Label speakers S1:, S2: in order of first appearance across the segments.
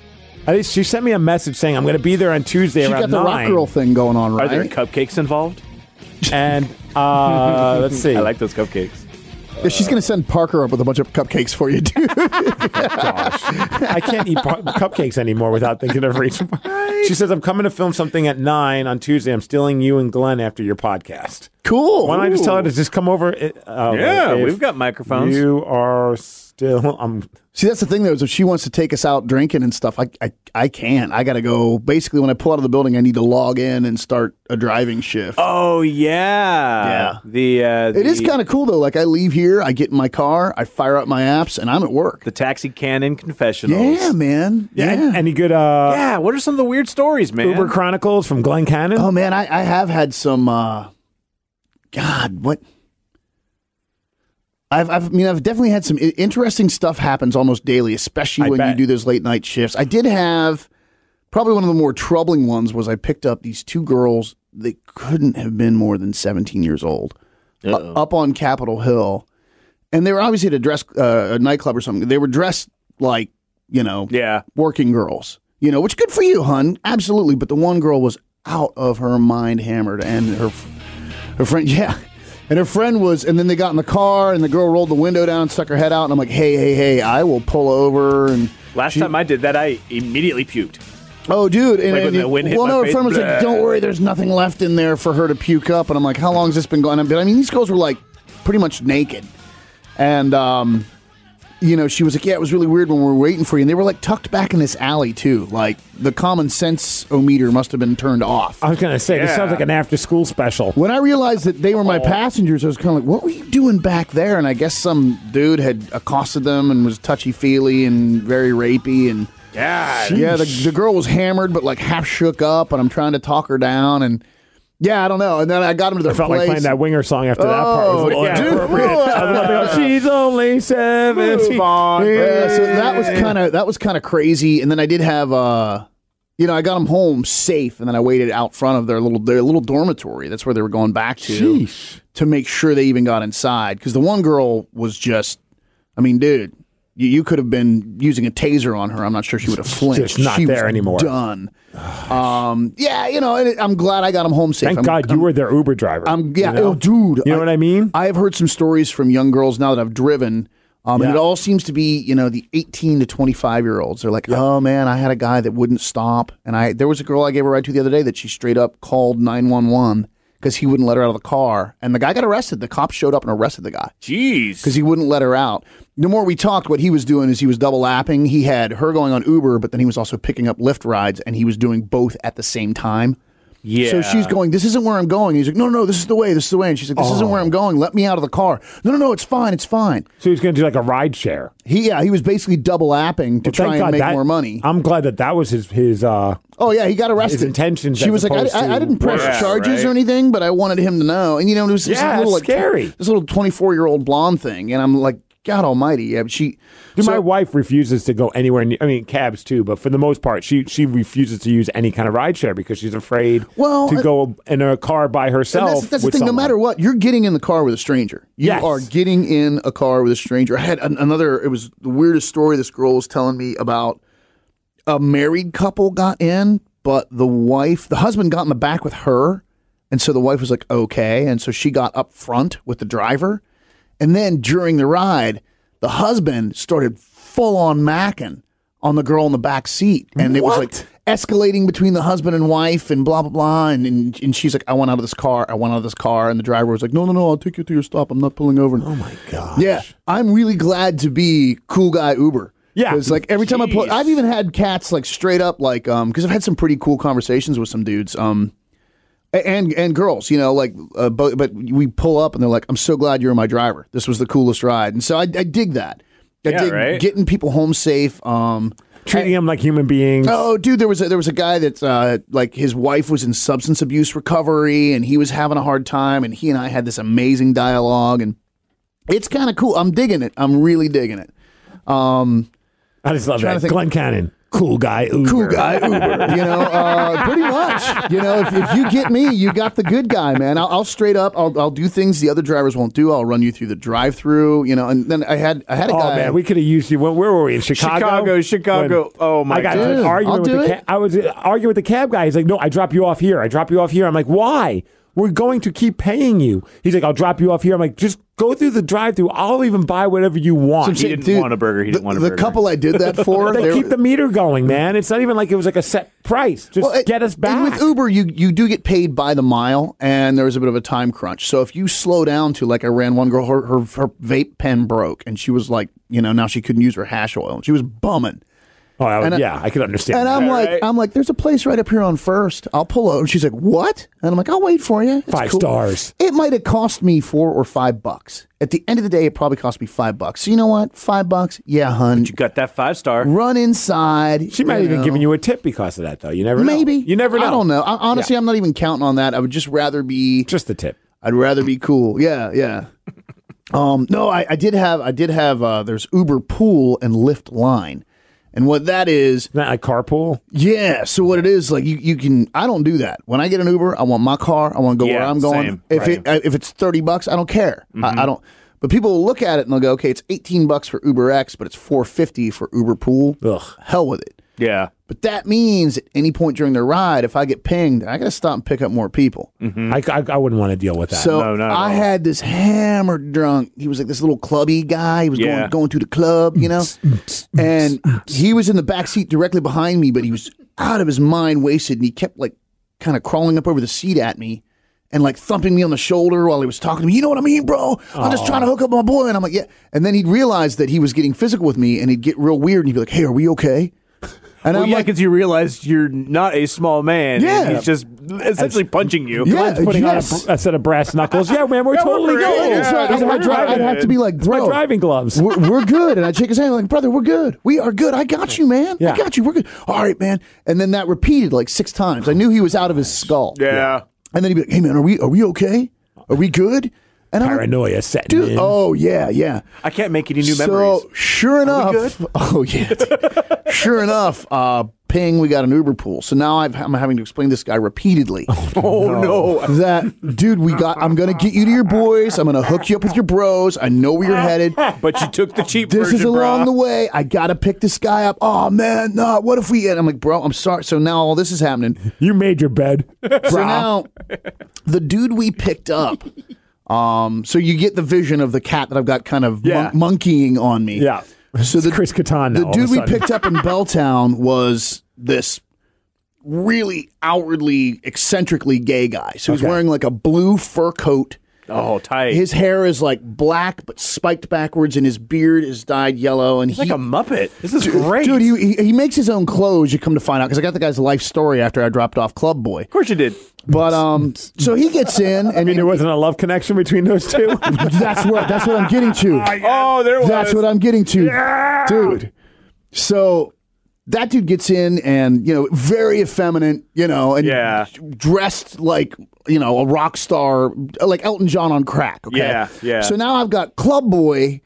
S1: I think she sent me a message saying I'm going to be there on Tuesday
S2: She
S1: around
S2: got the rock
S1: nine.
S2: girl thing going on,
S3: Are
S2: right?
S3: there cupcakes involved?
S1: And uh, let's see.
S3: I like those cupcakes.
S2: Yeah, she's gonna send Parker up with a bunch of cupcakes for you, dude.
S1: I can't eat pu- cupcakes anymore without thinking of Rachel. She says I'm coming to film something at nine on Tuesday. I'm stealing you and Glenn after your podcast.
S2: cool.
S1: Why don't I just tell her to just come over? Uh,
S3: Yeah,
S1: if
S3: we've got microphones.
S1: You are still. um, I'm.
S2: See, that's the thing though, is if she wants to take us out drinking and stuff, I, I, I can't. I gotta go. Basically, when I pull out of the building, I need to log in and start a driving shift.
S3: Oh yeah,
S2: Yeah.
S3: The uh,
S2: it is
S3: the-
S2: kind of cool though. Like I leave here, I get in my car, I fire up my apps, and I'm at work.
S3: the taxi cannon confessionals.
S2: Yeah, man. Yeah.
S1: Any good uh,
S3: Yeah, what are some of the weird stories, man?
S1: Uber Chronicles from Glenn Cannon?
S2: Oh man, I, I have had some. Uh, God, what? I've, I've, I mean, I've definitely had some i- interesting stuff happens almost daily, especially
S1: I
S2: when
S1: bet.
S2: you do those late night shifts. I did have probably one of the more troubling ones was I picked up these two girls. They couldn't have been more than seventeen years old, u- up on Capitol Hill, and they were obviously at a dress uh, a nightclub or something. They were dressed like you know,
S3: Yeah.
S2: working girls. You know, which good for you, hun. Absolutely. But the one girl was out of her mind, hammered, and her her friend, yeah, and her friend was. And then they got in the car, and the girl rolled the window down, stuck her head out, and I'm like, hey, hey, hey, I will pull over. And
S3: Last time I did that, I immediately puked.
S2: oh, dude, and,
S3: Like when
S2: and-
S3: the wind hit
S2: well,
S3: my
S2: no, her
S3: face,
S2: friend was
S3: bleh.
S2: like, don't worry, there's nothing left in there for her to puke up. And I'm like, how long has this been going on? But I mean, these girls were like pretty much naked, and um. you know, she was like, "Yeah, it was really weird when we were waiting for you." And they were like tucked back in this alley too. Like the common sense o meter must have been turned off.
S1: I was going to say, this
S3: Yeah.
S1: sounds like an after school special.
S2: When I realized that they were
S3: Oh.
S2: my passengers, I was kind of like, "What were you doing back there?" And I guess some dude had accosted them and was touchy feely and very rapey. And
S3: Yeah,
S2: yeah, the, the girl was hammered, but like half shook up. And I'm trying to talk her down. And yeah, I don't know. And then I got him to their
S1: I felt
S2: place.
S1: like playing that winger song after that part. It was a little
S2: Oh, dude.
S1: inappropriate. I was about to go, She's only 17.
S3: Move on,
S2: Yeah, so that was kind of that was kind of crazy. And then I did have uh you know, I got them home safe, and then I waited out front of their little their little dormitory. That's where they were going back to to make sure they even got inside. Because the one girl was just, I mean, dude, you, you could have been using a taser on her. I'm not sure she would have flinched.
S1: just not
S2: she
S1: there
S2: was
S1: anymore.
S2: Done. Um, yeah, you know, and it, I'm glad I got them home safe.
S1: Thank
S2: I'm-
S1: God you were their Uber driver.
S2: I'm yeah,
S1: You know,
S2: oh, dude.
S1: You know what I mean?
S2: I have heard some stories from young girls now that I've driven. Um, And
S1: Yeah.
S2: it all seems to be, you know, the 18 to 25 year olds. They're like, oh man, I had a guy that wouldn't stop. And I there was a girl I gave a ride to the other day that she straight up called 911 because he wouldn't let her out of the car. And the guy got arrested. The cops showed up and arrested the guy
S3: jeez.
S2: because he wouldn't let her out. The more we talked, what he was doing is he was double lapping. He had her going on Uber, but then he was also picking up Lyft rides and he was doing both at the same time.
S3: yeah.
S2: So she's going, This isn't where I'm going. He's like, No, no, this is the way. This is the way. And she's like, This isn't
S1: Oh.
S2: where I'm going. Let me out of the car. No, no, no, it's fine. It's fine.
S1: So he's going to do like a ride share.
S2: He, yeah, he was basically double apping to
S1: Well,
S2: try
S1: thank
S2: and
S1: God
S2: make
S1: that-
S2: more money.
S1: I'm glad that that was his, his uh,
S2: oh, yeah, he got arrested.
S1: intentions
S2: She
S1: as
S2: was like,
S1: opposed
S2: I, I, I
S1: to-
S2: didn't press
S3: Yeah,
S2: charges
S3: right.
S2: or anything, but I wanted him to know. And, you know, it was this
S1: Yeah,
S2: little, like,
S1: scary.
S2: This little 24 year old blonde thing. And I'm like, God almighty. Yeah, but she.
S1: Dude,
S2: so-
S1: my wife refuses to go anywhere. Near, I mean, cabs too, but for the most part, she she refuses to use any kind of rideshare because she's afraid
S2: Well,
S1: to
S2: uh,
S1: go in a car by herself.
S2: And that's, that's the
S1: with
S2: thing. No
S1: someone.
S2: matter what, you're getting in the car with a stranger. You
S1: Yes.
S2: are getting in a car with a stranger. I had an, another. It was the weirdest story. This girl was telling me about a married couple got in, but the wife, the husband, got in the back with her, And so the wife was like, okay. And so she got up front with the driver. And then during the ride, the husband started full on macking on the girl in the back seat. And it was
S1: What?
S2: like escalating between the husband and wife and blah, blah, blah. And, and, and she's like, I want out of this car. I want out of this car. And the driver was like, no, no, no, I'll take you to your stop. I'm not pulling over.
S1: Oh my god.
S2: Yeah, I'm really glad to be cool guy Uber.
S1: Yeah.
S2: because like every time I pull,
S3: Jeez.
S2: I've even had cats like straight up like um because I've had some pretty cool conversations with some dudes um a- and and girls you know like uh, but but we pull up and they're like I'm so glad you're my driver this was the coolest ride and so I, I dig that I
S3: Yeah,
S2: dig
S3: right?
S2: getting people home safe um
S1: Treating them like human beings.
S2: Oh, dude, there was a, there was a guy that uh, like his wife was in substance abuse recovery, and he was having a hard time, and he and I had this amazing dialogue, and it's kind of cool. I'm digging it. I'm really digging it.
S1: I just love
S2: trying
S1: that.
S2: to think-
S1: Glenn Cannon, cool guy. Uber.
S2: Cool guy, Uber. You know, uh, pretty much. You know, if, if you get me, you got the good guy, man. I'll, I'll straight up. I'll, I'll do things the other drivers won't do. I'll run you through the drive-through. You know, and then I had I had a
S1: Oh
S2: guy.
S1: man, we could have used you. Where, where were we in Chicago?
S3: Chicago, Chicago. Oh, my
S1: I got
S3: God.
S1: into an
S2: Dude,
S1: argument
S2: I'll
S1: with
S2: do
S1: the
S2: it.
S1: ca- I was uh, arguing with the cab guy. He's like, "No, I drop you off here. I drop you off here." I'm like, "Why? We're going to keep paying you." He's like, "I'll drop you off here." I'm like, "Just go through the drive-through. I'll even buy whatever you
S2: So I'm
S1: want."
S3: He
S2: saying,
S3: didn't
S2: dude,
S3: want a burger. He didn't
S2: the,
S3: want a
S2: the
S3: burger.
S2: couple I did that for.
S1: They
S2: they're-
S1: keep the meter going, man. It's not even like it was like a set price. Just
S2: Well, it-
S1: get us
S2: and
S1: back.
S2: With Uber, you, you do get paid by the mile, and there was a bit of a time crunch. So if you slow down to, like, I ran one girl, her, her, her vape pen broke, and she was like, you know, now she couldn't use her hash oil. She was bumming.
S1: oh, I was-
S2: and I-
S1: yeah, I could understand.
S2: And
S1: that.
S2: I'm like,
S3: right.
S2: I'm like, there's a place right up here on First. I'll pull over. And she's like, what? And I'm like, I'll wait for you. It's
S1: Five
S2: cool.
S1: stars.
S2: It might have cost me four or five bucks. At the end of the day, it probably cost me five bucks. So you know what? Five bucks? Yeah, hun.
S3: You got that five star.
S2: Run inside.
S1: She might have
S2: you
S1: even
S2: know.
S1: given you a tip because of that, though. You never know.
S2: Maybe
S1: You never know.
S2: I don't know. I, honestly, I'm not even counting on that. I would just rather be.
S1: Just the tip.
S2: I'd rather be cool. Yeah, yeah. Um, no, I, I did have. I did have. Uh, there's Uber Pool and Lyft Line, and what that is.
S1: Not like carpool.
S2: Yeah. So what it is like, you you can. I don't do that. When I get an Uber, I want my car. I want to go where
S3: Yeah,
S2: I'm going.
S3: same,
S2: if it I- if it's thirty bucks, I don't care.
S1: Mm-hmm.
S2: I, I don't. But people will look at it and they'll go, okay, it's eighteen bucks for Uber X, but it's four fifty for Uber Pool.
S1: Ugh.
S2: Hell with it.
S3: Yeah.
S2: But that means at any point during the ride, if I get pinged, I got to stop and pick up more people.
S3: Mm-hmm.
S1: I, I, I wouldn't want to deal with that.
S2: So
S3: No, not at
S2: I
S3: all.
S2: had this hammered drunk. He was like this little clubby guy. He was
S3: Yeah.
S2: going going to the club, you know, and he was in the back seat directly behind me, but he was out of his mind, wasted, and he kept like kind of crawling up over the seat at me. And like thumping me on the shoulder while he was talking to me. You know what I mean, bro? I'm just trying to hook up my boy. And I'm like, yeah. And then he'd realize that he was getting physical with me and he'd get real weird and he'd be like, hey, are we okay? And
S3: Well,
S2: I'm
S3: yeah,
S2: like,
S3: because you realize you're not a small man.
S2: Yeah.
S3: and he's just essentially punching you.
S2: Yeah.
S1: Glenn's putting on
S2: yes.
S1: a, br- a set of brass knuckles. Yeah, man, we're totally
S3: we're
S1: good.
S3: good.
S2: Yeah,
S3: Yeah,
S2: so I-
S1: These
S3: that's
S1: are my
S2: I
S3: what
S2: would-
S3: we're
S1: driving.
S2: I'd have to be like,
S1: these are my
S2: bro,
S1: driving gloves.
S2: we're, we're good. And I shake his hand like, brother, we're good. We are good. I got you, man.
S1: Yeah.
S2: I got you. We're good. All right, man. And then that repeated like six times. I knew he was out of his skull.
S3: Yeah.
S2: And then he'd be like, hey, man, are we are we okay? Are we good? And I'm like,
S1: Paranoia setting
S2: dude,
S1: in.
S2: oh yeah, yeah.
S3: I can't make any new
S2: so
S3: memories.
S2: sure enough, oh yeah, sure enough, uh, ping, we got an Uber pool. So now I've, I'm having to explain this guy repeatedly.
S3: Oh no.
S2: That dude, we got. I'm gonna get you to your boys. I'm gonna hook you up with your bros. I know where you're headed.
S3: But you took the cheap
S2: uh, This
S3: version,
S2: is along
S3: brah.
S2: the way. I gotta pick this guy up. Oh man, nah, what if we? And I'm like, bro, I'm sorry. So now all this is happening.
S1: you made your bed.
S2: So now the dude we picked up. Um, so you get the vision of the cat that I've got kind of
S3: Yeah.
S2: mon- monkeying on me.
S1: yeah.
S2: So the
S1: Chris Catan. now,
S2: the
S1: all of a
S2: dude we
S1: sudden.
S2: picked up in Belltown was this really outwardly eccentrically gay guy. So he's
S1: Okay.
S2: wearing like a blue fur coat.
S3: Oh, tight.
S2: His hair is like black but spiked backwards, and his beard is dyed yellow. And he's
S3: like a Muppet. This is great.
S2: Dude, he, he, he makes his own clothes. You come to find out because I got the guy's life story after I dropped off Club Boy.
S3: of course you did.
S2: But um, so he gets in, and
S1: There wasn't a love connection between those two.
S2: that's what that's what I'm getting to.
S3: Oh, there was.
S2: That's what I'm getting to, dude. So that dude gets in, and you know, very effeminate, you know, and
S3: Yeah.
S2: dressed like you know a rock star, like Elton John on crack. Okay?
S3: Yeah, yeah.
S2: So now I've got Club Boy.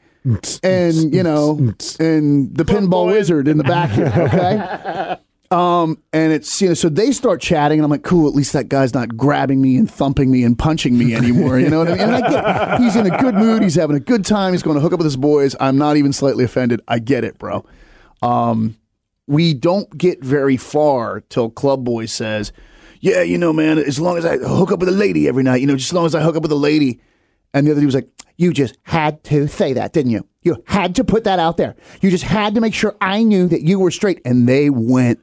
S2: and you know, and the pinball
S3: boy.
S2: wizard in the back here, okay? um, and it's you know, so they start chatting, and I'm like, cool, at least that guy's not grabbing me and thumping me and punching me anymore. You know what I mean? And I get he's in a good mood, he's having a good time, he's going to hook up with his boys. I'm not even slightly offended. I get it, bro. Um, we don't get very far till Club Boy says. yeah, you know, man, as long as I hook up with a lady every night, you know, just as long as I hook up with a lady. And the other dude was like, you just had to say that, didn't you? You had to put that out there. You just had to make sure I knew that you were straight. And they went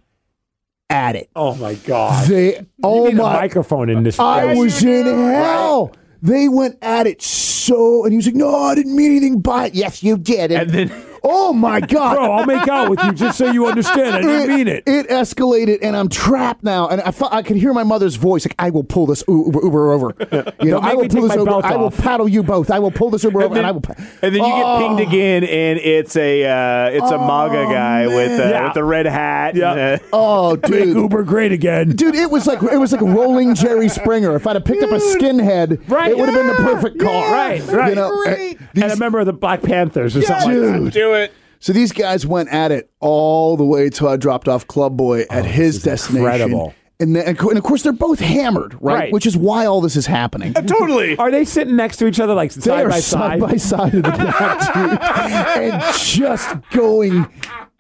S2: at it.
S1: Oh my god!
S2: They, oh
S1: you need a
S2: my
S1: microphone in this.
S2: I
S1: place.
S2: was in hell. They went at it so, and he was like, "No, I didn't mean anything by it." Yes, you did. And,
S3: then-
S2: oh my god,
S1: bro. I'll make out with you just so you understand. I didn't mean it.
S2: It escalated, and I'm trapped now. And I, fe- I could hear my mother's voice, like, "I will pull this U- Uber, Uber over. You know,
S1: Don't make
S2: I will
S1: me take
S2: pull this
S1: my
S2: Uber.
S1: belt
S2: I will
S1: off."
S2: paddle you both. I will pull this Uber over, and I will." Pa-
S3: And then you get
S2: Oh.
S3: pinged again, and it's a uh, it's a MAGA guy with uh,
S1: Yeah.
S3: with the red hat.
S1: Yeah.
S3: and, uh,
S2: oh, dude.
S1: Uber great again.
S2: Dude, it was like it was like rolling Jerry Springer. If I'd have picked up a skinhead,
S1: Right,
S2: it would have been the
S1: yeah,
S2: perfect car.
S1: Right, right.
S2: You know, uh,
S1: and a member of the Black Panthers or something. like that.
S2: dude.
S3: do it.
S2: So these guys went at it all the way till I dropped off Club Boy at his destination.
S1: Oh, incredible.
S2: And, then, and of course, they're both hammered, right?
S1: Right.
S2: Which is why all this is happening.
S3: Totally.
S1: Are they sitting next to each other like
S2: They
S1: side
S2: are
S1: by side?
S2: side by side of the back, dude, and just going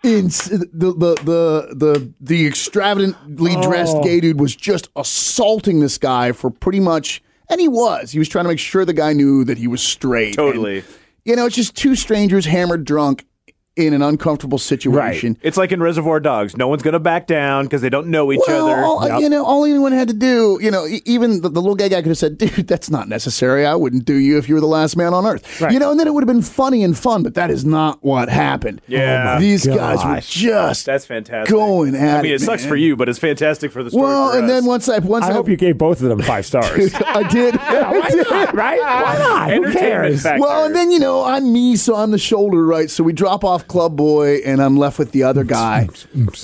S2: in. The the the the the extravagantly dressed
S1: Oh.
S2: gay dude was just assaulting this guy for pretty much, and he was. He was trying to make sure the guy knew that he was straight.
S3: Totally.
S2: And, you know, it's just two strangers hammered drunk in an uncomfortable situation.
S3: It's like in Reservoir Dogs. No one's gonna back down because they don't know each
S2: Well,
S3: other.
S2: all, you know, all anyone had to do, you know, e- even the, the little gay guy could have said, "Dude, that's not necessary. I wouldn't do you if you were the last man on earth." You know, and then it would have been funny and fun. But that is not what happened.
S3: Yeah. Oh my
S2: these guys were just
S3: That's fantastic.
S2: going at
S3: I mean, it sucks
S2: man.
S3: for you, but it's fantastic for the story.
S2: Well,
S3: for
S2: and
S3: us.
S2: then once I once I,
S1: I hope you gave both of them five stars.
S2: I did. I did.
S1: right? Why not? Who
S3: Entertainment
S1: cares?
S3: factor.
S2: Well, and then you know I'm me, so I'm the shoulder, right? So we drop off Club Boy, and I'm left with the other guy,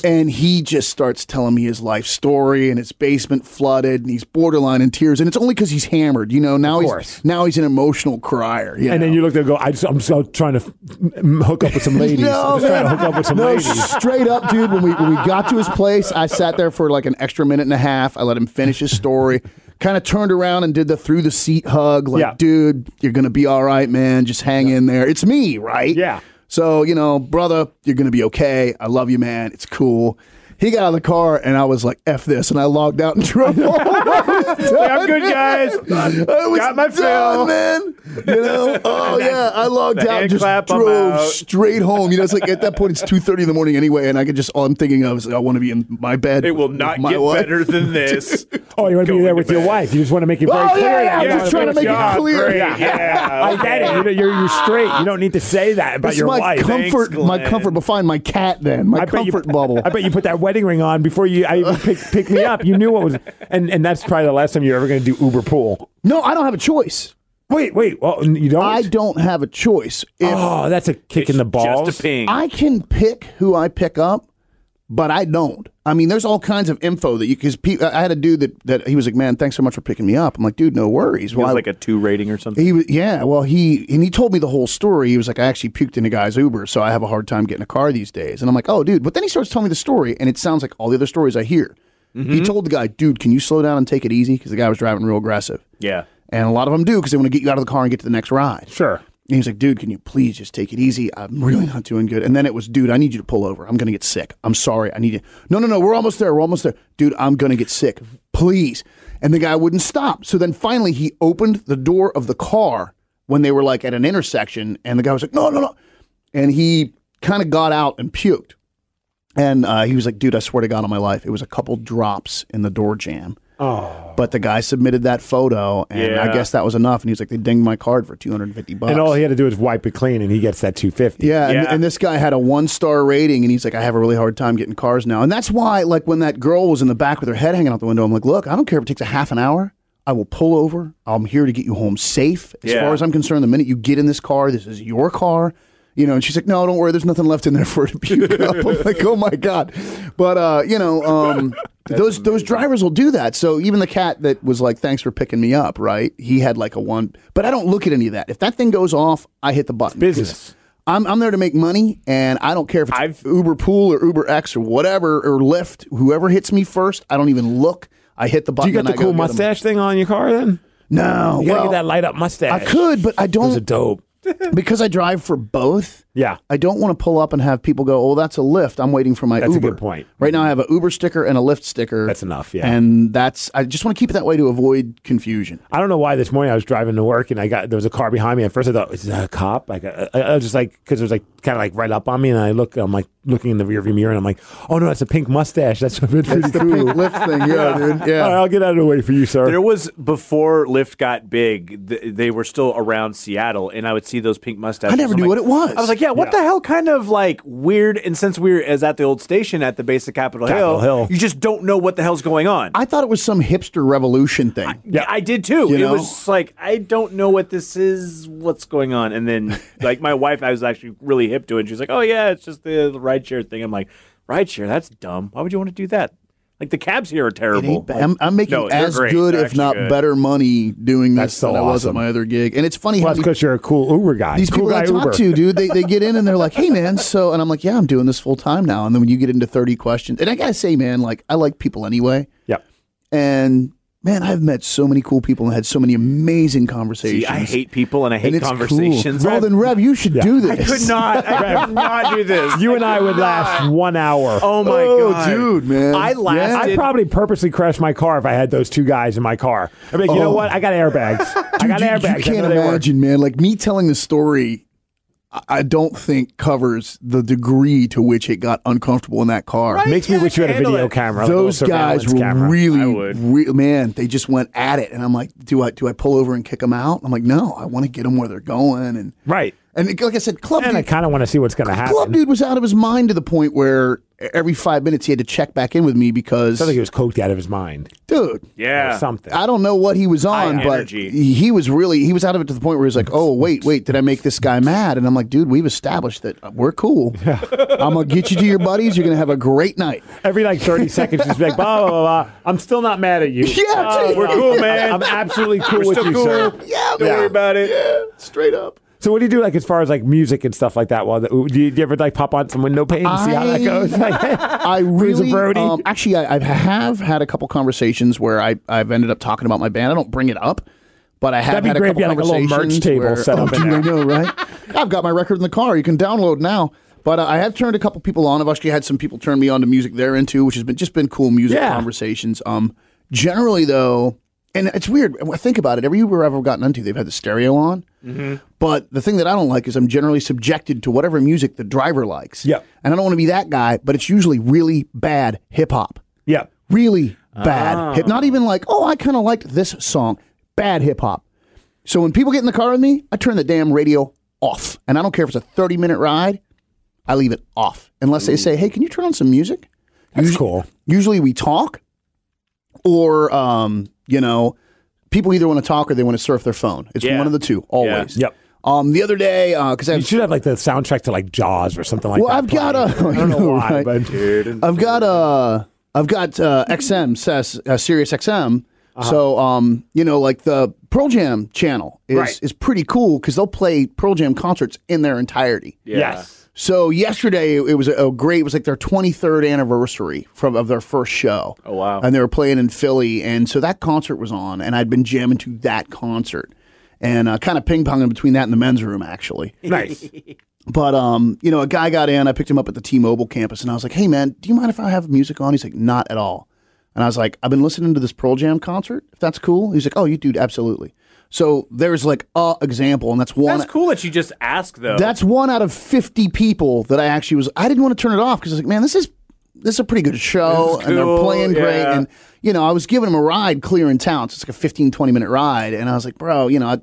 S2: and he just starts telling me his life story, and his basement flooded, and he's borderline in tears, and it's only because he's hammered, you know. Now
S1: course.
S2: he's now he's an emotional crier, you
S1: And
S2: know?
S1: then you look there and go, I just, I'm so trying to mm, hook up with some ladies. I'm just trying to
S2: man.
S1: hook up with some
S2: No,
S1: ladies.
S2: straight up, dude. When we when we got to his place, I sat there for like an extra minute and a half. I let him finish his story. Kind of turned around and did the through the seat hug, like,
S1: Yeah.
S2: dude, you're gonna be all right, man. Just hang in there. It's me, right?
S1: Yeah.
S2: So you know, brother, you're gonna be okay. I love you, man. It's cool. He got out of the car and I was like, "F this," and I logged out and drove home.
S3: I'm good, guys.
S2: I was
S3: Got my fill.
S2: done, man. You know? Oh yeah, I logged
S3: the
S2: out,
S3: hand
S2: and just
S3: clap, I'm
S2: drove
S3: out.
S2: straight home. You know, it's like at that point it's two thirty in the morning anyway, and I could just all I'm thinking of is I want to be in my bed.
S3: It will
S2: with
S3: not
S2: my
S3: get
S2: wife.
S3: better than this.
S1: Oh, you want to be
S3: Going
S1: there
S3: to
S1: with your
S3: bed.
S1: wife. You just want to make it very
S2: Oh,
S1: clear.
S2: yeah, yeah,
S1: You
S2: I'm
S1: know,
S2: just trying to
S1: good
S2: make it
S1: job.
S2: clear.
S3: Great.
S1: Yeah.
S3: Yeah.
S1: I get it. You know, You're, you're straight. You don't need to say that about
S2: It's
S1: your
S2: my
S1: wife.
S2: comfort,
S3: Thanks,
S2: my
S3: Glenn.
S2: comfort. But find my cat then, my comfort
S1: you,
S2: bubble.
S1: I bet you put that wedding ring on before you I even pick, pick me up. You knew what was, and and that's probably the last time you're ever going to do Uber pool.
S2: no, I don't have a choice.
S1: Wait, wait. Well, n- you don't.
S2: I don't have a choice. If
S1: oh, that's a kick in the balls.
S3: Just a ping.
S2: I can pick who I pick up, but I don't. I mean, there's all kinds of info that you because pe- I had a dude that that he was like, "Man, thanks so much for picking me up." I'm like, "Dude, no worries."
S3: It
S2: Why-
S3: was like a two rating or something.
S2: He was, yeah. Well, he and he told me the whole story. He was like, I actually puked in a guy's Uber, so I have a hard time getting a car these days. And I'm like, oh, dude. But then he starts telling me the story, and it sounds like all the other stories I hear. He told the guy, dude, can you slow down and take it easy? Because the guy was driving real aggressive,
S3: Yeah.
S2: and a lot of them do because they want to get you out of the car and get to the next ride.
S1: Sure.
S2: And he was like, dude, can you please just take it easy? I'm really not doing good. And then it was, dude, I need you to pull over. I'm going to get sick. I'm sorry. I need you. No, no, no. We're almost there. We're almost there. Dude, I'm going to get sick. Please. And the guy wouldn't stop. So then finally he opened the door of the car when they were like at an intersection. And the guy was like, no, no, no. And he kind of got out and puked. And uh, he was like, dude, I swear to God on my life, it was a couple drops in the door jam. Oh. But the guy submitted that photo, and I
S3: Yeah.
S2: guess that was enough. And he was like, they dinged my card for 250 bucks.
S1: And all he had to do is wipe it clean, and he gets that two fifty.
S2: Yeah, And,
S3: Yeah.
S2: and this guy had a one star rating, and he's like, I have a really hard time getting cars now. And that's why, like, when that girl was in the back with her head hanging out the window, I'm like, look, I don't care if it takes a half an hour. I will pull over. I'm here to get you home safe. As
S3: Yeah.
S2: far as I'm concerned, the minute you get in this car, this is your car. You know, and she's like, "No, don't worry. There's nothing left in there for it to puke up." I'm like, "Oh my god!" But uh, you know, um, those those drivers will do that. So even the cat that was like, "Thanks for picking me up," right? He had like a one, but I don't look at any of that. If that thing goes off, I hit the button.
S1: Business.
S2: I'm, I'm there to make money, and I don't care if it's
S3: I've-
S2: Uber Pool or Uber X or whatever or Lyft. Whoever hits me first, I don't even look. I hit the
S1: Do
S2: button.
S1: you got
S2: and
S1: the
S2: I go
S1: cool
S2: get 'em.
S1: mustache thing on your car then?
S2: No,
S1: You gotta
S2: well,
S1: get that light up mustache.
S2: I could, but I
S1: Those are
S2: don't.
S1: dope.
S2: because I drive for both.
S1: Yeah.
S2: I don't want to pull up and have people go, "Oh, that's a Lyft." I'm waiting for my
S1: That's a
S2: Uber.
S1: good point.
S2: Right now, I have a Uber sticker and a Lyft sticker.
S1: That's enough, yeah.
S2: And that's I just want to keep it that way to avoid confusion.
S1: I don't know why this morning I was driving to work and I got there was a car behind me. At first I thought, is that a cop? Like I, I I was just like because it was like kind of like right up on me and I look I'm like looking in the rearview mirror and I'm like, oh no, that's a pink mustache. That's what it is.
S2: It's the pink Lyft thing, yeah, dude.
S1: All right,
S2: Yeah.
S1: I'll get out of the way for you, sir.
S3: There was before Lyft got big, th- they were still around Seattle, and I would see those pink mustaches.
S2: I never
S3: I'm
S2: knew
S3: like-
S2: what it was.
S3: I was like, yeah, what the hell kind of like weird? And since we were as at the old station at the base of Capitol,
S1: Capitol Hill.
S3: you just don't know what the hell's going on.
S2: I thought it was some hipster revolution thing.
S3: yeah, I did too.
S2: You
S3: It
S2: know?
S3: was just like I don't know what this is, what's going on. And then like my wife, I was actually really hip to it. And she's like, oh yeah, it's just the, the rideshare thing. I'm like, rideshare, that's dumb. Why would you want to do that? Like the cabs here are
S2: It ain't
S3: terrible.
S2: bad. I'm, I'm making
S3: No, they're
S2: as
S3: great.
S2: good,
S3: They're
S2: if not
S3: actually good.
S2: better, money doing
S1: That's
S2: this
S1: so
S2: than I was at
S1: awesome.
S2: my other gig. And it's funny
S1: well,
S2: how
S1: that's
S2: many-
S1: because you're a cool Uber guy.
S2: these
S1: cool
S2: people
S1: guy
S2: I talk
S1: Uber.
S2: to, dude, they, they get in and they're like, "Hey, man," so and I'm like, "Yeah, I'm doing this full time now." And then when you get into 30 questions, and I gotta say, man, like I like people anyway,
S1: Yep.
S2: and man, I've met so many cool people and had so many amazing conversations.
S3: See, I hate people and I hate
S2: and it's
S3: conversations.
S2: Cool. Well, then Rev, you should do this.
S3: I could not. I could not do this.
S1: You and I would last one hour.
S3: Oh my
S2: Oh,
S3: god,
S2: dude, man.
S3: I lasted.
S1: I'd probably purposely crash my car if I had those two guys in my car. I'd be like, you know
S2: Oh.
S1: what? I got airbags. I
S2: Dude,
S1: got
S2: you, you
S1: airbags. I
S2: can't
S1: know they work.
S2: imagine, man. Like me telling the story, I, I don't think covers the degree to which it got uncomfortable in that car.
S1: Makes
S3: Yeah,
S1: me wish you had a
S3: handle
S1: video
S3: it.
S1: camera. like a little
S2: Those guys
S1: surveillance
S2: were
S1: camera.
S3: I
S2: really,
S3: would.
S2: re- man. They just went at it, and I'm like, do I do I pull over and kick them out? I'm like, no, I want to get them where they're going, and
S1: right.
S2: and it- like I said, club
S1: And I
S2: dude,
S1: kind of want to see what's going to happen.
S2: club dude was out of his mind to the point where e, every five minutes he had to check back in with me because,
S1: Sounds like he was coked out of his mind
S2: dude,
S1: or
S3: yeah.
S1: something.
S2: I don't know what he was on,
S3: High
S2: but
S3: energy.
S2: he he was really he was out of it to the point where he was like, "Oh wait, wait, did I make this guy mad?" And I'm like, "Dude, we've established that we're cool. I'm gonna get you to your buddies. You're gonna have a great night."
S1: Every like 30 seconds, she's like, blah, blah, blah, blah. I'm still not mad at you. Uh,
S2: Yeah, dude.
S3: We're cool, man.
S1: I'm absolutely cool
S3: We're
S1: with
S3: still
S1: you,
S3: cool.
S1: sir.
S2: Yeah,
S3: Don't worry
S2: man.
S3: about it.
S2: Yeah, straight up.
S1: So what do you do, like, as far as, like, music and stuff like that? Well, the, do, you, do you ever, like, pop on some window pane and see how that
S2: I-
S1: goes? Like,
S2: I really
S1: Brody?
S2: um, actually I, I have had a couple conversations where I I've ended up talking about my band. I don't bring it up, but I
S1: That'd
S2: have
S1: be
S2: had
S1: great if
S2: a couple
S1: you had, like, a little merch
S2: conversations
S1: table
S2: where,
S1: set up
S2: Oh,
S1: in
S2: dude, I know, right? I've got my record in the car. You can download now. But uh, I have turned a couple people on. I've actually had some people turn me on to music they're into, which has been just been cool music
S1: Yeah.
S2: conversations. Um, generally though, and it's weird. when I Think about it. Every Uber I've ever gotten into, they've had the stereo on. But the thing that I don't like is I'm generally subjected to whatever music the driver likes.
S1: Yep.
S2: And I don't want to be that guy, but it's usually really bad hip hop.
S1: yeah.
S2: Really bad hip not even like, oh, I kinda liked this song. Bad hip hop. So when people get in the car with me, I turn the damn radio off. And I don't care if it's a thirty minute ride, I leave it off. Unless they say, Hey, can you turn on some music?
S1: That's
S2: Usu-
S1: cool.
S2: Usually we talk or um, you know, people either want to talk or they want to surf their phone. It's
S3: Yeah.
S2: one of the two, always.
S1: Yep.
S2: Um, the other day, because
S1: You
S2: I've
S1: should have, like, the soundtrack to, like, Jaws or something like
S2: well,
S1: that.
S2: I've got
S1: playing.
S2: a.
S1: I don't know,
S2: know,
S1: why,
S2: right?
S1: but...
S2: I've got a. I've got uh, XM, says uh, Sirius XM.
S3: Uh-huh.
S2: So, um, you know, like the Pearl Jam channel is
S1: Right.
S2: is pretty cool because they'll play Pearl Jam concerts in their entirety.
S3: Yeah.
S1: Yes.
S2: So yesterday it was a, a great. It was like their 23rd anniversary from of their first show.
S3: Oh, wow.
S2: And they were playing in Philly, and so that concert was on, and I'd been jamming to that concert, and uh, kind of ping ponging between that and the men's room actually.
S1: Nice.
S2: But um, you know, a guy got in. I picked him up at the T-Mobile campus, and I was like, "Hey, man, do you mind if I have music on?" He's like, "Not at all." And I was like, "I've been listening to this Pearl Jam concert. If that's cool." He's like, "Oh, you dude, absolutely." So there's like a example, and that's one.
S3: That's cool that you just ask though.
S2: That's one out of fifty people that I actually was. I didn't want to turn it off because I was like, "Man, this is this is a pretty good show,
S3: This is
S2: and they're
S3: cool,
S2: playing great."
S3: yeah.
S2: And you know, I was giving him a ride clear in town, so it's like a 15, 20 minute ride, and I was like, "Bro, you know, I,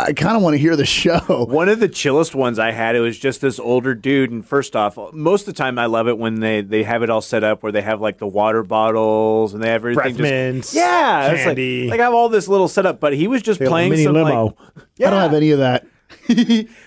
S2: I kind of want to hear the show."
S3: One of the chillest ones I had, it was just this older dude. And first off, most of the time I love it when they, they have it all set up where they have like the water bottles and they have everything. just-
S1: Breath mints,
S3: yeah. it's
S1: candy.
S3: Like, like I have all this little setup, but he was just
S1: little
S3: playing
S1: mini
S3: some
S1: limo.
S3: like,
S2: I don't have any of that.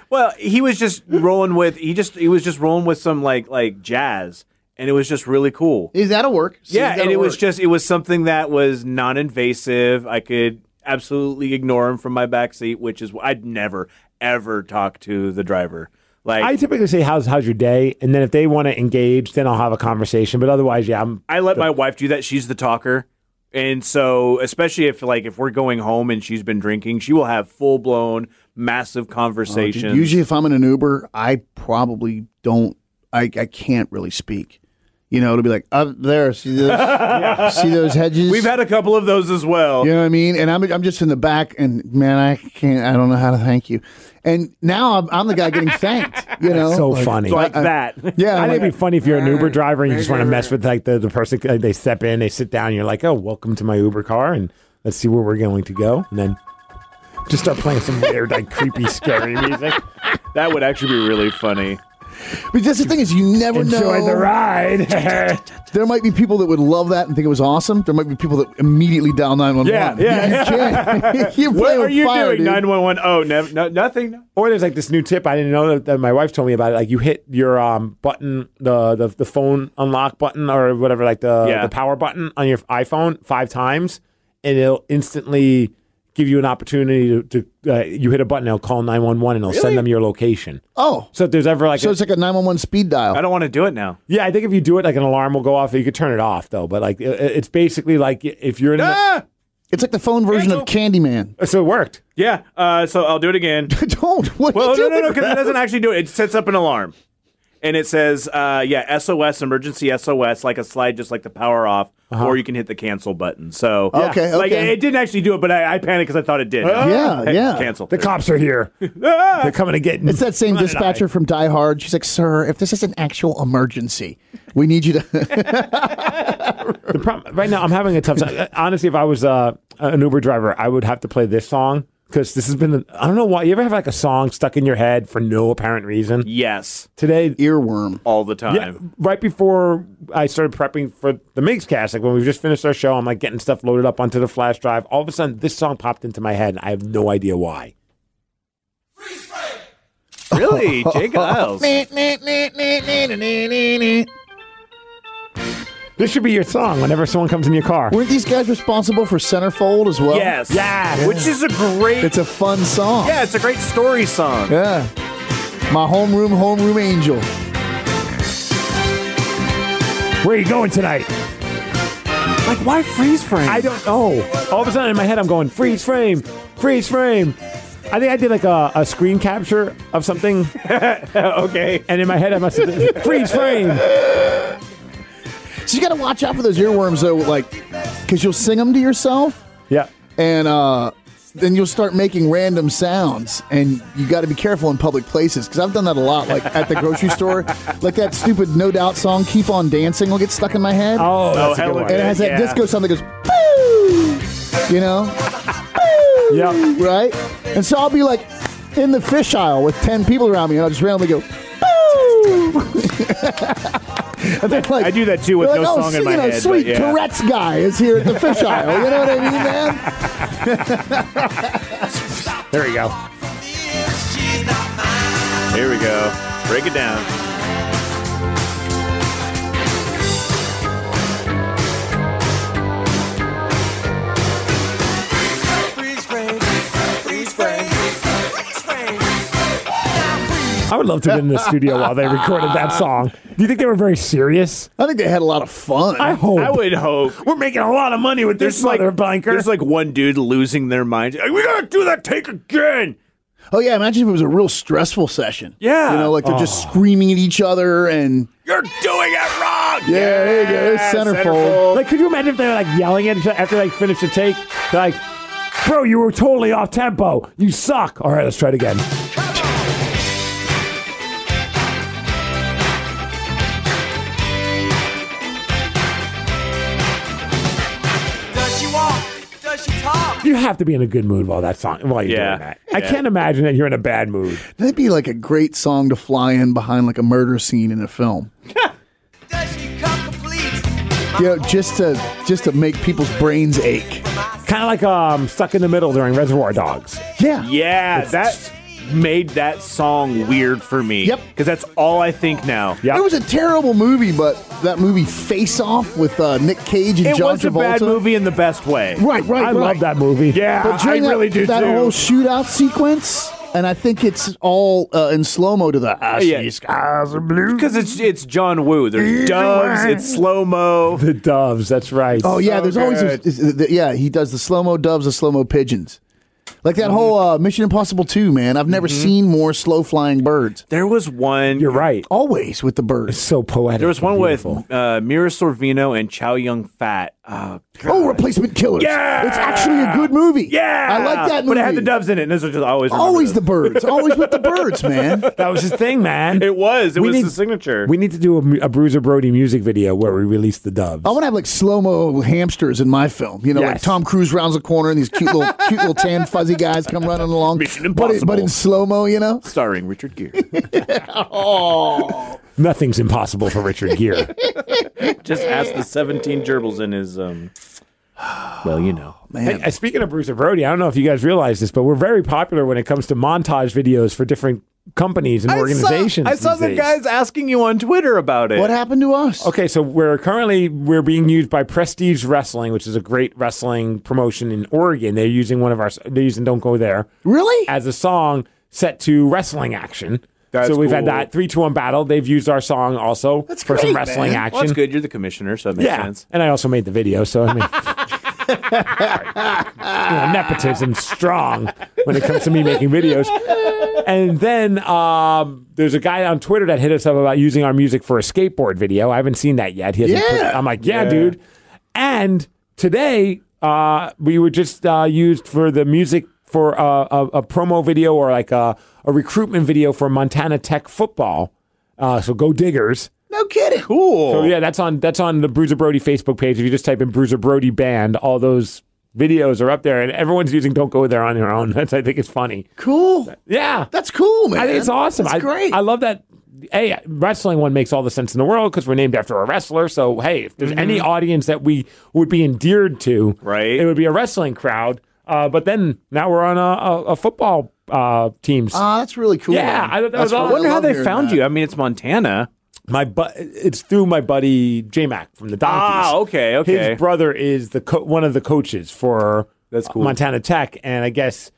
S3: well, he was just rolling with he just he was just rolling with some like like jazz and it was just really cool.
S2: Is that'll work? See,
S3: yeah,
S2: that'll
S3: and it was
S2: work.
S3: just it was something that was non-invasive. I could absolutely ignore him from my back seat, which is I'd never ever talk to the driver. Like
S1: I typically say, "How's how's your day?" And then if they want to engage, then I'll have a conversation. But otherwise, yeah, I'm
S3: I let my wife do that. She's the talker. And so, especially if like if we're going home and she's been drinking, she will have full blown massive conversations.
S2: Usually, if I'm in an Uber, I probably don't. I, I can't really speak. You know, it'll be like up there. See those? See those hedges?
S3: We've had a couple of those as well.
S2: You know what I mean? And I'm I'm just in the back, and man, I can't. I don't know how to thank you. And now I'm, I'm the guy getting thanked. You know,
S1: so
S2: Like,
S1: funny.
S3: Like that.
S2: Yeah,
S1: I think
S2: I'm like,
S1: it'd be funny if you're an Uber driver and you just want to mess with like the, the person. Like, they step in, they sit down, and you're like, "Oh, welcome to my Uber car, and let's see where we're going to go." And then just start playing some weird, like creepy, scary music.
S3: That would actually be really funny.
S2: but that's the thing is, you never
S1: Enjoy
S2: know.
S1: the ride.
S2: There might be people that would love that and think it was awesome. There might be people that immediately dial nine one one.
S3: Yeah, yeah,
S2: You
S3: yeah.
S2: can't. You're
S3: What
S2: playing
S3: are
S2: with
S3: you
S2: fire,
S3: doing?
S2: dude.
S3: Nine one one. Oh, nev- no, nothing.
S1: Or there's like this new tip I didn't know that, that my wife told me about. It. Like you hit your um button, the, the the phone unlock button or whatever, like the
S3: Yeah.
S1: the power button on your iPhone five times, and it'll instantly give you an opportunity to, to uh, you hit a button, it'll call nine one one, and it'll send them your location.
S2: Oh,
S1: So if there's ever like,
S2: so
S1: a-
S2: it's like a nine one one speed dial.
S3: I don't want to do it now.
S1: yeah, I think if you do it, like an alarm will go off. You could turn it off though, but like it, it's basically like if you're in, a-
S3: Ah!
S2: It's like the phone version of Candyman.
S1: so it worked.
S3: Yeah. Uh, so I'll do it again.
S2: don't. What
S3: Well,
S2: are you
S3: no, no, no,
S2: doing?
S3: because it doesn't actually do it. It sets up an alarm, and it says, uh, "Yeah, SOS, emergency SOS," like a slide, just like the power off, or you can hit the cancel button. So,
S2: Uh-huh. Okay,
S3: Yeah. like
S2: okay.
S3: it didn't actually do it, but I, I panicked because I thought it did.
S2: Yeah,
S3: Hey,
S2: yeah.
S3: Cancel.
S1: The cops are here.
S3: Ah!
S1: They're coming to get.
S2: It's that same
S1: Come on,
S2: dispatcher from Die Hard. She's like, "Sir, if this is an actual emergency, we need you to."
S1: The problem right now, I'm having a tough time. Honestly, if I was uh, an Uber driver, I would have to play this song because this has been. I don't know why. You ever have like a song stuck in your head for no apparent reason?
S3: Yes,
S1: Today,
S2: Earworm.
S3: all the time.
S1: yeah, right before I started prepping for the Migs cast, like when we just finished our show, I'm like getting stuff loaded up onto the flash drive. All of a sudden, this song popped into my head, and I have no idea why.
S3: Really, Jake Giles.
S2: Weren't
S1: This should be your song whenever someone comes in your car.
S2: these guys responsible for Centerfold as well?
S3: Yes.
S1: Yeah.
S3: Which is a great.
S2: It's a fun song.
S3: yeah, it's a great story song.
S2: Yeah. My homeroom, homeroom angel.
S1: Where are you going tonight?
S3: Like, why freeze frame?
S1: I don't know. All of a sudden in my head, I'm going freeze frame, freeze frame. I think I did like a, a screen capture of something,
S3: okay.
S1: and in my head, I must have freeze frame.
S2: So you got to watch out for those earworms, though, like, because you'll sing them to yourself
S1: Yeah.
S2: and, uh, then you'll start making random sounds, and you got to be careful in public places because I've done that a lot, like at the grocery store. Like that stupid No Doubt song, Keep On Dancing, will get stuck in my head.
S1: Oh, that's a
S3: hell
S1: good one.
S2: and it has that
S3: yeah.
S2: disco sound that goes, Boo! you know, Boo!
S1: Yeah.
S2: right? And so I'll be like in the fish aisle with ten people around me, and I'll just randomly go, Boo! and they're like,
S3: I do that too with
S2: they're like,
S3: no
S2: oh,
S3: song in
S2: singing
S3: my
S2: a
S3: head,
S2: sweet
S3: but yeah.
S2: Tourette's guy is here at the fish aisle. You know what I mean, man?
S1: There you go.
S3: Here we go. Break it down.
S1: I would love to have been in the studio while they recorded that song. Do you think they were very serious?
S2: I think they had a lot of fun.
S1: I hope.
S3: I would hope.
S1: We're making a lot of money with this
S3: There's like,
S1: mother blanker.
S3: there's like one dude losing their mind. Like, we gotta do that take again.
S2: oh yeah, imagine if it was a real stressful session.
S3: Yeah. Oh.
S2: you know, like they're just screaming at each other, and
S3: You're doing it wrong.
S2: Yeah, there you go. There's centerfold.
S1: Like, could you imagine if they were like yelling at each other after they finished the take? They're like, bro, you were totally off tempo. You suck. All right, let's try it again.
S4: Does she walk? Does she talk?
S1: You have to be in a good mood while that song while you're
S3: Yeah.
S1: doing that. I
S3: Yeah.
S1: can't imagine that you're in a bad mood.
S2: that'd be like a great song to fly in behind like a murder scene in a film.
S4: Does she come complete?
S2: you know, just to just to make people's brains ache.
S1: Kind of like um stuck in the middle during Reservoir Dogs.
S2: Yeah.
S3: Yeah, that made that song weird for me.
S2: Yep.
S3: Because that's all I think now.
S1: Yeah.
S2: It was a terrible movie, but that movie Face Off with uh, Nick Cage and
S3: It
S2: John
S3: was a
S2: Travolta.
S3: bad movie in the best way.
S2: Right, right,
S1: I
S2: right.
S1: love that movie.
S3: Yeah,
S2: But during
S3: I
S2: that,
S3: really do
S2: that
S3: too.
S2: whole shootout sequence, and I think it's all uh, in slow mo to the ah,
S3: yeah.
S2: yeah. skies are blue.
S3: Because it's it's John Woo. There's
S2: Either
S3: doves.
S2: way.
S3: It's slow mo.
S1: The doves. That's right.
S2: Oh yeah,
S3: so
S2: there's always
S3: good.
S2: is- is- the- yeah. He does the slow mo doves, the slow mo pigeons, like that whole uh, Mission Impossible two. Man, I've never seen more slow flying birds.
S3: There was one.
S1: You're right.
S2: Always with the birds.
S1: So poetic.
S3: There was
S1: and
S3: one with
S1: beautiful.
S3: uh, Mira Sorvino and Chow Yun Fat. Oh, God.
S2: Oh, Replacement Killers.
S3: Yeah!
S2: it's actually a good movie.
S3: yeah,
S2: I like that movie.
S3: But it had the doves in it. And those are just I always remember
S2: Always the
S3: those.
S2: birds. Always with the birds, man.
S1: That was his thing, man.
S3: It was. It
S1: We
S3: was
S1: need-
S3: the signature.
S1: We need to do a, mu- a Bruiser Brody music video where we release the doves.
S2: I want to have like slow mo hamsters in my film. You know, like
S1: Yes.
S2: Tom Cruise rounds the corner and these cute little, cute little tan fuzzy guys come running along.
S3: Mission
S2: But, it- but
S3: Impossible.
S2: in slow mo, you know.
S3: Starring Richard Gere.
S1: Nothing's impossible for Richard Gere.
S3: just ask the 17 gerbils in his. um Well, you know.
S1: Hey, uh, speaking of Bruiser Brody, I don't know if you guys realize this, but we're very popular when it comes to montage videos for different companies and organizations.
S3: I saw,
S1: these
S3: the
S1: days.
S3: guys asking you on Twitter about it.
S2: What happened to us?
S1: Okay, so we're currently we're being used by Prestige Wrestling, which is a great wrestling promotion in Oregon. They're using one of our they're using "Don't Go There"
S2: Really?
S1: as a song set to wrestling action.
S3: That's
S1: so we've had
S3: cool.
S1: that three to one battle. They've used our song also for some
S2: great,
S1: wrestling
S2: man.
S1: action.
S3: Well, that's good. You're the commissioner, so that makes
S1: Yeah,
S3: sense.
S1: and I also made the video, so I mean, you know, nepotism strong when it comes to me making videos. And then um, there's a guy on Twitter that hit us up about using our music for a skateboard video. I haven't seen that yet. He hasn't put-
S2: Yeah.
S1: I'm like, yeah,
S3: Yeah.
S1: dude. And today uh, we were just uh, used for the music for uh, a, a promo video or like a, a recruitment video for Montana Tech football. Uh, so go Diggers.
S2: No kidding.
S3: Cool.
S1: So yeah, that's on that's on the Bruiser Brody Facebook page. If you just type in Bruiser Brody band, all those videos are up there, and everyone's using "Don't Go There" on their own. That's I think it's funny.
S2: Cool.
S1: Yeah,
S2: That's cool, man.
S1: I think it's awesome.
S2: That's
S1: I,
S2: great.
S1: I love that. Hey, wrestling one makes all the sense in the world because we're named after a wrestler. So hey, if there's any
S2: Mm-hmm.
S1: audience that we would be endeared to,
S3: Right.
S1: it would be a wrestling crowd. Uh, but then now we're on a, a, a football uh, teams.
S2: Ah, that's really cool.
S1: Yeah, I thought that was
S2: That's
S1: awesome.
S2: what
S3: I wonder how
S2: love
S3: they
S2: hearing
S3: found
S2: that.
S3: you. I mean, it's Montana.
S1: My but it's through my buddy J Mac from the Donkeys.
S3: Ah, okay, okay.
S1: His brother is the co- one of the coaches for
S3: That's cool.
S1: Montana Tech, and I guess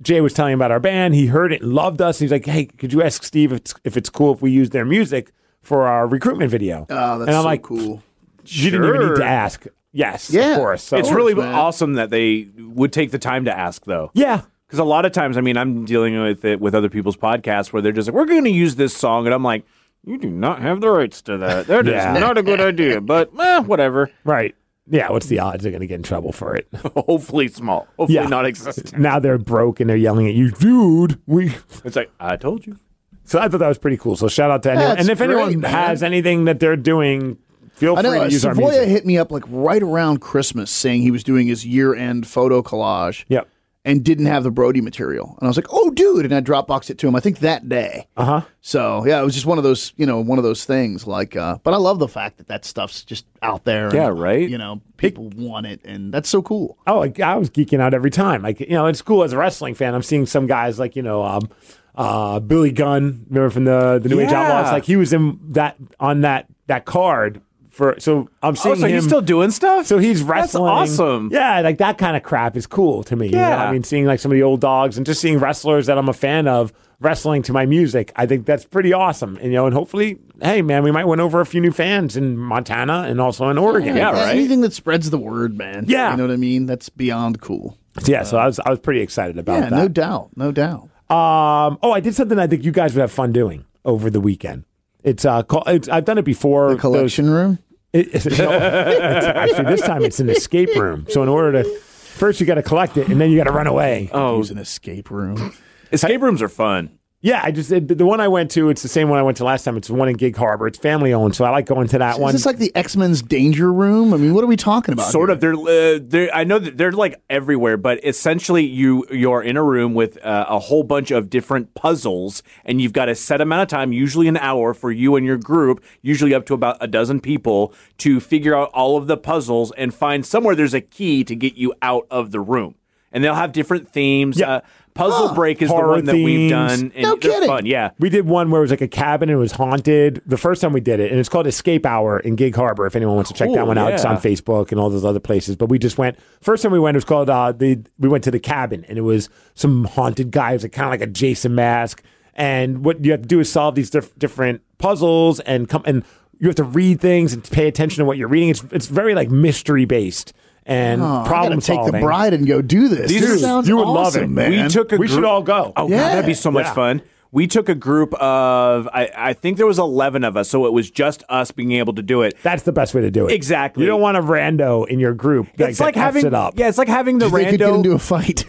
S1: Jay was telling him about our band. He heard it, loved us. He's like, "Hey, could you ask Steve if it's, if it's cool if we use their music for our recruitment video?"
S2: Oh, that's
S1: and I'm
S2: so
S1: like,
S2: cool.
S1: "You didn't even need
S3: Sure.
S1: to ask." Yes,
S2: Yeah.
S1: of course. So-
S3: It's really
S2: man.
S3: awesome that they would take the time to ask, though.
S1: yeah.
S3: Because a lot of times, I mean, I'm dealing with it with other people's podcasts where they're just like, we're going to use this song. And I'm like, you do not have the rights to that. That is
S1: Yeah.
S3: not a good idea, but eh, whatever.
S1: Right. Yeah. What's the odds they're going to get in trouble for it?
S3: Hopefully small. Hopefully
S1: Yeah.
S3: not existent.
S1: now they're broke and they're yelling at you, dude. We
S3: It's like, I told you.
S1: So I thought that was pretty cool. So shout out to anyone.
S2: That's
S1: and if anyone
S2: great, man.
S1: has anything that they're doing, feel
S2: I
S1: free
S2: know.
S1: to
S2: Uh,
S1: use our
S2: Savoya
S1: music.
S2: hit me up like right around Christmas saying he was doing his year end photo collage
S1: Yep.
S2: and didn't have the Brody material. And I was like, oh, dude. And I Dropboxed it to him, I think that day.
S1: Uh
S3: Uh-huh.
S1: huh.
S2: So, yeah, it was just one of those, you know, one of those things. Like, uh, but I love the fact that that stuff's just out there. and,
S3: Yeah, right?
S2: You know, people want it. And that's so cool.
S1: Oh, like, I was geeking out every time. Like you know, it's cool as a wrestling fan. I'm seeing some guys like you know, um, uh, Billy Gunn, remember from the the New Age
S3: Yeah.
S1: Outlaws? Like he was in that on that that card for. So I'm
S3: Oh,
S1: seeing
S3: so
S1: him.
S3: he's still doing stuff?
S1: so he's
S3: That's
S1: wrestling.
S3: awesome.
S1: Yeah, like that kind of crap is cool to me. you know?
S3: Yeah.
S1: I mean, seeing like some of the old dogs and just seeing wrestlers that I'm a fan of wrestling to my music, I think that's pretty awesome. And, you know, and hopefully, hey, man, we might win over a few new fans in Montana and also in Oregon.
S3: Yeah, right.
S2: Anything that spreads the word, man.
S1: Yeah.
S2: You know what I mean? That's beyond cool.
S1: So, yeah, so I was, I was pretty excited about
S2: Yeah,
S1: that.
S2: no doubt. No doubt.
S1: Um, oh, I did something I think you guys would have fun doing over the weekend. It's uh, call, it's, I've done it before.
S2: The collection room?
S1: Those, it- it's- no, it's- actually, this time it's an escape room. So in order to first you got to collect it and then you got to run away.
S3: Oh,
S2: Use an escape room.
S3: escape rooms are fun.
S1: Yeah, I just it, the one I went to. It's the same one I went to last time. It's the one in Gig Harbor. It's family owned, so I like going to that
S2: Is
S1: one.
S2: this like the X Men's danger room? I mean, what are we talking about?
S3: Sort
S2: here?
S3: of. They're, uh, they're I know that they're like everywhere, but essentially you you're in a room with uh, a whole bunch of different puzzles, and you've got a set amount of time, usually an hour, for you and your group, usually up to about a dozen people, to figure out all of the puzzles and find somewhere there's a key to get you out of the room. and they'll have different themes.
S1: Yeah.
S3: Uh, Puzzle Break is
S1: Horror
S3: the one that
S1: themes.
S3: we've done. And
S2: No
S3: they're
S2: kidding.
S3: Fun. Yeah.
S1: We did one where it was like a cabin and it was haunted the first time we did it, and it's called Escape Hour in Gig Harbor. If anyone wants to check that
S3: Cool,
S1: one out, it's
S3: yeah.
S1: on Facebook and all those other places. But we just went first time we went it was called uh, the we went to the cabin and it was some haunted guy. It was like, kind of like a Jason mask, and what you have to do is solve these diff- different puzzles and come and you have to read things and pay attention to what you're reading. It's it's very like mystery based and
S2: I
S1: problem
S2: gotta take
S1: solving.
S2: the bride and go do this.
S3: These
S2: This
S3: are-
S2: sounds
S1: you would love
S2: awesome,
S1: it.
S2: man.
S3: We took a
S1: We
S3: group-
S1: should all go.
S3: Oh,
S2: Yeah.
S3: God, that'd be so much
S1: Yeah.
S3: fun. We took a group of, I, I think there was 11 of us, so it was just us being able to do it.
S1: That's the best way to do it.
S3: Exactly.
S1: You don't want a rando in your group. Like,
S3: It's like
S1: that Fs
S3: having,
S1: it up.
S3: yeah, it's like having the
S2: they could get
S3: rando.
S2: into a fight.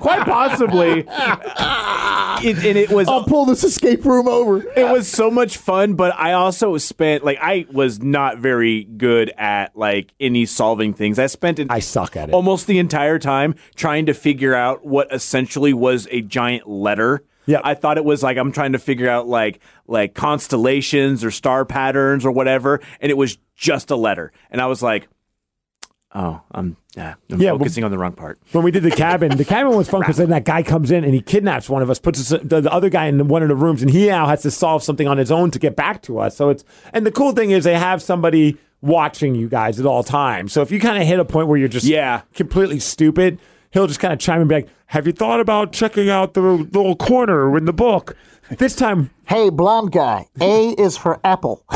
S3: quite possibly. it, and it was
S2: I'll pull this escape room over.
S3: it was so much fun, but I also spent like I was not very good at like any solving things. I spent an,
S1: I suck at it.
S3: almost the entire time trying to figure out what essentially was a giant letter.
S1: Yeah.
S3: I thought it was like I'm trying to figure out like like constellations or star patterns or whatever, and it was just a letter, and I was like. Oh, I'm, uh, I'm
S1: Yeah, but-
S3: focusing on the wrong part.
S1: when we did the cabin, the cabin was fun because then that guy comes in and he kidnaps one of us, puts us, the, the other guy in one of the rooms, and he now has to solve something on his own to get back to us. So it's and the cool thing is they have somebody watching you guys at all times. So if you kind of hit a point where you're just
S3: Yeah.
S1: completely stupid, he'll just kind of chime in and be like, "Have you thought about checking out the little corner in the book?" This time,
S5: Hey, blonde guy, A is for apple.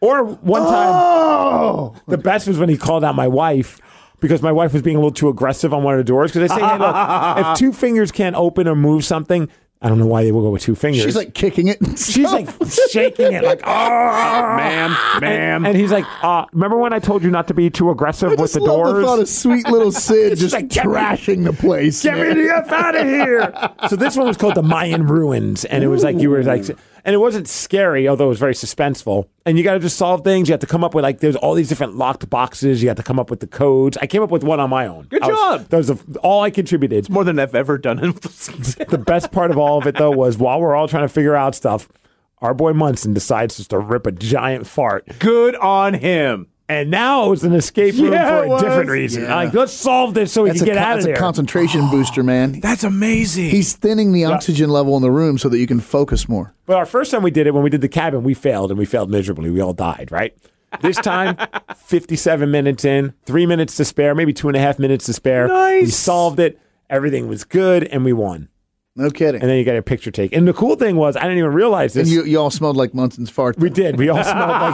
S1: or one time.
S2: Oh,
S1: The best was when he called out my wife because my wife was being a little too aggressive on one of the doors. Because they say, hey, look, if two fingers can't open or move something, I don't know why they will go with two fingers.
S2: she's like kicking it.
S1: she's like shaking it, like, oh,
S3: Ma'am, ma'am.
S1: And he's like, uh, remember when I told you not to be too aggressive
S2: I
S1: with
S2: just
S1: the
S2: love
S1: doors?
S2: the thought of sweet little Sid just
S1: like, get me-
S2: trashing the place.
S1: Get me
S2: man.
S1: the F out of here. so this one was called the Mayan Ruins, and it was like you were like, and it wasn't scary, although it was very suspenseful. And you got to just solve things. You have to come up with like there's all these different locked boxes. You have to come up with the codes. I came up with one on my own.
S3: Good
S1: I was-
S3: job.
S1: that was the- all I contributed.
S3: More than I've ever done in
S1: The best part of all of it though was while we're all trying to figure out stuff, our boy Munson decides just to rip a giant fart.
S3: Good on him.
S1: And now it was an escape room
S3: Yeah,
S1: for
S3: it
S1: a different
S3: was.
S1: reason.
S2: Yeah.
S1: Like, let's solve this so we
S2: That's
S1: can
S2: a,
S1: get
S2: con-
S1: out of
S2: that's
S1: there. Oh.
S2: a concentration booster, man.
S3: That's amazing.
S2: He's thinning the oxygen level in the room so that you can focus more.
S1: But our first time we did it, when we did the cabin, we failed and we failed miserably. We all died, right? This time, 57 minutes in, three minutes to spare, maybe two and a half minutes to spare. We
S3: Nice.
S1: solved it. Everything was good and we won.
S2: No kidding.
S1: And
S2: And,
S1: then you got a picture take. And the cool thing was, I didn't even realize this.
S2: you, you all smelled like Munson's fart.
S1: we did. We all smelled like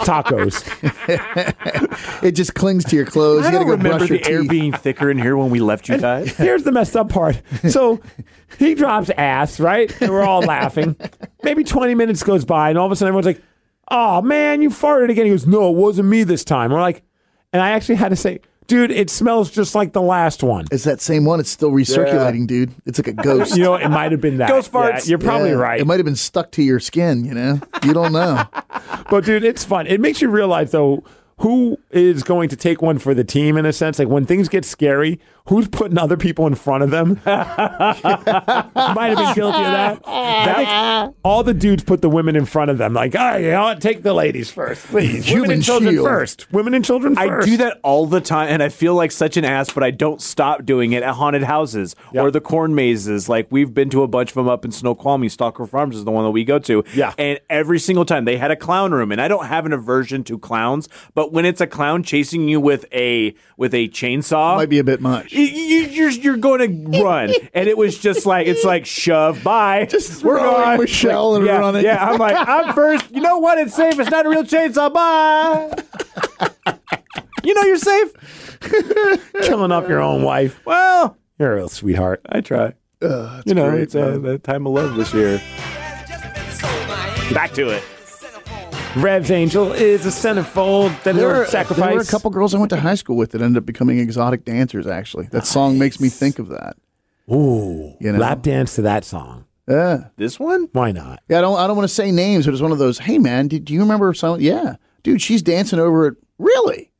S1: tacos.
S2: It just clings to your clothes. you
S3: I don't
S2: gotta go
S3: remember
S2: brush your
S3: the air
S2: teeth.
S3: being thicker in here when we left you guys.
S1: Here's the messed up part. So he drops ass, right? And we're all laughing. Maybe 20 minutes goes by, and all of a sudden everyone's like, oh man, you farted again. He goes, no, it wasn't me this time. We're like, and I actually had to say, dude, it smells just like the last one.
S2: It's that same one. It's still recirculating, dude. It's like a ghost.
S1: You know, it might have been that.
S3: Ghost
S1: Yeah,
S3: farts.
S1: you're probably
S2: Yeah.
S1: right.
S2: It might have been stuck to your skin, you know? You don't know.
S1: But dude, it's fun. It makes you realize though who is going to take one for the team in a sense. Like when things get scary, who's putting other people in front of them? Might have been guilty of that. That- all the dudes put the women in front of them. Like, ah, you know, what? take the ladies first, please. women
S2: Human
S1: and children
S2: shield.
S1: first. Women and children first.
S3: I do that all the time, and I feel like such an ass, but I don't stop doing it at haunted houses
S1: Yeah.
S3: or the corn mazes. Like we've been to a bunch of them up in Snoqualmie. Stalker Farms is the one that we go to.
S1: Yeah.
S3: and every single time they had a clown room, and I don't have an aversion to clowns, but when it's a clown chasing you with a with a chainsaw,
S2: Might be a bit much.
S3: you, you- you're you're going to run, and it was just like it's like shove by.
S2: Just throw it in Michelle and
S3: yeah,
S2: run it.
S3: Yeah, I'm like I'm first. You know what? It's safe. It's not a real chainsaw. Bye. you know you're safe.
S1: Killing off your own wife.
S3: Well,
S1: You're a real sweetheart.
S3: I try. you know, it's uh, the time of love this year. Back to it.
S1: Rev's Angel is a centerfold that
S2: There were,
S1: is
S2: there
S1: sacrifice.
S2: were a couple girls I went to high school with that ended up becoming exotic dancers, actually. That song makes me think of that.
S1: Ooh,
S2: You know?
S1: lap dance to that song.
S2: Yeah.
S3: This one?
S1: Why not?
S2: Yeah, I don't I don't want to say names, but it's one of those, hey man, did do you remember someone yeah. Dude, she's dancing over it. Really?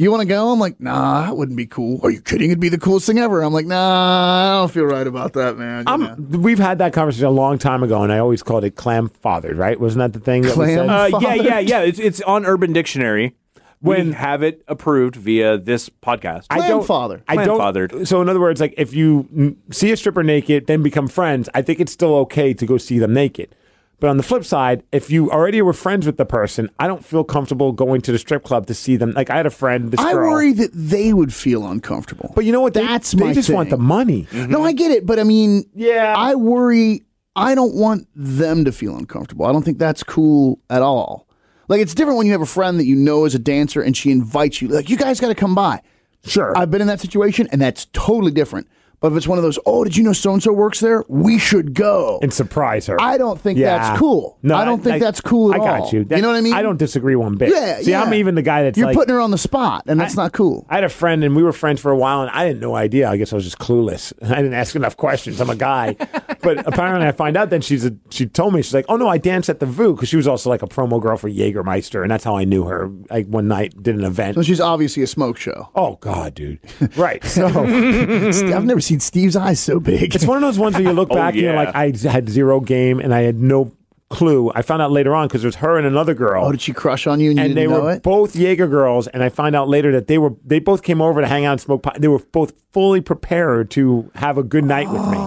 S2: You want to go? I'm like, nah, that wouldn't be cool. Are you kidding? It'd be the coolest thing ever. I'm like, nah, I don't feel right about that, man. You know?
S1: I'm, Um, we've had that conversation a long time ago, and I always called it clam fathered, right? Wasn't that the thing? That we
S2: Clam-
S1: said?
S3: Uh, yeah, yeah, yeah. It's it's on Urban Dictionary. when have it approved via this podcast.
S2: uh,
S1: I don't
S2: Grandfather.
S1: I don't.
S3: Grandfathered.
S1: So in other words, like if you mm, see a stripper naked, then become friends, I think it's still okay to go see them naked. But on the flip side, if you already were friends with the person, I don't feel comfortable going to the strip club to see them. Like I had a friend, this
S2: I
S1: girl.
S2: worry that they would feel uncomfortable.
S1: but you know what? They,
S2: That's
S1: they
S2: my
S1: just want the
S2: thing.
S1: money.
S2: No, I get it, but I mean,
S1: Mm-hmm. Yeah.
S2: I worry. I don't want them to feel uncomfortable. I don't think that's cool at all. Like it's different when you have a friend that you know is a dancer and she invites you. Like you guys got to come by.
S1: Sure.
S2: I've been in that situation, and that's totally different. But if it's one of those, oh, did you know so and so works there? We should go.
S1: and surprise her.
S2: I don't think
S1: Yeah.
S2: that's cool. I don't think that's cool at
S1: I got
S2: all.
S1: you.
S2: You know what I mean?
S1: I don't disagree one bit.
S2: Yeah,
S1: See,
S2: yeah.
S1: I'm even the guy that's
S2: You're
S1: like,
S2: putting her on the spot, and that's not cool.
S1: I had a friend and we were friends for a while and I had no idea. I guess I was just clueless. I didn't ask enough questions. I'm a guy. but apparently I find out then she's a, she told me, she's like, oh no, I danced at the VU because she was also like a promo girl for Jägermeister. And that's how I knew her. Like one night did an event.
S2: So she's obviously a smoke show.
S1: Oh God, dude. Right. So
S2: Oh. I've never seen Steve's eyes so big.
S1: it's one of those ones where you
S2: Oh,
S1: look back and you're
S3: yeah.
S1: like, I z- had zero game and I had no clue. I found out later on because it was her and another girl.
S2: Oh, did she crush on you and, you
S1: and they
S2: didn't know
S1: were
S2: it?
S1: both Jaeger girls. And I found out later that they were they both came over to hang out and smoke pot. They were both fully prepared to have a good night with me.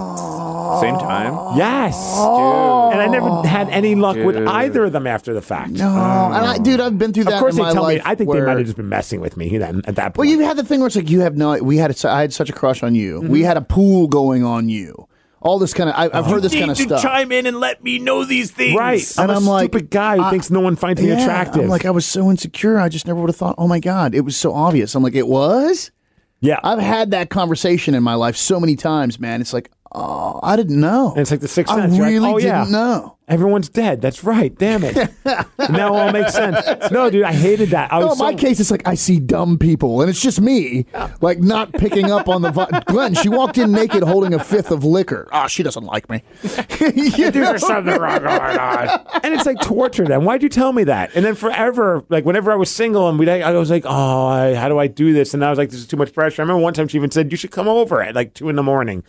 S3: Same time.
S1: Yes, and I never had any luck with either of them after the fact.
S2: No, Oh, and I, dude, I've been through that.
S1: Oh. Of course,
S2: in
S1: they
S2: my
S1: tell me.
S2: life
S1: I think they
S2: where-
S1: might have just been messing with me then at that
S2: Well,
S1: point.
S2: you had the thing where it's like you have no. We had. A, I had such a crush on you.
S1: Mm-hmm.
S2: We had a pool going on you. All this kind of. I,
S1: Oh.
S2: I've heard this kind of stuff.
S3: in and let me know these things.
S1: right? I'm
S2: And
S1: a
S2: I'm like,
S1: stupid guy who
S2: I-
S1: thinks no one finds me
S2: Yeah,
S1: attractive.
S2: I'm like, I was so insecure. I just never would have thought. Oh my god, it was so obvious. I'm like, it was.
S1: yeah,
S2: I've had that conversation in my life so many times, man. It's like, oh, I didn't know.
S1: and it's like the sixth
S2: I
S1: sense. You're like,
S2: really
S1: oh, yeah.
S2: didn't know.
S1: Everyone's dead. That's right. Damn it. now it all makes sense. No, dude, I hated that. I
S2: No,
S1: was
S2: Oh, in my
S1: so-
S2: case, it's like I see dumb people, and it's just me, like not picking up on the. Vi- Glenn, she walked in naked, holding a fifth of liquor. Ah, she doesn't like me. You know?
S1: There's something wrong going on. And it's like torture then. Why'd you tell me that? And then forever, like whenever I was single and we I was like, oh, I, how do I do this? And I was like, this is too much pressure. I remember one time she even said, you should come over at like two in the morning.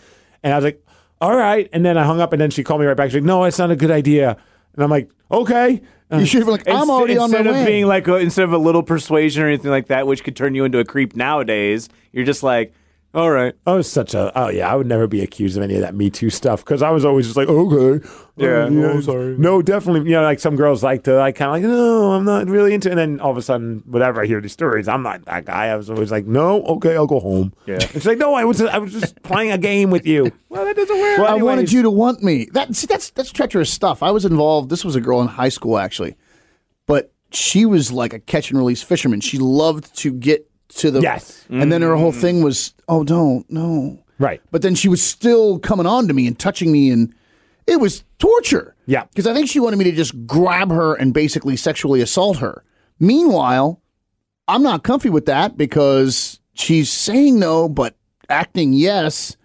S1: And I was like, all right. And then I hung up and then she called me right back. She's like, no, it's not a good idea. And I'm like, okay. And
S2: You should have been like, I'm
S3: Inst-
S2: already on
S3: instead
S2: my
S3: of
S2: way.
S3: being like a, instead of a little persuasion or anything like that, which could turn you into a creep nowadays, you're just like, all right,
S1: I was such a, oh yeah, I would never be accused of any of that Me Too stuff because I was always just like, okay.
S3: Yeah,
S1: Oh,
S3: oh, sorry.
S1: No, definitely. You know, like some girls like to, like, kind of like, no, I'm not really into it. And then all of a sudden, whatever, I hear these stories, I'm not that guy. I was always like, no, okay, I'll go home.
S3: Yeah.
S1: It's like, no, I was, I was just playing a game with you. Well, that doesn't work.
S2: I wanted you to want me. That see, that's that's treacherous stuff. I was involved. This was a girl in high school actually, but she was like a catch and release fisherman. She loved to get to the
S1: Yes.
S2: and then her whole
S3: Mm.
S2: thing was, oh, don't no,
S1: Right.
S2: But then she was still coming on to me and touching me, and it was torture.
S1: Yeah.
S2: because I think she wanted me to just grab her and basically sexually assault her. Meanwhile, I'm not comfy with that because she's saying no but acting yes.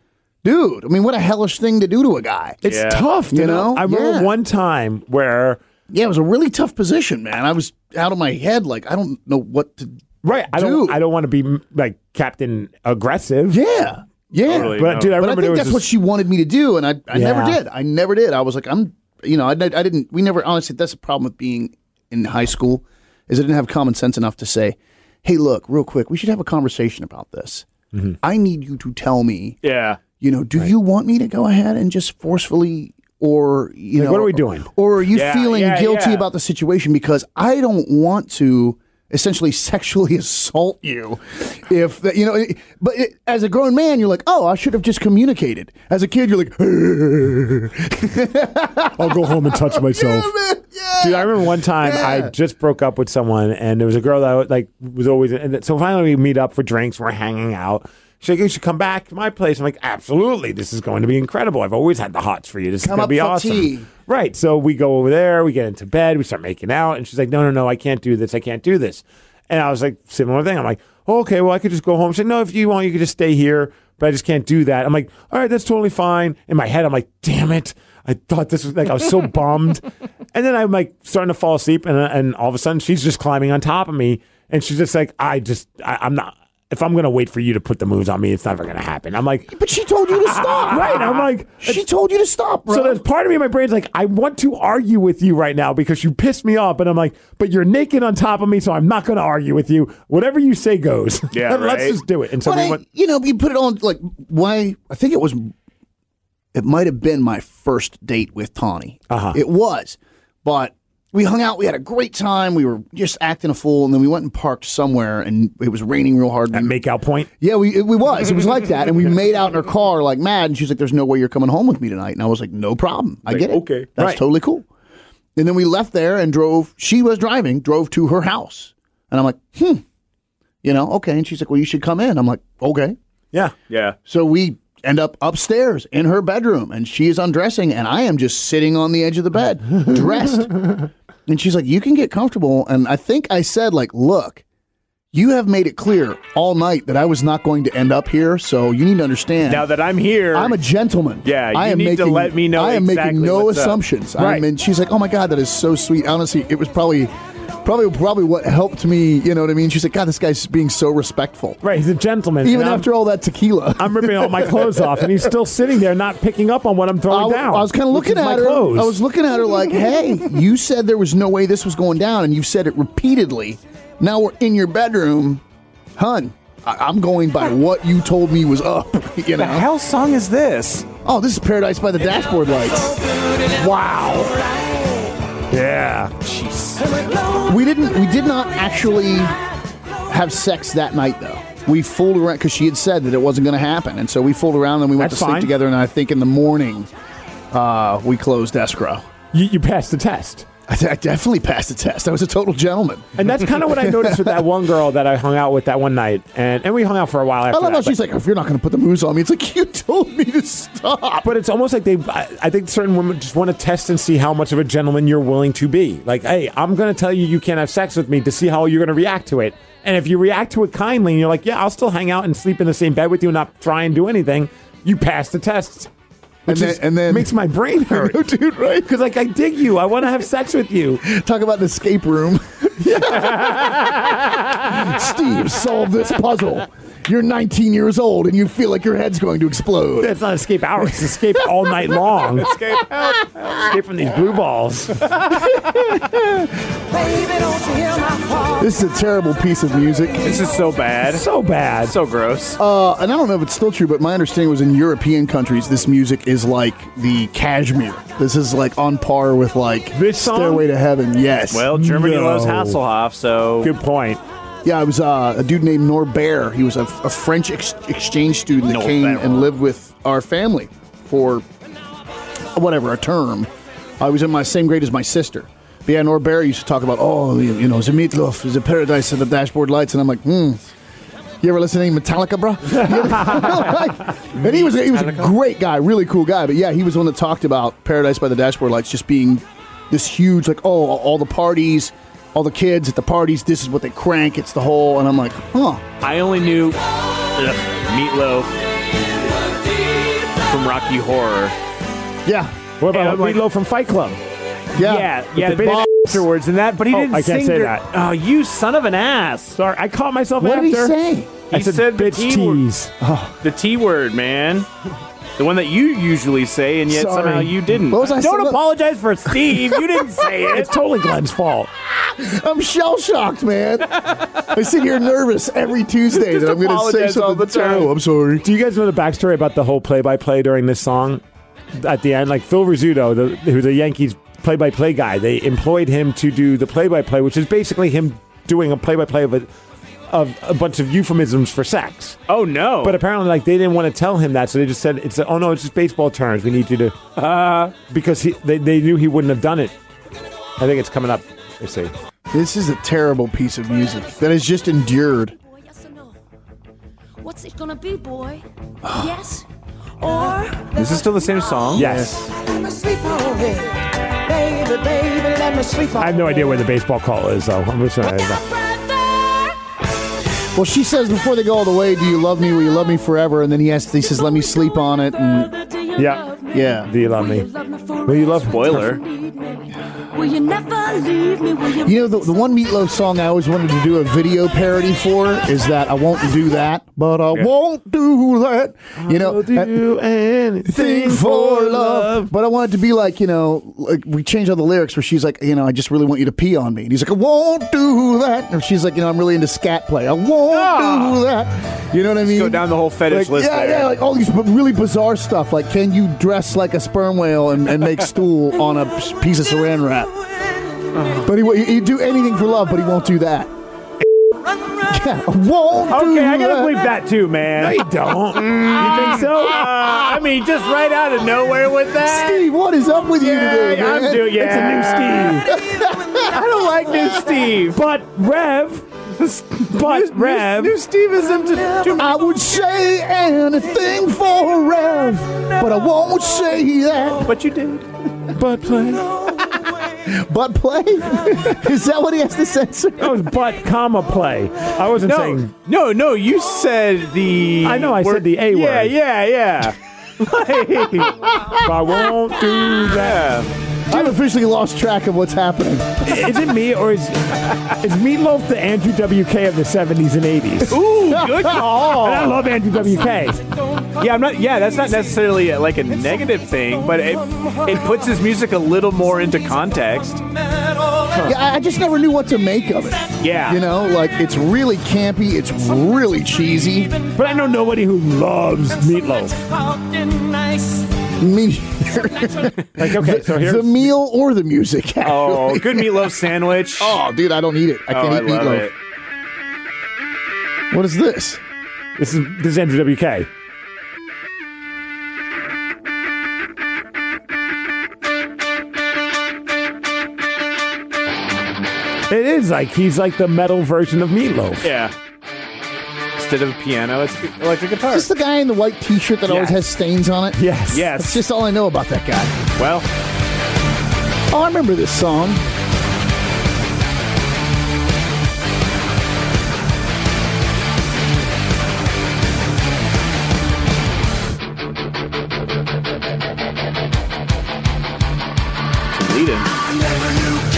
S2: Dude, I mean, what a hellish thing to do to a guy.
S1: It's
S3: Yeah.
S1: tough,
S2: You
S1: you know?
S2: know?
S1: I remember
S2: Yeah.
S1: one time where,
S2: Yeah, it was a really tough position, man. I was out of my head. Like, I don't know what to.
S1: right, I
S2: Dude.
S1: don't, I don't want to be like Captain Aggressive.
S2: Yeah. Yeah.
S3: Totally.
S1: But,
S3: No.
S1: dude, I
S2: But I
S1: remember there
S2: think
S1: was
S2: that's
S1: this-
S2: what she wanted me to do. And I, I never
S1: Yeah.
S2: did. I never did. I was like, I'm, you know, I, did- I didn't, we never, honestly, that's the problem with being in high school is I didn't have common sense enough to say, hey, look, real quick, we should have a conversation about this.
S1: Mm-hmm.
S2: I need you to tell me,
S3: yeah,
S2: you know, do you want me to go ahead and just forcefully or, you know,
S1: what are we doing?
S2: Or are you
S3: Yeah,
S2: feeling
S3: yeah,
S2: guilty
S3: yeah.
S2: about the situation because I don't want to essentially sexually assault you if that you know it- but it, as a grown man you're like oh i should have just communicated as a kid you're like
S1: I'll go home and touch myself. Dude, I remember one time I just broke up with someone, and there was a girl that I would, like was always. And so finally, we meet up for drinks. We're hanging out. She's like, "You should come back to my place." I'm like, "Absolutely, this is going to be incredible. I've always had the hots for you. This
S2: Come
S1: is going
S2: up
S1: to be
S2: for
S1: awesome."
S2: tea.
S1: Right. So we go over there. We get into bed. We start making out, and she's like, "No, no, no, I can't do this. I can't do this." And I was like, "Similar thing." I'm like, oh, "Okay, well, I could just go home." She said, "No, if you want, you could just stay here." But I just can't do that. I'm like, all right, that's totally fine. In my head, I'm like, damn it. I thought this was like I was so bummed, and then I'm like starting to fall uh, asleep, and and all of a sudden she's just climbing on top of me, and she's just like, I just I, I'm not. if I'm gonna wait for you to put the moves on me, it's never gonna happen. I'm like,
S5: But she told you to stop.
S1: right? I'm like,
S5: She told you to stop, bro.
S1: so there's part of me in my brain's like, I want to argue with you right now because you pissed me off, but I'm like, but you're naked on top of me, so I'm not gonna argue with you. Whatever you say goes.
S3: Yeah,
S1: let's
S3: right.
S1: just do it. And so
S2: But
S1: we
S2: I,
S1: went.
S2: you know, you put it on like why? I think it was. It might have been my first date with Tawny. Uh-huh. It was, but we hung out. We had a great time. We were just acting a fool, and then we went and parked somewhere, and it was raining real hard.
S1: At
S2: We-
S1: makeout point.
S2: yeah, we it, we was. It was like that, and we made out in her car like mad, and she's like, "There's no way you're coming home with me tonight," and I was like, "No problem, I get it.
S3: okay,
S2: that's
S1: right.
S2: totally cool." And then we left there and drove. She was driving, drove to her house, and I'm like, "Hmm, you know, okay." And she's like, "Well, you should come in." I'm like, "Okay."
S1: Yeah.
S3: Yeah.
S2: So we end up upstairs in her bedroom, and she is undressing, and I am just sitting on the edge of the bed, dressed. And she's like, You can get comfortable. And I think I said, like, look, you have made it clear all night that I was not going to end up here, so you need to understand.
S3: Now that I'm here,
S2: I'm a gentleman.
S3: Yeah,
S2: I
S3: you
S2: am
S3: need to
S2: making,
S3: let me know
S2: I am making
S3: exactly
S2: no
S3: what's up.
S2: assumptions.
S1: Right.
S2: I'm, and she's like, "Oh my god, that is so sweet." Honestly, it was probably, probably, probably what helped me. You know what I mean? She's like, "God, this guy's being so respectful."
S1: Right. He's a gentleman.
S2: Even
S1: and I'm-
S2: after all that tequila,
S1: I'm ripping all my clothes off, and he's still sitting there, not picking up on what I'm throwing
S2: I, w-
S1: down.
S2: I was kind of
S1: which
S2: looking
S1: is
S2: at
S1: my
S2: her.
S1: Clothes.
S2: I was looking at her like, "Hey, you said there was no way this was going down, and you've said it repeatedly. Now we're in your bedroom, hun. I- I'm going by what you told me was up. You
S3: the
S2: know?
S3: hell song is this?
S2: Oh, this is Paradise by the Dashboard Lights.
S1: wow. Yeah.
S2: We didn't. We did not actually have sex that night, though. We fooled around because she had said that it wasn't going to happen, and so we fooled around. and we went
S1: That's
S2: to sleep
S1: fine.
S2: together, and I think in the morning, uh, we closed escrow.
S1: You, you passed the test.
S2: I, I definitely passed the test. I was a total gentleman.
S1: And that's kind of what I noticed with that one girl that I hung out with that one night, and, and we hung out for a while after
S2: I love
S1: that.
S2: how
S1: but-
S2: she's like, if you're not going to put the moves on me, it's like, you told me to stop.
S1: But it's almost like they. I, I think certain women just want to test and see how much of a gentleman you're willing to be. Like, hey, I'm going to tell you you can't have sex with me to see how you're going to react to it. And if you react to it kindly, and you're like, yeah, I'll still hang out and sleep in the same bed with you and not try and do anything. You pass the test,
S2: And
S1: which
S2: then,
S1: is-
S2: and then
S1: makes my brain hurt.
S2: dude, right?
S1: Because like I dig you, I want to have sex with you.
S2: Talk about an escape room. Steve, solve this puzzle. You're 19 years old and you feel like your head's going to explode.
S1: That's not escape hours. It's escape all night long. escape, escape from these blue balls.
S2: This is a terrible piece of music.
S3: This is so bad.
S1: So bad.
S3: So gross.
S2: Uh, and I don't know if it's still true, but my understanding was in European countries, this music is like the cashmere. This is like on par with like
S1: This song?
S2: Stairway to Heaven. Yes.
S3: well, Germany
S1: no.
S3: loves Hasselhoff, so
S1: Good point.
S2: Yeah, it was uh, a dude named Norbert. He was a, a French ex- exchange student that came
S3: Norbert.
S2: and lived with our family for whatever a term. I was in my same grade as my sister. But yeah, Norbert used to talk about, oh, you, you know, the meatloaf, the paradise of the dashboard lights, and I'm like, hmm. You ever listen to any Metallica, bro? and he was he was a great guy, really cool guy. But yeah, he was the one that talked about Paradise by the Dashboard Lights just being this huge, like oh, all the parties, all the kids at the parties. This is what they crank. It's the whole, and I'm like, huh.
S3: I only knew ugh, Meatloaf from Rocky Horror.
S2: Yeah,
S1: What
S3: And
S1: about
S3: I'm like-
S1: Meatloaf from Fight Club?
S2: yeah,
S3: Yeah, yeah.
S1: the
S3: they
S1: big
S3: did afterwards and that, but he
S1: Oh,
S3: didn't.
S1: I can't
S3: sing
S1: say
S3: dir-
S1: that.
S3: Oh, you son of an ass!
S1: Sorry, I caught myself
S2: What did
S1: after.
S2: he say?
S1: I
S3: He
S1: said,
S3: said the
S1: bitch
S3: T word."
S1: tease.
S3: The T word, man. The one that you usually say, and yet
S2: Sorry.
S3: somehow you didn't.
S2: What was I
S3: Don't
S2: saying?
S3: apologize for Steve. You didn't say it.
S1: It's totally Glenn's fault.
S2: I'm shell shocked, man. I sit here nervous every Tuesday
S3: Just
S2: that I'm going to say
S3: apologize all
S2: something
S3: the time.
S2: terrible. I'm sorry.
S1: Do you guys know the backstory about the whole play-by-play during this song? At the end, like Phil Rizzuto, the, who's a Yankees play-by-play guy, they employed him to do the play-by-play, which is basically him doing a play-by-play of a, of a bunch of euphemisms for sex.
S3: Oh no!
S1: But apparently, like they didn't want to tell him that, so they just said, "It's oh no, it's just baseball terms. We need you to,"
S3: Uh-huh.
S1: because he, they they knew he wouldn't have done it. I think it's coming up. Let's see.
S2: This is a terrible piece of music that has just endured.
S6: Boy, yes or no? What's it gonna be, boy? yes or
S3: is this still the same song?
S1: Yes. I have no idea where the baseball call is, though. I'm just gonna,
S2: Well, she says before they go all the way, "Do you love me? Will you love me forever?" And then he asks, he says, "Let me sleep on it." And
S6: Do you
S1: Yeah.
S6: love me?
S2: yeah,
S1: do you love
S6: Will you
S1: me?
S6: love me for
S1: Will you love
S3: Spoiler.
S6: Need me. Will you never leave me? Will you?
S2: You know, the, the one Meatloaf song I always wanted to do a video parody for is that I won't do that, but I won't do that. You know,
S1: do anything
S2: thing for love. But I want it to be like, you know, like we change all the lyrics where she's like, you know, I just really want you to pee on me. And he's like, I won't do that. Or she's like, you know, I'm really into scat play. I won't do that. You know what I mean?
S3: go down the whole fetish
S2: Like,
S3: list
S2: Yeah,
S3: there.
S2: yeah, like all these b- really bizarre stuff. Like, can you dress like a sperm whale and, and make stool on a p- piece of saran wrap?
S3: Uh-huh.
S2: But he, wa- he'd do anything for love, but he won't do that. Yeah, I won't do
S3: Okay, I gotta
S2: that.
S3: believe that too, man.
S1: No, you don't.
S3: You think so? Uh, I mean, just right out of nowhere with that.
S2: Steve, what is up with you
S3: Yeah,
S2: today, man?
S3: I'm doing. Yeah, it's a new Steve. I don't like new Steve, but Rev, but Rev, new, Steve is into.
S2: I would say anything for Rev, but I won't say that.
S3: but you did.
S1: Butt play.
S2: But play? Is that what he has to censor?
S1: That was butt comma play. I wasn't
S3: No,
S1: saying.
S3: no, no. You said the.
S1: I know I said the A
S3: yeah,
S1: word.
S3: Yeah, yeah,
S1: I won't do that.
S3: yeah.
S2: I've officially lost track of what's happening.
S1: Is it me or is is Meatloaf the Andrew WK of the 70s and 80s?
S3: Ooh, good call.
S1: And I love Andrew WK.
S3: Yeah, I'm not. Yeah, that's not necessarily uh, like a negative thing, but it it puts his music a little more into context.
S2: Yeah, I I just never knew what to make of it.
S3: Yeah,
S2: You know, like it's really campy, it's really cheesy.
S1: But I know nobody who loves Meatloaf.
S2: Me,
S1: Like, okay, so here's
S2: the meal or the music.
S3: Oh,
S2: actually.
S3: good meatloaf sandwich.
S2: Oh, dude, I don't eat it. I
S3: Oh,
S2: can't
S3: I
S2: eat
S3: love
S2: meatloaf.
S3: it.
S2: What is this?
S1: this is this is Andrew WK. It is like he's like the metal version of Meatloaf.
S3: Yeah. Instead of a piano, it's electric guitar.
S2: Is this the guy in the white t shirt that always has
S3: Yes.
S2: stains on it?
S1: Yes.
S3: Yes.
S2: That's just all I know about that guy.
S3: well,
S2: Oh, I remember this song.
S3: lead him.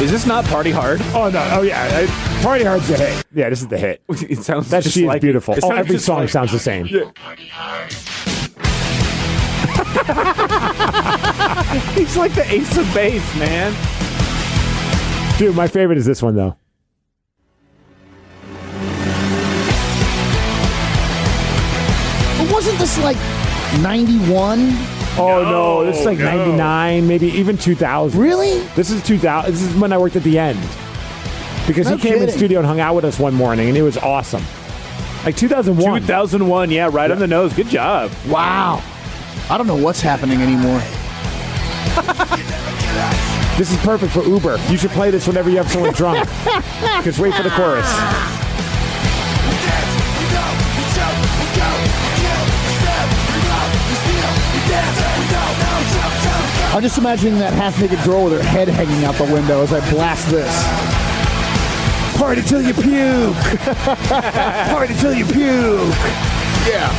S3: Is this not Party Hard?
S1: Oh no. Oh yeah. I- Party Hard's the hit. Yeah, this is the hit.
S3: It sounds
S1: That
S3: just
S1: she is
S3: like
S1: beautiful.
S3: It
S1: Oh,
S3: sounds
S1: every
S3: just
S1: song
S3: like-
S1: sounds the same.
S3: He's like the ace of base, man.
S1: Dude, my favorite is this one though.
S2: But wasn't this like 91?
S1: Oh no, this is like '99, maybe even 2000.
S2: Really?
S1: This is 2000. This is when I worked at the end because
S2: No
S1: he came in the
S2: kidding.
S1: studio and hung out with us one morning, and it was awesome. Like 2001.
S3: 2001, yeah, right on the nose. Good job.
S2: Wow. I don't know what's happening anymore.
S1: This is perfect for Uber. You should play this whenever you have someone drunk. Because wait for the chorus.
S2: I'm just imagining that half naked girl with her head hanging out the window as I blast this.
S1: Party till you puke. Party till you puke. Yeah.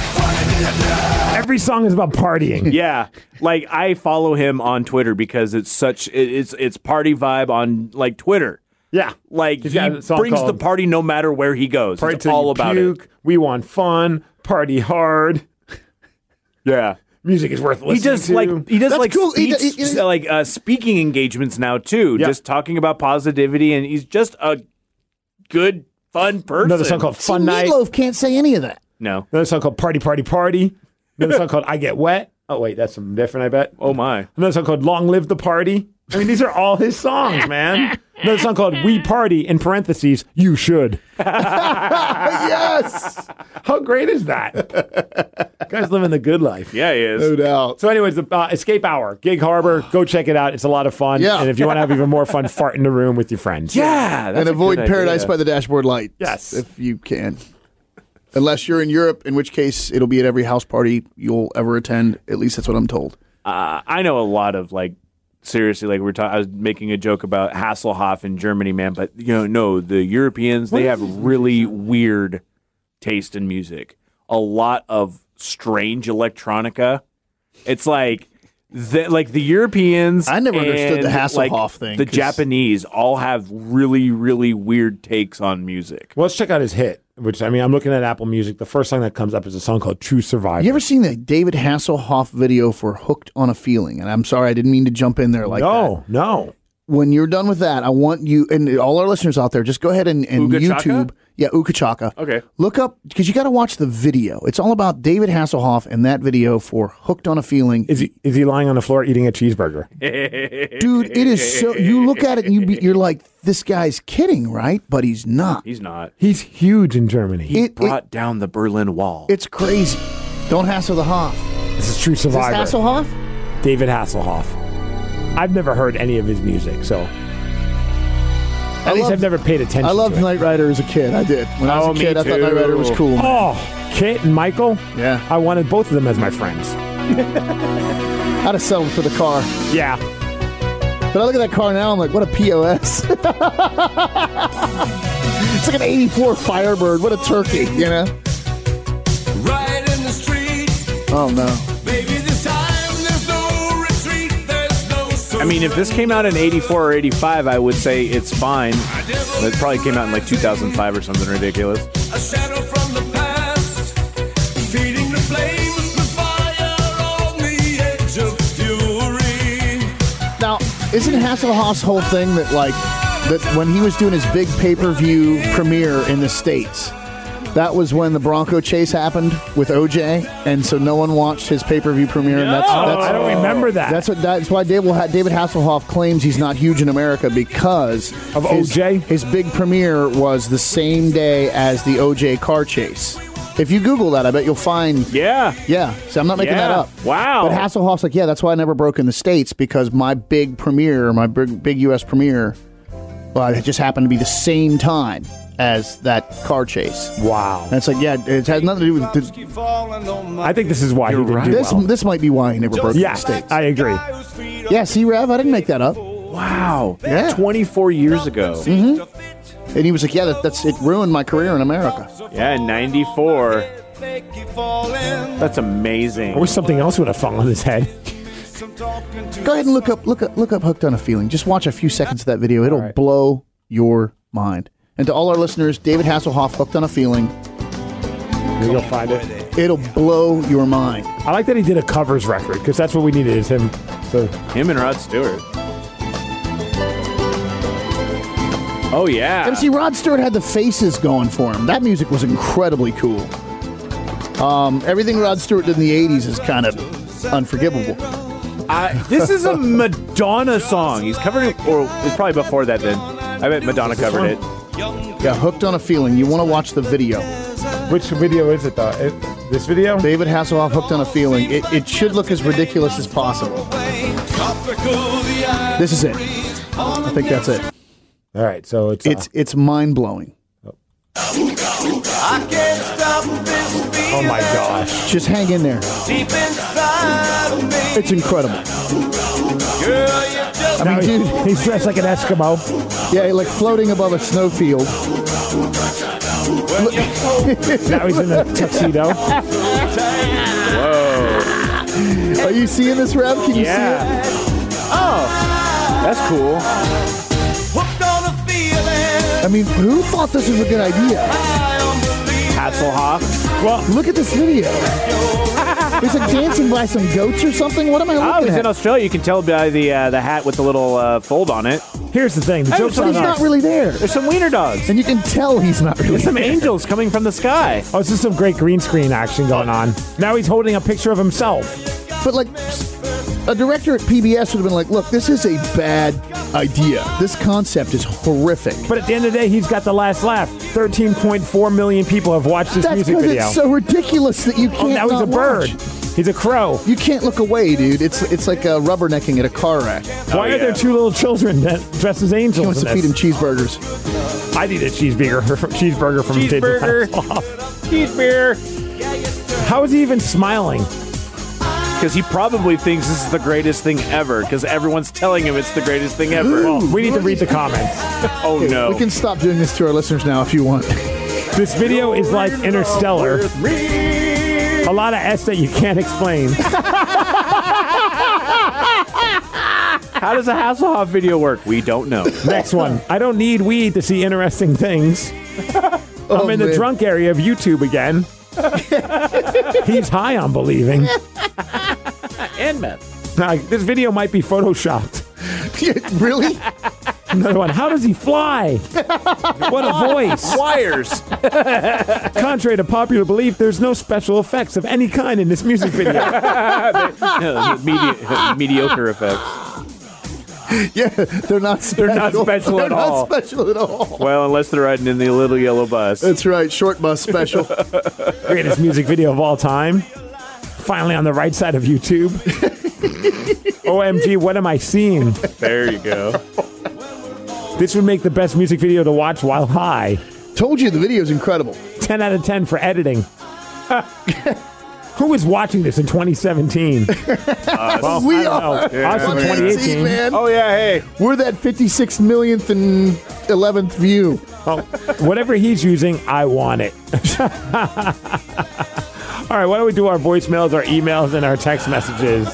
S1: Every song is about partying.
S3: Yeah, like I follow him on Twitter because it's such it, it's it's party vibe on like Twitter.
S1: Yeah.
S3: Like
S1: He's
S3: he
S1: got a song
S3: brings the
S1: called
S3: party no matter where he goes.
S1: Party
S3: it's
S1: till
S3: all
S1: you
S3: about
S1: puke. We want fun. Party hard.
S3: it. Yeah.
S1: Music is worth listening
S3: He does
S1: to.
S3: like he does
S2: That's
S3: like
S2: cool. He
S3: speech-
S2: d- he- he-
S3: like uh, speaking engagements now too.
S1: Yeah.
S3: Just talking about positivity, and he's just a good, fun person.
S1: another song called Fun
S2: See,
S1: Night.
S2: Meatloaf can't say any of that.
S3: No.
S1: Another song called Party Party Party. Another song called I Get Wet. Oh wait, that's something different. I bet.
S3: Oh my.
S1: Another song called Long Live the Party. I mean, these are all his songs, man. Another song called We Party in parentheses. You should.
S2: yes!
S1: How great is that? Guys living the good life.
S3: Yeah, he is.
S2: No doubt.
S1: So, anyways, the uh, Escape Hour, Gig Harbor. Go check it out. It's a lot of fun.
S2: Yeah.
S1: And if you want to have even more fun, fart in the room with your friends.
S3: Yeah, that's
S2: and
S3: a
S2: avoid
S3: good
S2: Paradise
S3: idea.
S2: by the Dashboard Light.
S1: Yes.
S2: If you can. Unless you're in Europe, in which case it'll be at every house party you'll ever attend. At least that's what I'm told.
S3: Uh, I know a lot of like seriously, like we we're talking. I was making a joke about Hasselhoff in Germany, man. But you know, no, the Europeans they have really weird taste in music. A a lot of strange electronica. It's like the, like the Europeans.
S2: I never understood the
S3: and, like,
S2: Hasselhoff thing,
S3: The
S2: 'cause-
S3: Japanese all have really really weird takes on music.
S1: Well, let's check out his hit, which I mean, I'm looking at Apple Music. The first song that comes up is a song called True Survivor.
S2: You ever seen the David Hasselhoff video for "Hooked on a Feeling"? And I'm sorry, I didn't mean to jump in there like that.
S1: no, no.
S2: When you're done with that, I want you and all our listeners out there, just go ahead and, and
S3: Ooga Chaka?
S2: YouTube. Yeah, Ukachaka.
S3: Okay.
S2: Look up because you got to watch the video. It's all about David Hasselhoff and that video for "Hooked on a Feeling."
S1: Is he is he lying on the floor eating a cheeseburger?
S2: Dude, it is so. You look at it and you be, you're like, this guy's kidding, right? But he's not.
S3: He's not.
S1: He's huge in Germany.
S3: He
S2: It- it-
S3: brought down the Berlin Wall.
S2: It's crazy. Don't hassle the Hoff.
S1: this is True
S2: Is this
S1: Survivor.
S2: Hasselhoff?
S1: David Hasselhoff. I've never heard any of his music, so at least
S2: loved-
S1: I've never paid attention.
S2: I loved
S1: to it.
S2: Knight Rider as a kid. I did. When I was
S3: Oh,
S2: a
S3: me
S2: kid, I thought Knight
S3: too.
S2: Rider was cool.
S1: Oh, Kit and Michael.
S2: Yeah.
S1: I wanted both of them as my friends.
S2: I'd have settled for the car.
S1: Yeah.
S2: But I look at that car now, I'm like, what a POS. it's like an 84 Firebird. What a turkey, you know?
S4: Right in the streets,
S2: Oh, no.
S4: baby, this time there's no retreat, there's no
S3: I mean, if this came out in 84 or 85, I would say it's fine. But it probably came out in like 2005 or something ridiculous.
S4: a shadow from the past, feeding the flames with fire on the edge of fury.
S2: Now, isn't Hasselhoff's whole thing that, like, that when he was doing his big pay per view premiere in the States, that was when the Bronco chase happened with OJ, and so no one watched his pay per view premiere, and that's,
S1: Oh,
S2: that's
S1: I don't remember that.
S2: That's what. That's why David, David Hasselhoff claims he's not huge in America because
S1: Of
S2: his-
S1: OJ?
S2: His big premiere was the same day as the OJ car chase. If you Google that, I bet you'll find.
S3: Yeah.
S2: Yeah, so I'm not making that
S3: Yeah.
S2: up.
S3: Wow.
S2: But Hasselhoff's like, yeah, that's why I never broke in the states because my big premiere, my big, big U.S. premiere, well, it just happened to be the same time as that car chase.
S1: Wow.
S2: And it's like, yeah, it has nothing to do with
S4: Keep falling on my
S1: I think this is why he didn't do
S2: this.
S1: well.
S2: This might be why he never broke in
S1: Yeah,
S2: the states.
S1: I agree.
S4: whose feet
S2: yeah, see, Rev, I didn't make that up.
S3: Wow.
S2: Yeah.
S3: 24 years ago.
S4: are
S2: Mm-hmm.
S4: fit,
S2: And he was like, "Yeah, that, that's it. Ruined my career in America."
S3: Yeah, 94.
S4: they keep falling.
S3: That's
S1: I
S3: amazing.
S1: wish something else would have fallen on his head.
S4: Some talking to
S2: Go ahead and look up, look up, look up "Hooked on a Feeling." Just watch a few seconds of that video; it'll blow your mind. And to all our listeners, David Hasselhoff, "Hooked on a Feeling,"
S1: You'll find it.
S2: it'll blow your mind.
S1: I like that he did a covers record because that's what we needed is him. So
S3: Him and Rod Stewart. Oh, yeah.
S2: MC Rod Stewart had the faces going for him. That music was incredibly cool. Um, everything Rod Stewart did in the '80s is kind of unforgivable.
S3: I, this is a Madonna song. He's covering it, or it's probably before that then. I bet Madonna covered it.
S2: Yeah, "Hooked on a Feeling." You want to watch the video?
S1: which video is it though? It- this video?
S2: David Hasselhoff, "Hooked on a Feeling." It, it should look as ridiculous as possible. This is it. I think that's it.
S1: All right, so it's uh,
S2: It's it's mind blowing.
S4: I can't stop this
S1: oh
S4: feeling
S1: my gosh.
S2: Just hang in there.
S4: deep inside of me.
S2: It's incredible.
S4: Girl, you just
S2: I mean,
S1: Now
S2: dude,
S1: he's- he's dressed like an Eskimo.
S2: yeah, like floating above a snowfield.
S1: Now he's in a tuxedo.
S2: Are you seeing this, Rev? Can you
S3: Yeah. Oh, that's cool.
S4: hooked on a feeling.
S2: see it? I mean, who thought this was a good idea?
S4: I unbelievable.
S3: Hasselhoff.
S2: Look at this video. There's like dancing by some goats or something. What am I
S3: Oh,
S2: looking
S3: he's
S2: at?
S3: in Australia. You can tell by the uh, the hat with the little uh, fold on it.
S1: Here's the thing. The
S3: Hey,
S1: joke's
S3: but
S2: but
S1: on
S2: he's
S3: Australia.
S2: not
S1: us.
S2: really there.
S3: There's some wiener dogs.
S2: And you can tell he's not really
S3: Some
S2: there.
S3: angels coming from the sky.
S1: Oh, this is some great green screen action going on. Now he's holding a picture of himself.
S2: But like, a director at PBS would have been like, "Look, this is a bad idea. This concept is horrific."
S1: But at the end of the day, he's got the last laugh. 13.4 million people have watched this
S2: That's
S1: music
S2: because
S1: video.
S2: it's so ridiculous that you can't.
S1: oh, now he's
S2: not
S1: a bird.
S2: watch.
S1: He's a crow.
S2: You can't look away, dude. It's it's like uh, rubbernecking at a car wreck.
S1: Why are
S3: yeah.
S1: there two little children that dress as
S2: He
S1: angels?
S2: wants
S1: in
S2: to feed
S1: this?
S2: him cheeseburgers.
S1: I need a cheeseburger, cheeseburger from David
S3: Cheeseburger.
S1: Hasselhoff.
S3: Cheeseburger.
S1: How is he even smiling?
S3: Because he probably thinks this is the greatest thing ever. Because everyone's telling him it's the greatest thing ever.
S1: We need to read the comments.
S3: oh no.
S2: We can stop doing this to our listeners now if you want.
S1: This video is like Interstellar. A lot of S that you can't explain.
S3: How does a Hasselhoff video work? We don't know.
S1: Next one. I don't need weed to see interesting things. I'm in the
S2: Oh, man.
S1: drunk area of YouTube again. He's high on believing.
S3: and meth.
S1: Like, this video might be photoshopped.
S2: really?
S1: Another one. How does he fly? What a voice.
S3: Wires.
S1: Contrary to popular belief, there's no special effects of any kind in this music video.
S3: Medi- mediocre effects.
S2: Yeah, they're not special.
S3: not special
S2: They're
S3: at
S2: not
S3: all.
S2: special at all.
S3: Well, unless they're riding in the little yellow bus.
S2: That's right. Short bus special.
S1: Greatest music video of all time. Finally on the right side of YouTube. OMG, what am I seeing?
S3: There you go.
S1: This would make the best music video to watch while high.
S2: Told you the video's incredible.
S1: 10 out of 10 for editing. Who is watching this in 2017? Well,
S2: we
S1: I don't
S2: are.
S1: know. Us in 2018.
S2: man.
S3: Oh yeah, hey.
S2: We're that 56 millionth and 11th view.
S1: Well, whatever he's using, I want it. All right, why don't we do our voicemails, our emails, and our text messages?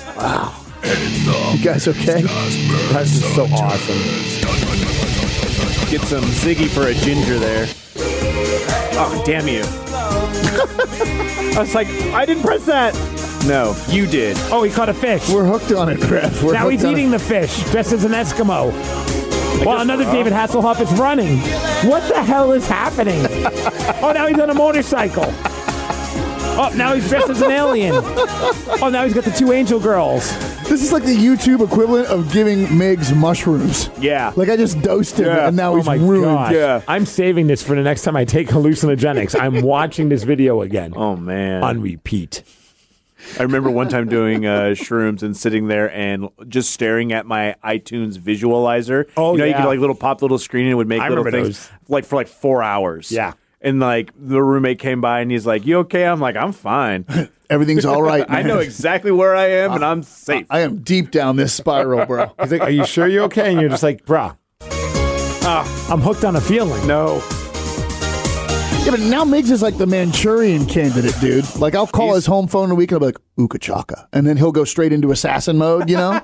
S2: You guys okay?
S1: That's just so awesome.
S3: Get some Ziggy for a ginger there. Oh, damn you. I was like, I didn't press that. No, you did.
S1: Oh, he caught a fish.
S2: We're hooked on it, Brad. We're
S1: now
S2: hooked
S1: he's
S2: on it.
S1: eating the fish, dressed as an Eskimo. Well, another David Hasselhoff is running. What the hell is happening? oh, now he's on a motorcycle. Oh, now he's dressed as an alien. Oh, now he's got the two angel girls.
S2: This is like the YouTube equivalent of giving Migs mushrooms.
S3: Yeah.
S2: Like I just dosed him
S3: Yeah.
S2: and now
S1: oh
S2: he's
S1: my
S2: ruined.
S1: gosh.
S3: Yeah.
S1: I'm saving this for the next time I take hallucinogenics. I'm watching this video again
S3: Oh man.
S1: on repeat.
S3: I remember one time doing uh, shrooms and sitting there and just staring at my iTunes visualizer.
S1: Oh,
S3: you know, you
S1: yeah.
S3: could like little pop little screen and it would make
S1: I
S3: little
S1: remember
S3: things
S1: those.
S3: like for like four hours.
S1: Yeah.
S3: And like the roommate came by and he's like, "You okay?" I'm like, "I'm fine.
S2: Everything's all right.
S3: I
S2: man.
S3: know exactly where I am and I'm safe."
S2: I am deep down this spiral, bro.
S1: He's like, Are you sure you're okay? And you're just like, Bruh, Ah. I'm hooked on a feeling.
S3: no,
S2: Yeah, but now Migs is like the Manchurian candidate, dude. Like I'll call
S3: He's-
S2: his home phone in a week and I'll be like, Ooka Chaka. And then he'll go straight into assassin mode, you know?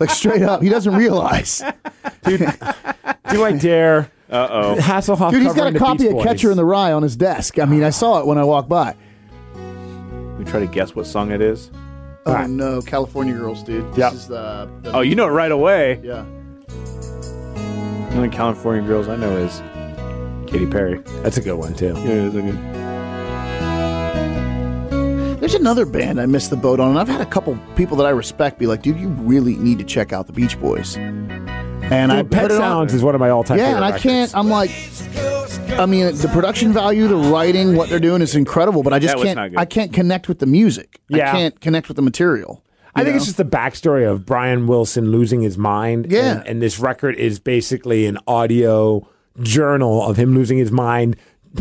S2: like straight up. He doesn't realize.
S1: Do I dare? Uh oh. Hasselhoff.
S2: Dude, he's got
S1: covering the
S2: a copy
S1: Beach
S2: of
S1: Boys.
S2: Catcher in the Rye on his desk. I mean, I saw it when I walked by.
S3: we try to guess what song it is.
S2: Oh
S1: Alright.
S2: no, California girls, dude. This
S1: Yep.
S2: is the, the
S3: Oh, you know it right away.
S2: Yeah.
S3: The only California girls I know is Katy Perry.
S1: That's a good one too.
S3: Yeah, it's okay.
S2: There's another band I missed the boat on, and I've had a couple people that I respect be like, dude, you really need to check out the Beach Boys. And I
S1: Dude, Pet
S2: put it on.
S1: Sounds is one of my all-time.
S2: Yeah,
S1: favorite
S2: and I
S1: records.
S2: can't. I'm like, I mean, the production value, the writing, what they're doing is incredible, but I just
S3: That was not
S2: can't.
S3: good.
S2: I can't connect with the music.
S1: Yeah.
S2: I can't connect with the material.
S1: I
S2: you
S1: think
S2: know?
S1: it's just the backstory of Brian Wilson losing his mind.
S2: Yeah.
S1: And, and this record is basically an audio journal of him losing his mind,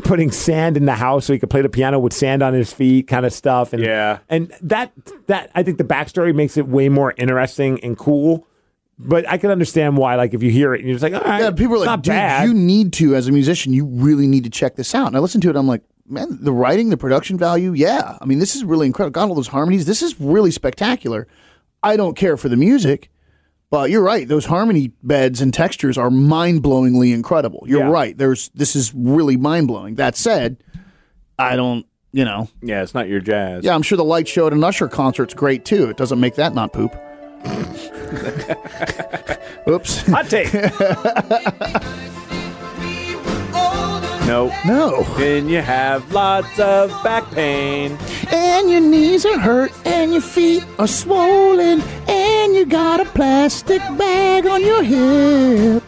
S1: putting sand in the house so he could play the piano with sand on his feet, kind of stuff. And
S3: Yeah.
S1: and that that I think the backstory makes it way more interesting and cool. But I can understand why, like if you hear it and you're just like, all right,
S2: yeah. People are
S1: it's
S2: like,
S1: not
S2: dude,
S1: bad.
S2: you need to as a musician. You really need to check this out. And I listen to it. I'm like, man, the writing, the production value. Yeah, I mean, this is really incredible. Got all those harmonies. This is really spectacular. I don't care for the music. But you're right; those harmony beds and textures are mind-blowingly incredible. You're
S1: Yeah.
S2: right. There's this is really mind-blowing. That said, I don't, you know,
S3: Yeah, it's not your jazz.
S2: Yeah, I'm sure the light show at an Usher concert's great too. It doesn't make that not poop. Oops.
S3: Hot take. no.
S2: No.
S3: Then you have lots of back pain.
S2: And your knees are hurt, and your feet are swollen, and you got a plastic bag on your hip.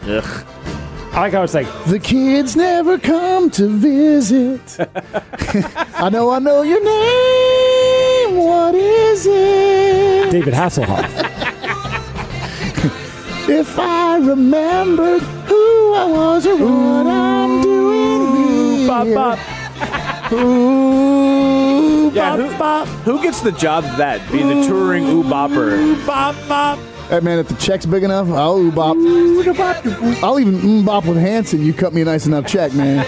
S1: I like how it's like,
S2: The kids never come to visit. I know, I know your name. What is it?
S1: David Hasselhoff.
S2: If I remembered who I was or what I'm doing here.
S1: Bop, bop.
S3: Yeah,
S1: Bop,
S3: who-
S1: bop,
S3: Who gets the job of that? Being the touring ooh bopper.
S1: bop, bop.
S2: Hey man, if the check's big enough, I'll bop. I'll even mm bop with Hanson. You cut me a nice enough check, man.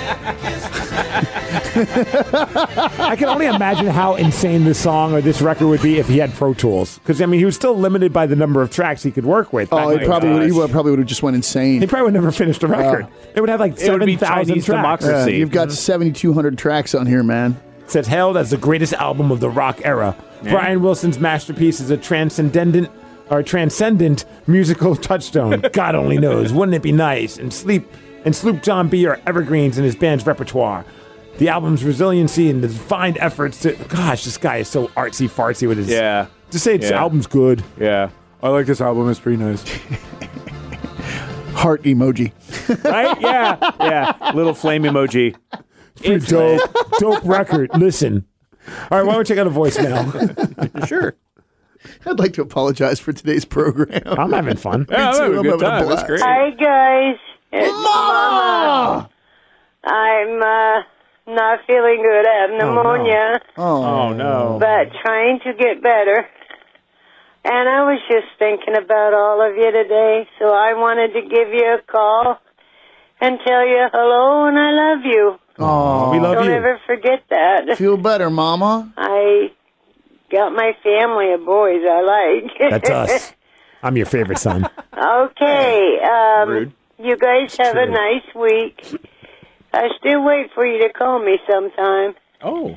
S1: I can only imagine how insane this song or this record would be if he had Pro Tools. Because I mean, he was still limited by the number of tracks he could work with. back
S2: Oh,
S1: then.
S2: he probably would, he would, probably would have just went insane.
S1: He probably would never finish the record. it would have like
S3: It would
S1: seven
S3: be
S1: thousand
S3: Chinese
S1: tracks.
S3: democracy.
S2: Uh,
S3: see. Mm-hmm.
S2: you've got 7,200 tracks on here, man.
S1: It says hailed as the greatest album of the rock era. Brian Wilson's masterpiece is a transcendent or transcendent musical touchstone. God only knows. Wouldn't it be nice? And sleep and Sloop John B are evergreens in his band's repertoire. The album's resiliency and the defined efforts to gosh, this guy is so artsy fartsy with his
S3: Yeah.
S1: To say it's
S3: Yeah.
S1: album's good.
S3: Yeah. Oh, I like this album. It's pretty nice.
S2: Heart emoji.
S3: right? Yeah. Yeah. Little flame emoji.
S1: Pretty dope, dope record. Listen. All right, why don't we check out a voicemail?
S3: Sure.
S2: I'd like to apologize for today's program.
S1: I'm having fun.
S3: Yeah,
S2: too.
S3: that was a
S2: I'm
S3: good
S2: having a
S3: time. That's
S2: blast.
S3: great.
S7: Hi guys, it's Mama. I'm uh, not feeling good. I have pneumonia,
S3: Oh no.
S7: but trying to get better. And I was just thinking about all of you today, so I wanted to give you a call and tell you hello and I love you.
S1: we love
S7: Don't
S1: you.
S7: ever forget that.
S2: Feel better, Mama.
S7: I got my family of boys I like.
S1: That's us. I'm your favorite son.
S7: Okay. Um,
S3: Rude.
S7: You guys have a nice week. I still wait for you to call me sometime.
S3: Oh.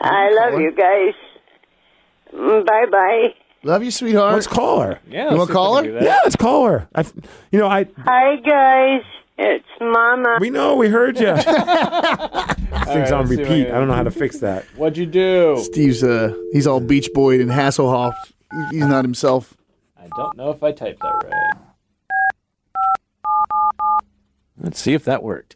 S7: I love you guys. Mm, Bye bye.
S2: Love you, sweetheart.
S1: Let's call her.
S3: Yeah.
S2: You
S3: let's
S2: wanna
S3: see if we
S2: call
S3: can
S2: her?
S3: do that.
S1: Oh, Yeah, let's call her. I, you know, I
S7: Hi guys. It's Mama.
S1: we know we heard you. Things on
S3: let's see what I
S1: repeat.
S3: can-
S1: I don't know how to fix that.
S3: What'd you do?
S2: Steve's uh, he's all Beach Boy and Hasselhoff. He's not himself.
S3: I don't know if I typed that right. Let's see if that worked.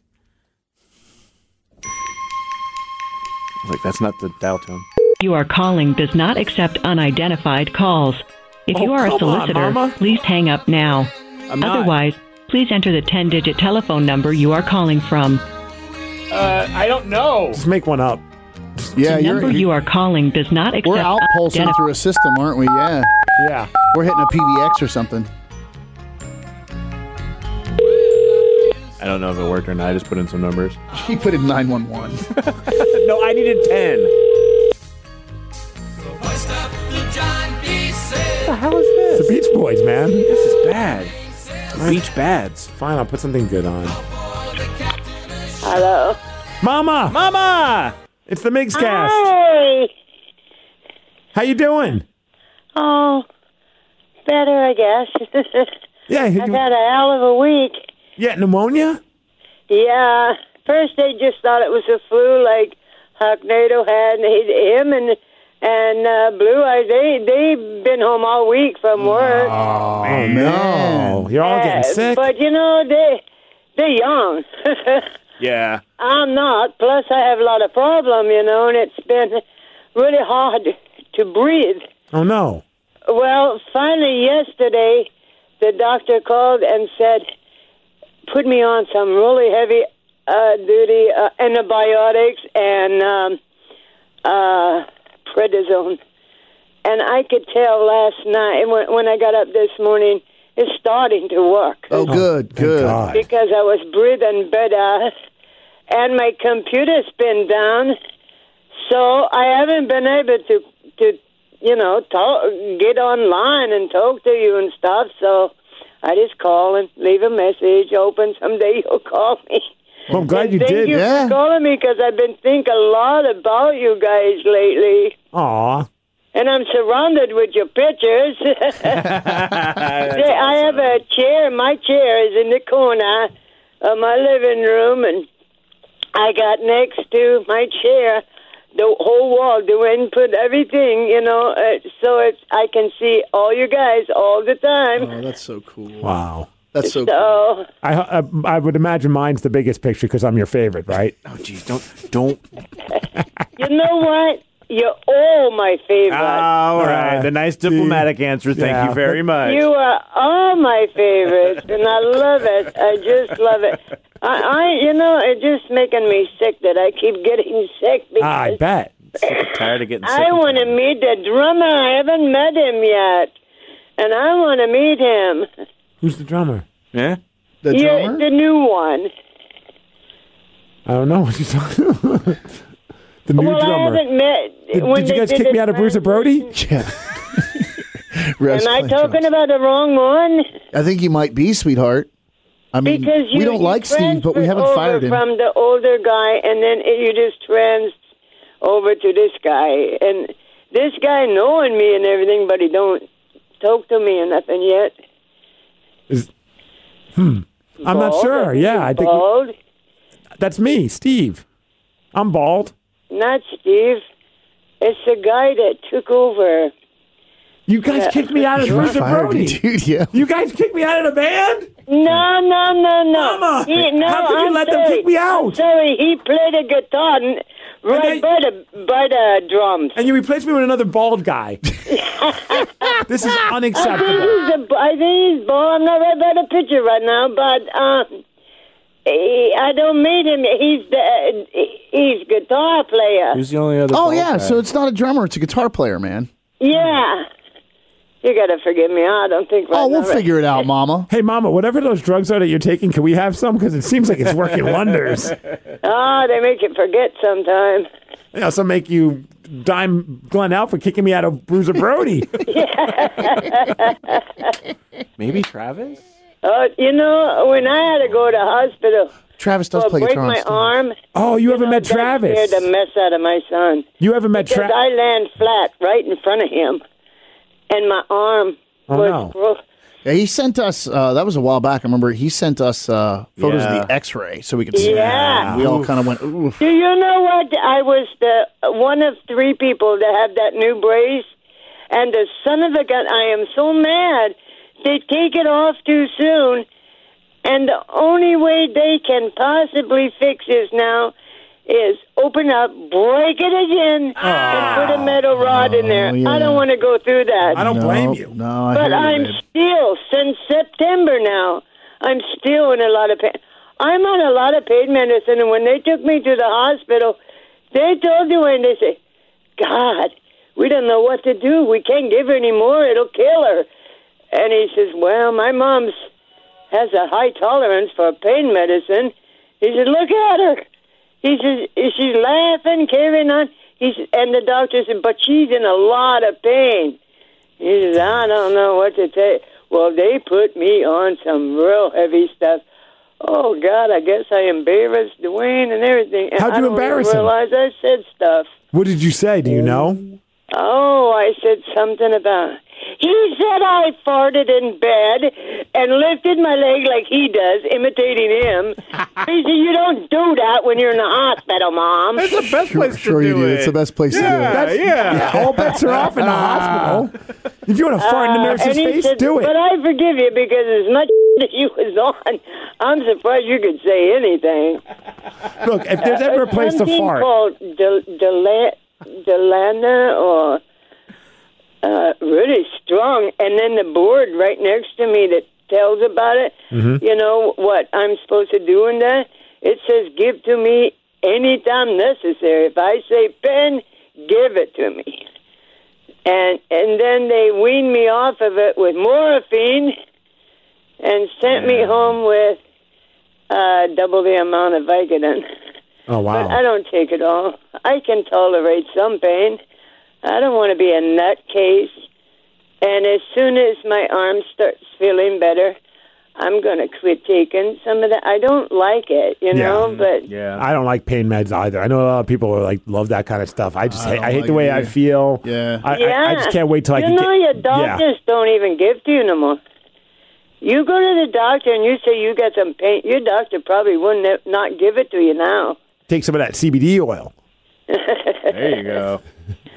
S3: Like that's not the dial tone.
S8: You are calling does not accept unidentified calls. If you
S1: Oh,
S8: are a
S1: come on,
S8: solicitor,
S1: Mama.
S8: please hang up now.
S3: I'm not.
S8: Otherwise, please enter the 10 digit telephone number you are calling from.
S3: Uh, I don't know.
S1: Just make one up.
S2: Yeah,
S8: the number
S2: you're,
S8: you are calling does not accept
S2: we're out pulsing
S8: unidentified
S2: through a system, aren't we? Yeah.
S1: Yeah.
S2: We're hitting a PBX or something.
S3: I don't know if it worked or not. I just put in some numbers.
S2: He put in 911.
S3: No, I needed ten.
S1: It's the Beach Boys, man.
S3: This is bad. Beach bads.
S1: Fine, I'll put something good on.
S7: Hello.
S1: Mama,
S3: Mama.
S1: it's the Migs
S7: Ah.
S1: cast.
S7: Hi.
S1: How you doing?
S7: Oh, better I guess.
S1: Yeah,
S7: I've
S1: you,
S7: had a hell of a week.
S1: yeah, pneumonia.
S7: Yeah. First they just thought it was a flu, like Huck Nato had, and he, him and and uh, Blue Eyes. They they've been home all week from work.
S1: Oh, no, you're all getting
S7: Uh,
S1: sick.
S7: But you know they they're young.
S3: Yeah.
S7: I'm not. Plus I have a lot of problem, you know, and it's been really hard to breathe.
S1: Oh no,
S7: Well, finally yesterday, the doctor called and said, "Put me on some really heavy uh, duty uh, antibiotics and um, uh, prednisone." And I could tell last night when, when I got up this morning, it's starting to work
S2: Oh, good,
S1: Thank
S2: good.
S1: God.
S7: because I was breathing better, and my computer's been down, so I haven't been able to to you know talk, get online and talk to you and stuff. So I just call and leave a message. Hoping someday you'll call me.
S1: Well, I'm glad you
S7: Thank
S1: did.
S7: you
S2: yeah.
S7: for calling me because I've been thinking a lot about you guys lately.
S1: Aw,
S7: And I'm surrounded with your pictures. Yeah, I have a chair. My chair is in the corner of my living room, and I got next to my chair the whole wall, the input, everything, you know, uh, so it's, I can see all you guys all the time.
S2: Oh, that's so cool.
S1: wow.
S2: That's so cool.
S7: So,
S1: I, I I would imagine mine's the biggest picture because I'm your favorite, right?
S3: Oh, geez, don't, don't.
S7: you know what? You're all my favorite.
S3: Ah, All right, the nice diplomatic answer. Thank
S1: Yeah.
S3: you very much.
S7: You are all my favorites, and I love it. I just love it. I, I, you know, it's just making me sick that I keep getting sick because
S1: Ah, I bet.
S3: Sick and tired of getting sick.
S7: I want to meet the drummer. I haven't met him yet. and I want to meet him.
S1: Who's the drummer?
S3: Yeah.
S2: The
S7: You're
S2: drummer?
S7: the new one.
S1: I don't know what you're talking about. The new
S7: well, I
S1: drummer.
S7: haven't met.
S1: Did,
S7: when
S1: did you
S7: they
S1: guys
S7: did
S1: kick
S7: the
S1: me out of Bruce and Brody?
S2: Yeah.
S7: Am I talking about the wrong one?
S2: I think you might be, sweetheart. I mean,
S7: Because you,
S2: we don't
S7: you
S2: like Steve, but we
S7: transferred
S2: haven't
S7: over
S2: fired him.
S7: from the older guy, and then it, you just trans over to this guy, and this guy knowing me and everything, but he don't talk to me or nothing yet.
S1: Is, hmm. I'm not
S7: Bald,
S1: sure. Yeah, I think
S7: bald,
S1: that's me, Steve. I'm bald.
S7: not Steve. It's the guy that took over.
S1: You guys kicked me out of
S2: We
S1: Bruce and
S2: fired him,
S1: Brody.
S2: dude. Yeah.
S1: You guys kicked me out of the band?
S7: No, no, no, no.
S1: Mama,
S7: He- no,
S1: how could you
S7: I'm
S1: let them
S7: sorry.
S1: kick me out?
S7: I'm sorry, he played a guitar and right
S1: they-
S7: by the by the drums.
S1: And you replaced me with another bald guy. this is
S7: I think
S1: unacceptable.
S7: he's the, I think he's bald. I'm not right by the picture right now, but um, he, I don't meet him. He's the he's guitar player.
S3: Who's the only other?
S2: Oh,
S3: bald
S2: yeah.
S3: guy?
S2: So it's not a drummer, it's a guitar player, man.
S7: yeah, you gotta forgive me. I don't think. Right
S2: Oh, we'll
S7: now, right-
S2: figure it out, mama.
S1: Hey, Mama, whatever those drugs are that you're taking, can we have some? Because it seems like it's working wonders.
S7: Oh, they make you forget sometime.
S1: They also make you dime Glenn out for kicking me out of Bruiser Brody.
S3: maybe Travis.
S7: Oh, you know, when I had to go to hospital
S2: Travis does
S7: or
S2: play
S7: break
S2: guitar. on
S7: my
S2: stage.
S7: arm,
S1: Oh, you haven't met
S7: that scared
S1: Travis.
S7: the mess out of my son.
S1: You haven't met
S7: Because
S1: Travis.
S7: I land flat right in front of him, and my arm
S1: Oh,
S7: was
S1: no.
S7: broke.
S2: Yeah, he sent us, uh, that was a while back. I remember he sent us uh, photos
S3: Yeah.
S2: of the x ray so we could see.
S7: Yeah.
S2: We all kind of went, oof.
S7: Do you know what? I was the one of three people that have that new brace, and the son of a gun! I am so mad. They take it off too soon, and the only way they can possibly fix this now is open up, break it again, and put a metal rod in there.
S2: Ah. Oh, yeah.
S7: I don't want to go through that.
S1: I don't
S2: No,
S1: blame you.
S2: No, I
S7: But
S2: hear you,
S7: I'm
S2: babe.
S7: still since September now. I'm still in a lot of pain. I'm on a lot of pain medicine, and when they took me to the hospital, they told you and they say, "God, we don't know what to do. We can't give her any more. It'll kill her." And he says, "Well, my mom's has a high tolerance for pain medicine." He said, "Look at her." He says, "She's laughing, carrying on." He said, and the doctor said, "But she's in a lot of pain." He says, I don't know what to say. Well, they put me on some real heavy stuff. Oh, God, I guess I embarrassed Dwayne and everything. And
S1: How'd
S7: I
S1: you
S7: don't
S1: embarrass
S7: even
S1: him?
S7: realize I said stuff.
S1: What did you say? Do you know?
S7: Oh, I said something about. He said I farted in bed and lifted my leg like he does, imitating him. he said, You don't do that when you're in the hospital, Mom.
S3: That's the best place
S2: sure
S3: to
S2: you
S3: do
S2: do.
S3: it.
S2: It's the best place to do it.
S3: That's, yeah.
S1: All bets are off in the hospital. If you want to fart in the
S7: Uh, and
S1: nurse's
S7: he
S1: face,
S7: said,
S1: do it.
S7: But I forgive you because as much as you was on, I'm surprised you could say anything. uh,
S1: Look, if there's ever a place to
S7: something
S1: fart,
S7: called Del- Dela- Delana or uh, really strong, and then the board right next to me that tells about it.
S1: Mm-hmm.
S7: You know what I'm supposed to do in that? It says give to me anytime necessary. If I say pen, give it to me. And and then they weaned me off of it with morphine, and sent me home with uh, double the amount of Vicodin.
S1: oh
S7: But uh, I
S1: wow,
S7: don't take it all. I can tolerate some pain. I don't want to be a nutcase. And as soon as my arm starts feeling better, I'm going to quit taking some of that. I don't like it, you
S1: Yeah.
S7: know, but
S3: Yeah.
S1: I don't like pain meds either. I know a lot of people are like love that kind of stuff. I just hate,
S2: don't
S1: I hate
S2: like
S1: the
S2: it
S1: way I
S2: either.
S1: feel.
S2: Yeah.
S1: I,
S7: yeah.
S1: I, I just can't wait till I
S7: you
S1: can
S7: know,
S1: get.
S7: your
S1: yeah.
S7: doctors don't even give to you no more. You go to the doctor and you say you got some pain. Your doctor probably wouldn't not give it to you now.
S1: take some of that CBD oil.
S3: There you go.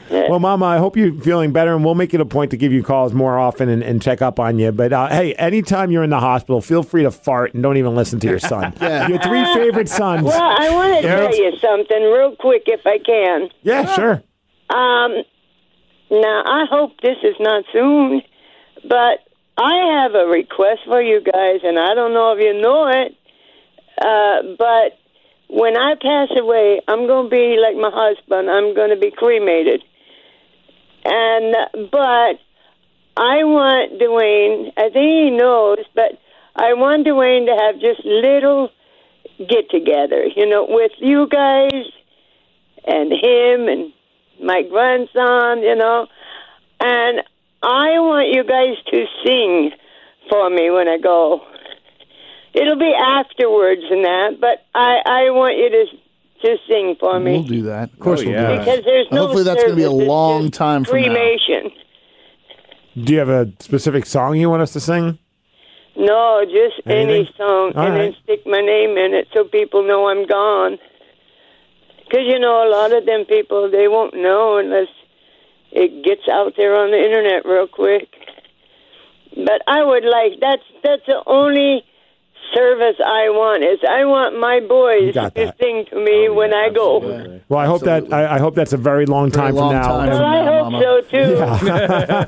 S1: Well, Mama, I hope you're feeling better, and we'll make it a point to give you calls more often and, and check up on you. But uh, hey, anytime you're in the hospital, feel free to fart and don't even listen to your son. Your three favorite sons.
S7: Well, I want to
S1: Yeah.
S7: tell you something real quick if I can.
S1: yeah, sure.
S7: Um, now, I hope this is not soon, but I have a request for you guys, and I don't know if you know it, uh, but when I pass away, I'm going to be like my husband. I'm going to be cremated. And, uh, but I want Dwayne, I think he knows, but I want Dwayne to have just little get together, you know, with you guys and him and my grandson, you know. And I want you guys to sing for me when I go. It'll be afterwards and that, but I, I want you to to sing for me.
S2: We'll do that. Of course,
S3: Oh,
S2: we'll
S3: yeah.
S2: do that.
S7: Because there's no
S2: Hopefully, that's going to be a
S7: service. It's
S2: long
S7: just
S2: time from now.
S7: cremation.
S1: Do you have a specific song you want us to sing?
S7: No, just any
S1: Anything?
S7: song,
S1: All
S7: and then
S1: right.
S7: stick my name in it so people know I'm gone. 'Cause you know, a lot of them people they won't know unless it gets out there on the internet real quick. But I would like that's that's the only service I want is I want my boys
S1: got
S7: to
S1: that.
S7: sing to me when I go.
S1: Well, I hope that I, I hope that's a very long time
S2: long
S1: from now.
S2: time.
S7: Well,
S1: And-
S7: I
S2: Yeah,
S7: hope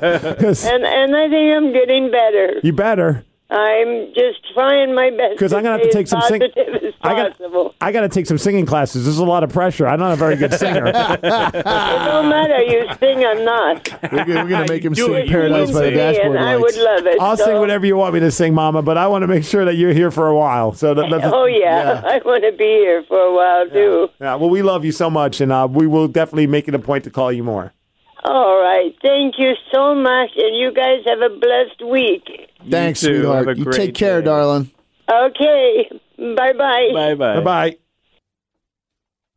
S2: Mama.
S7: so too. and and I think I'm getting better.
S1: You better.
S7: I'm just trying my best.
S1: Because I'm gonna have to
S7: stay
S1: take some
S7: as
S1: sing-
S7: positive as
S1: I got.
S7: possible.
S1: I got to take some singing classes. There's a lot of pressure. I'm not a very good singer.
S7: no matter you sing or not,
S2: We're going to make him
S3: do
S2: sing
S3: it. You
S2: Paradise
S3: will
S2: by the
S3: sing.
S2: Dashboard
S7: and I would
S2: Lights.
S7: love it.
S1: I'll
S7: so,
S1: sing whatever you want me to sing, Mama. But I want to make sure that you're here for a while. So that, that's
S7: Oh yeah, I want to be here for a while too.
S1: yeah. Well, we love you so much, and uh, we will definitely make it a point to call you more.
S7: All right, thank you so much, and you guys have a blessed week.
S2: Thanks,
S3: too. Have a
S2: sweetheart. You
S3: great
S2: take care,
S3: day.
S2: darling.
S7: Okay, bye bye.
S3: Bye
S1: Bye
S3: bye.
S1: bye.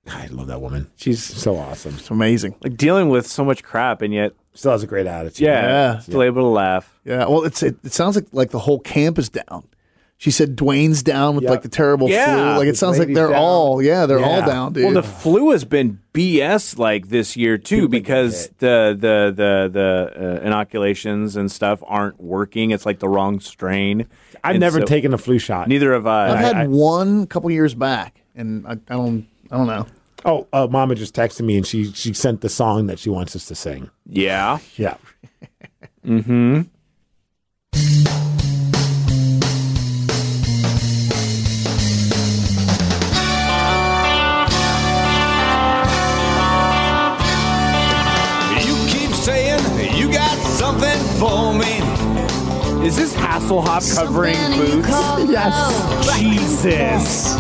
S1: I love that woman. She's so awesome.
S2: It's amazing.
S3: Like dealing with so much crap and yet,
S1: Still has a great attitude.
S3: yeah,
S2: Yeah.
S3: still able to laugh.
S2: Yeah. Well, it's it, it sounds like like the whole camp is down. She said Dwayne's down with
S1: Yeah.
S2: like the terrible
S3: Yeah.
S2: flu. Like it
S1: This
S2: sounds like
S1: lady's
S2: they're
S1: down.
S2: all yeah they're all
S1: Yeah.
S2: down, dude.
S3: Well, the flu has been BS like this year too because the the the the uh, inoculations and stuff aren't working. It's like the wrong strain.
S1: I've
S3: And
S1: never
S3: so-
S1: taken a flu shot.
S3: Neither have I.
S2: I've
S3: I-
S2: had
S3: I-
S2: one a couple years back, and I, I don't I don't know.
S1: Oh, uh, Mama just texted me, and she she sent the song that she wants us to sing.
S3: yeah.
S1: Yeah.
S4: You keep saying you got something for me.
S3: Is this Hasselhoff covering
S6: Something you
S3: boots?
S6: call love.
S3: Jesus.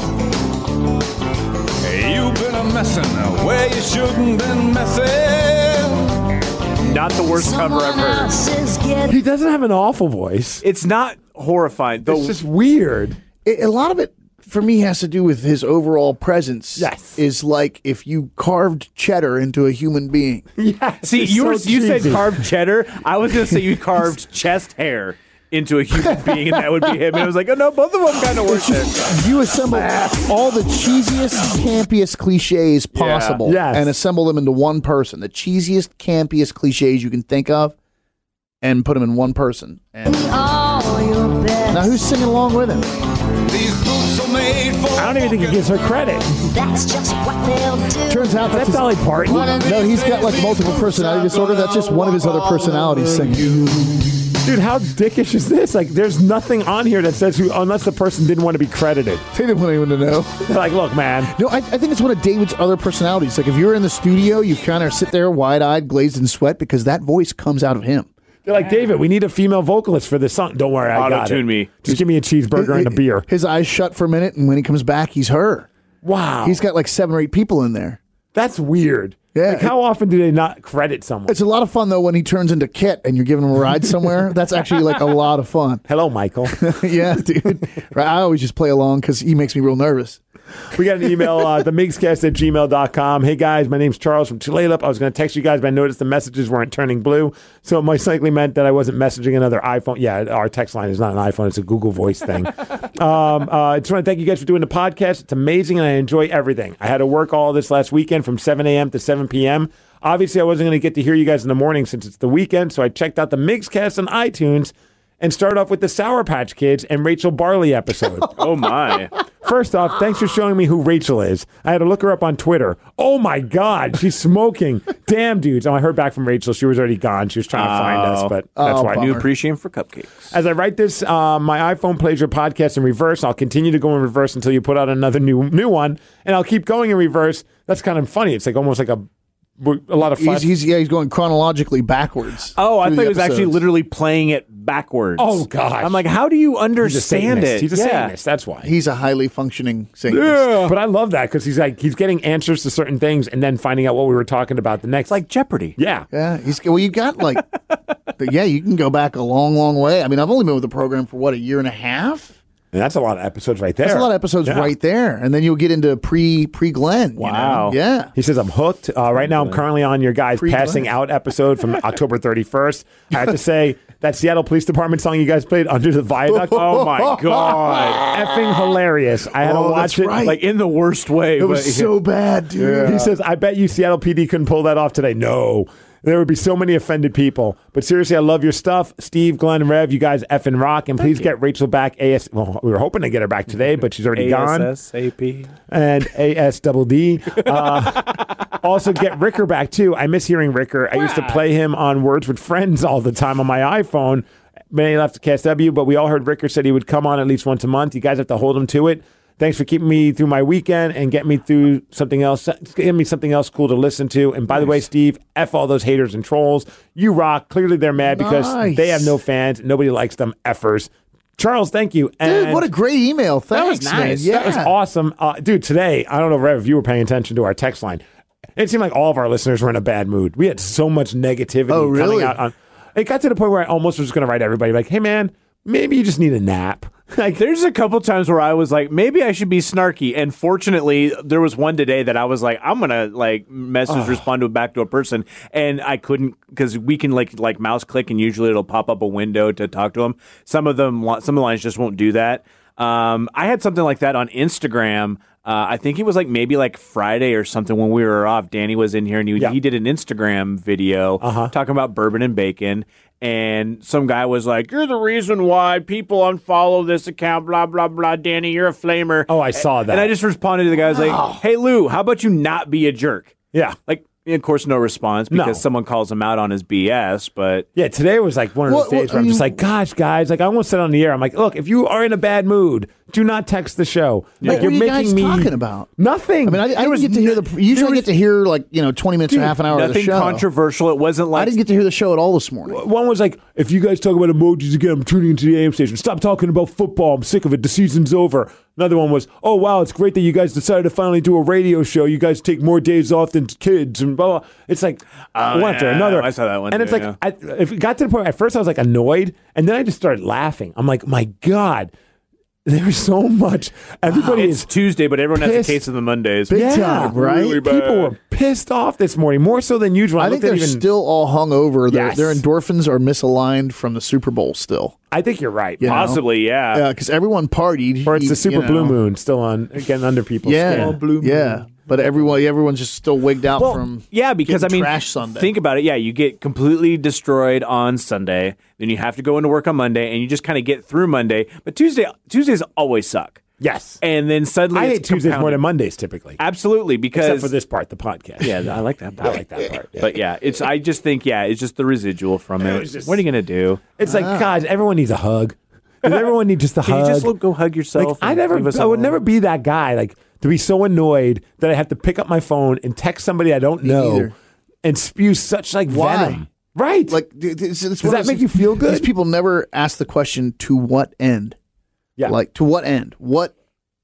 S4: You've been a messin' where you shouldn't been messin'.
S3: Not the worst cover I've
S6: Someone
S3: heard.
S6: else's get
S1: He doesn't have an awful voice.
S3: It's not horrifying. The,
S1: It's just weird.
S2: It, a lot of it for me has to do with his overall presence.
S1: Yes.
S2: is like if you carved cheddar into a human being.
S3: see,
S1: it's
S3: you
S1: so
S3: were you said
S1: cheesy.
S3: carved cheddar. I was gonna say you carved chest hair into a human being, and that would be him. And I was like, oh no, both of them kind of work there.
S2: You assemble all the cheesiest, campiest cliches possible
S1: Yes.
S2: and assemble them into one person. The cheesiest, campiest cliches you can think of and put them in one person. And
S6: all your best.
S2: now who's singing along with him?
S4: These boots are made for
S1: I don't even think he gives her credit.
S6: That's just what they'll do.
S2: Turns out that's
S1: That's
S2: his,
S1: Dolly Parton.
S2: No, he's got like multiple personality disorder. That's just one of his other personalities singing.
S1: Dude, how dickish is this? Like, there's nothing on here that says who, unless the person didn't want to be credited.
S2: They didn't want anyone to know.
S1: They're like, look, man,
S2: No, I, I think it's one of David's other personalities. Like if you're in the studio, you kind of sit there wide eyed, glazed in sweat because that voice comes out of him.
S1: they're like, David, we need a female vocalist for this song. Don't worry, I got it.
S3: Auto-tune me.
S1: Just give me a cheeseburger and a beer.
S2: His eyes shut for a minute, and when he comes back, he's her.
S1: Wow,
S2: He's got like seven or eight people in there.
S1: that's weird.
S2: Yeah.
S1: Like, how often do they not credit someone?
S2: It's a lot of fun though when he turns into Kit and you're giving him a ride somewhere. That's actually like a lot of fun.
S1: Hello, Michael.
S2: yeah, dude. Right, I always just play along because he makes me real nervous.
S1: We got an email, uh, themigscast at gmail.com. Hey guys, my name's Charles from Tulalip. I was going to text you guys, but I noticed the messages weren't turning blue. So it most likely meant that I wasn't messaging another iPhone. Yeah, our text line is not an iPhone, it's a Google Voice thing. um, uh, I just want to thank you guys for doing the podcast. It's amazing and I enjoy everything. I had to work all this last weekend from 7 a.m. to 7 p.m. Obviously, I wasn't going to get to hear you guys in the morning since it's the weekend, so I checked out the Migscast on iTunes and started off with the Sour Patch Kids and Rachel Barley episode.
S3: Oh my.
S1: First off, thanks for showing me who Rachel is. I had to look her up on Twitter. Oh my God, she's smoking. Damn, dudes. And I heard back from Rachel. She was already gone. She was trying to find us, but that's
S2: Oh,
S1: why.
S2: bummer.
S3: New appreciation for cupcakes.
S1: As I write this, uh, my iPhone plays your podcast in reverse. I'll continue to go in reverse until you put out another new new one, and I'll keep going in reverse. That's kind of funny. It's like almost like a we're- a lot of fun.
S2: He's, he's yeah, he's going chronologically backwards.
S3: Oh, I
S2: through
S3: thought
S2: the
S3: he was actually
S2: episodes.
S3: literally playing it backwards.
S1: Oh, gosh.
S3: I'm like, how do you
S1: He's a
S3: understand
S1: Satanist.
S3: it?
S1: He's a
S3: yeah.
S1: Satanist. That's why.
S2: He's a highly functioning singer.
S1: But I love that because he's like he's getting answers to certain things and then finding out what we were talking about the next.
S3: It's like Jeopardy.
S1: yeah,
S2: Yeah, he's well. You got like, but yeah, you can go back a long, long way. I mean, I've only been with the program for what a year and a half.
S1: and that's a lot of episodes right there.
S2: That's a lot of episodes
S1: Yeah.
S2: right there, and then you'll get into pre pre Glenn.
S3: Wow.
S2: Yeah.
S1: He says, I'm hooked. Uh, right now, I'm currently on your guys'
S2: Free
S1: passing out episode from October 31st. I have to say, that Seattle Police Department song you guys played, Under the Viaduct, oh my God. Effing hilarious. I had to
S2: Oh,
S1: watch
S2: that's
S1: it.
S2: right.
S1: Like,
S3: Like in the worst way.
S2: It was so bad, dude.
S1: He says, I bet you Seattle PD couldn't pull that off today. No. There would be so many offended people. But seriously, I love your stuff. Steve, Glenn, Rev, you guys effing rock. And please get Rachel back AS. Well, we were hoping to get her back today, but she's already gone.
S3: ASAP.
S1: and AS double D. Uh, also, get Ricker back too. I miss hearing Ricker. I used to play him on Words with Friends all the time on my iPhone. Many left to KSW, but we all heard Ricker said he would come on at least once a month. You guys have to hold him to it. Thanks for keeping me through my weekend and get me through something else. Give me something else cool to listen to. And by the way, Steve, f all those haters and trolls. You rock. Clearly, they're mad because
S2: Nice.
S1: they have no fans. Nobody likes them. Effers. Charles, thank you.
S2: Dude,
S1: And-
S2: what a great email.
S1: that
S2: Thanks,
S1: was nice.
S2: Man. Yeah.
S1: That was awesome. Uh, dude, today, I don't know Rev, if you were paying attention to our text line. It seemed like all of our listeners were in a bad mood. We had so much negativity
S2: Oh,
S1: coming
S2: really?
S1: out on it got to the point where I almost was just gonna write everybody like, hey man, maybe you just need a nap.
S3: Like there's a couple times where I was like, maybe I should be snarky, and fortunately, there was one today that I was like, I'm gonna like message respond to back to a person, and I couldn't because we can like like mouse click, and usually it'll pop up a window to talk to them. Some of them, li- some of the lines just won't do that. Um, I had something like that on Instagram. Uh, I think it was like maybe like Friday or something when we were off. Danny was in here and he,
S1: Yeah.
S3: he did an Instagram video
S1: Uh-huh.
S3: talking about bourbon and bacon. And some guy was like, You're the reason why people unfollow this account, blah, blah, blah. Danny, you're a flamer.
S1: Oh, I saw that.
S3: And I just responded to the guy. I was like, Hey, Lou, how about you not be a jerk?
S1: yeah.
S3: Like, of course, no response because
S1: No.
S3: someone calls him out on his BS, but
S1: Yeah, today was like one of those
S2: Well,
S1: days
S2: well,
S1: where I'm
S2: I
S1: just
S2: mean-
S1: like, gosh, guys, like I almost said on the air, I'm like, look, if you are in a bad mood, do not text the show.
S2: Like, what are you guys talking about?
S1: Nothing.
S2: I mean, I, I didn't get to hear the. Usually, I get to hear like you know twenty minutes or half an hour of Oh, the
S3: nothing
S2: show.
S3: controversial. It wasn't
S2: I
S3: like
S2: didn't get to hear the show at all this morning.
S1: One was like, if you guys talk about emojis again, I'm tuning into the AM station. Stop talking about football. I'm sick of it. The season's over. Another one was, oh, wow, it's great that you guys decided to finally do a radio show. You guys take more days off than kids and blah, blah. It's like
S3: Oh,
S1: one after
S3: yeah,
S1: another.
S3: I saw that one
S1: And it's
S3: too,
S1: like,
S3: yeah.
S1: I, if it got to the point, at first I was like annoyed, and then I just started laughing. I'm like, my God, there's so much. Everybody
S3: it's
S1: is
S3: Tuesday, but everyone has
S1: pissed.
S3: a case of the Mondays.
S2: Big time, right?
S1: People were pissed off this morning, more so than usual.
S2: I
S1: looked
S2: think
S1: at
S2: they're
S1: even-
S2: still all hung over. Their,
S1: Yes.
S2: their endorphins are misaligned from the Super Bowl still.
S1: I think you're right.
S2: Yeah.
S3: Possibly, yeah.
S2: Yeah, because everyone partied.
S1: Uh, Or it's
S2: you-
S1: the super
S2: you know.
S1: blue moon still on getting under people's
S2: Yeah,
S1: skin.
S2: yeah. But everyone, everyone's just still wigged out from.
S3: yeah, because I
S2: getting
S3: mean,
S2: trash Sunday.
S3: think about it. Yeah, you get completely destroyed on Sunday, then you have to go into work on Monday, and you just kind of get through Monday. But Tuesday, Tuesdays always suck,
S1: Yes.
S3: and then suddenly
S1: I
S3: it's
S1: hate Tuesdays more
S3: compounded.
S1: than Mondays typically.
S3: Absolutely, because
S1: Except for this part, the podcast.
S3: Yeah, I like that.
S1: I like that part.
S3: But yeah, it's. I just think yeah, it's just the residual from it.
S1: was just-
S3: what are you gonna do?
S1: It's like,
S2: Ah.
S1: God, everyone needs a hug. Does everyone need just a
S3: Can
S1: hug?
S3: you just go hug yourself?
S1: like, I
S3: and
S1: never
S3: leave us
S1: I would
S3: alone?
S1: never be that guy, like to be so annoyed that I have to pick up my phone and text somebody I don't know
S2: either.
S1: and spew such like
S2: Why?
S1: venom. Right.
S2: Like, th- th- it's, it's
S1: Does
S2: one
S1: that
S2: of those
S1: make
S2: things-
S1: you feel good?
S2: These people never ask the question to what end.
S1: Yeah.
S2: like to what end? What?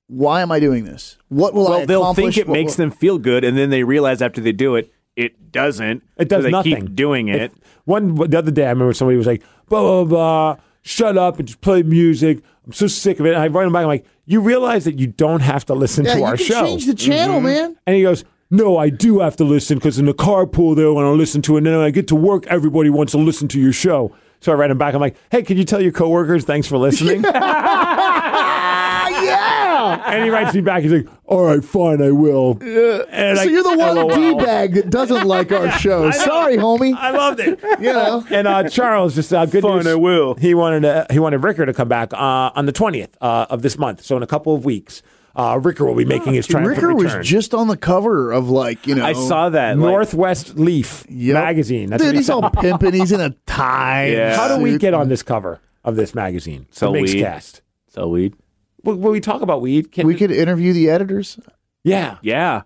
S2: Why am I doing this? What will I
S3: Well, they'll
S2: accomplish?
S3: think it
S2: What
S3: makes
S2: will-
S3: them feel good, and then they realize after they do it, it doesn't.
S1: It
S3: so
S1: does
S3: they
S1: nothing.
S3: Keep doing it.
S1: If- one the other day, I remember somebody was like, "Blah blah blah, shut up and just play music." I'm so sick of it. And I write him back. I'm like, "You realize that you don't have to listen
S2: Yeah,
S1: to
S2: you
S1: our
S2: can
S1: show."
S2: change the channel,
S3: Mm-hmm.
S2: man.
S1: and he goes, "No, I do have to listen because in the carpool there, when I listen to it, and then when I get to work, everybody wants to listen to your show." So I write him back. I'm like, "Hey, can you tell your coworkers thanks for listening?"
S2: Yeah.
S1: and he writes me back. He's like, "All right, fine, I will." And
S2: so
S1: I-
S2: you're the one
S1: LOL.
S2: d bag that doesn't like our show. Sorry, homie.
S1: I loved it.
S2: You know.
S1: and uh, Charles just uh, good
S3: Fine,
S1: news.
S3: I will.
S1: He wanted to, he wanted Ricker to come back uh, on the twentieth uh, of this month, so in a couple of weeks, uh, Ricker will be making his triumphant
S2: Ah, Ricker was
S1: return.
S2: just on the cover of like you know.
S3: I saw that. like-
S1: Northwest Leaf
S2: Yep.
S1: magazine. That's what
S2: Dude,
S1: he
S2: he's
S1: said.
S2: all pimping. He's in a tie.
S3: Yeah.
S1: How do we
S2: suit.
S1: get on this cover of this magazine?
S3: Sell
S1: the Mixed
S3: weed.
S1: Cast.
S3: so weed.
S1: Will, will we talk about weed? Can
S2: We could interview the editors.
S1: yeah.
S3: Yeah.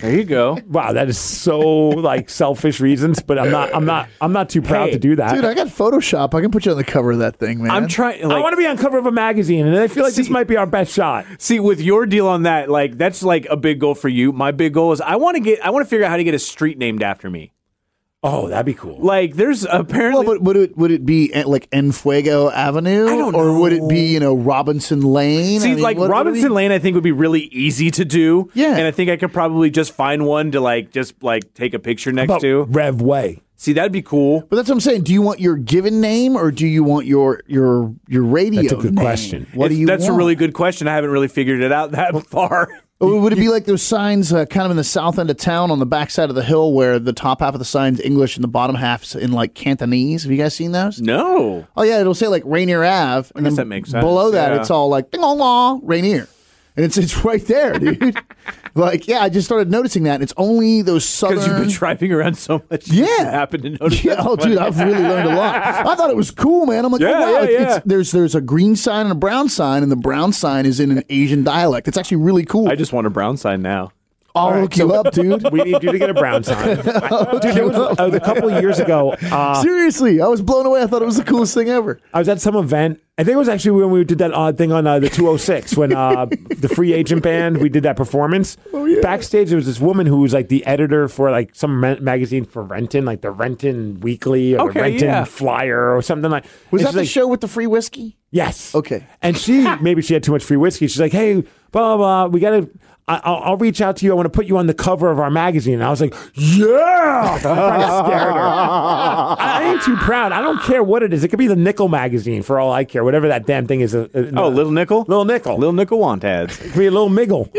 S3: There you go.
S1: Wow, that is so like selfish reasons, but I'm not I'm not I'm not too proud
S3: Hey,
S1: to do that.
S2: Dude, I got Photoshop. I can put you on the cover of that thing, man.
S3: I'm trying.
S1: I
S3: Like,
S1: want to be on cover of a magazine, and I feel like this
S3: See-
S1: might be our best shot.
S3: See, with your deal on that, like that's like a big goal for you. My big goal is I want to get I want to figure out how to get a street named after me.
S1: Oh, that'd be cool.
S3: Like there's apparently
S2: Well, but would it would it be eh, like Enfuego Avenue,
S3: I don't
S2: or would it be
S3: know.
S2: you know Robinson Lane?
S3: see
S2: I mean,
S3: like
S2: what- what do
S3: Robinson
S2: we-
S3: Lane I think would be really easy to do.
S2: Yeah.
S3: And I think I could probably just find one to like just like take a picture next
S1: But
S3: to.
S1: Rev Way.
S3: See, that'd be cool.
S2: But that's what I'm saying. Do you want your given name, or do you want your your your radio?
S1: That's a good
S2: name?
S1: question.
S2: What do
S3: It's-
S2: you?
S3: That's
S2: want?
S3: a really good question. I haven't really figured it out that far.
S2: Or would it be like those signs, uh, kind of in the south end of town, on the backside of the hill, where the top half of the sign's English and the bottom half's in like Cantonese? Have you guys seen those?
S3: no.
S2: Oh yeah, it'll say like Rainier Ave, and
S3: guess
S2: then
S3: that makes sense,
S2: below that
S3: yeah.
S2: it's all like ding dong dong, Rainier, and it's it's right there, dude. like yeah, I just started noticing that. and It's only those southern.
S3: Because you've been driving around so much. you
S2: Yeah.
S3: just happen to notice.
S2: yeah,
S3: that
S2: oh,
S3: one.
S2: dude, I've really learned a lot. I thought it was cool, man. I'm like,
S3: Yeah,
S2: oh, wow,
S3: yeah,
S2: it's,
S3: yeah.
S2: It's, there's there's a green sign and a brown sign, and the brown sign is in an Asian dialect. It's actually really cool.
S3: I just want a brown sign now.
S2: I'll look you up, dude.
S1: We need you to get a brown sign.
S2: Oh,
S1: Dude, there was uh, a, a couple of years ago.
S3: Ah.
S1: Uh,
S2: Seriously, I was blown away. I thought it was the coolest thing ever.
S1: I was at some event. I think it was actually when we did that odd thing on uh, the 206 when uh, the free agent band we did that performance.
S2: Oh,
S1: Backstage there was this woman who was like the editor for like some ma- magazine for Renton, like the Renton Weekly or
S3: Okay,
S1: the Renton
S3: yeah.
S1: Flyer or something like.
S2: Was
S1: and
S2: that
S1: she's
S2: the
S1: like,
S2: show with the free whiskey?
S1: Yes.
S2: Okay.
S1: And she maybe she had too much free whiskey. She's like, hey, blah blah. blah we gotta. I, I'll, I'll reach out to you. I want to put you on the cover of our magazine. And I was like, yeah. I kinda scared her. I, I ain't too proud. I don't care what it is. It could be the Nickel magazine for all I care. Whatever that damn thing is. Uh, uh,
S3: Oh, Little Nickel?
S1: Little Nickel.
S3: Little Nickel want ads.
S1: it could be a little miggle.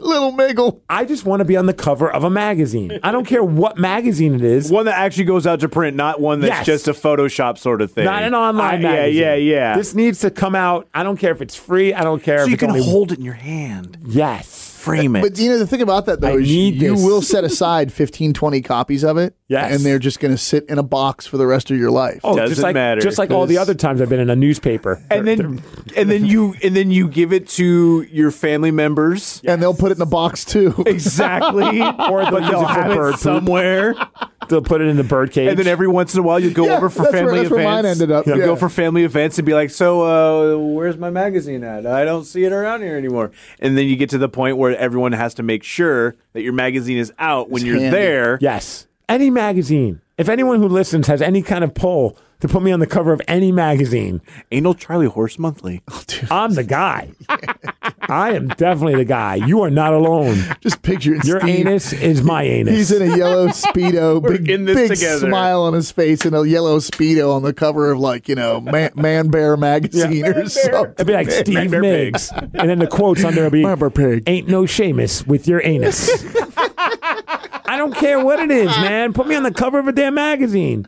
S2: Little Miggle.
S1: I just want to be on the cover of a magazine. I don't care what magazine it is.
S3: One that actually goes out to print, not one that's
S1: Yes.
S3: just a Photoshop sort of thing.
S1: Not an online
S3: I-
S1: magazine.
S3: Yeah, yeah, yeah.
S1: This needs to come out. I don't care if it's free. I don't care
S3: so
S1: if
S3: you
S1: it's
S3: can
S1: only-
S3: hold it in your hand,
S1: Yes.
S3: frame it.
S2: But you know the thing about that though
S1: I
S2: is
S1: need
S2: you
S1: this.
S2: will set aside 15, 20 copies of it.
S1: Yes.
S2: And they're just going to sit in a box for the rest of your life.
S1: Oh,
S3: Doesn't
S1: just like,
S3: matter,
S1: Just like all the
S3: 'cause-
S1: other times I've been in a newspaper.
S3: and then, and then you, and then you give it to your family members.
S2: And they'll put it in the box too.
S3: Exactly.
S1: Or they'll
S3: but
S1: use it
S3: they'll
S1: for
S3: have
S1: bird
S3: it
S1: poop.
S3: somewhere.
S1: they'll put it in the birdcage.
S3: And then every once in a while, you go
S2: Yeah,
S3: over for
S2: that's where-
S3: family
S2: that's
S3: events.
S2: where mine ended up,
S3: You
S2: yeah.
S3: go for family events and be like, "So, uh, where's my magazine at? I don't see it around here anymore." And then you get to the point where everyone has to make sure that your magazine is out when
S2: It's
S3: you're
S2: handy.
S3: there.
S1: yes, any magazine. If anyone who listens has any kind of pull to put me on the cover of any magazine,
S3: Anal Charlie Horse Monthly.
S1: I'm the guy. I am definitely the guy. You are not alone.
S2: just picture it.
S1: Your
S2: Steve.
S1: anus is my anus.
S2: He's in a yellow speedo, big,
S3: in this
S2: big
S3: together.
S2: smile on his face, and a yellow speedo on the cover of like you know Man, Man Bear magazine or something.
S1: It'd be like Steve
S3: Remember
S1: Miggs. And then the quotes under will be
S2: Remember pig.
S1: Ain't no Seamus with your anus. I don't care what it is, man. Put me on the cover of a damn magazine.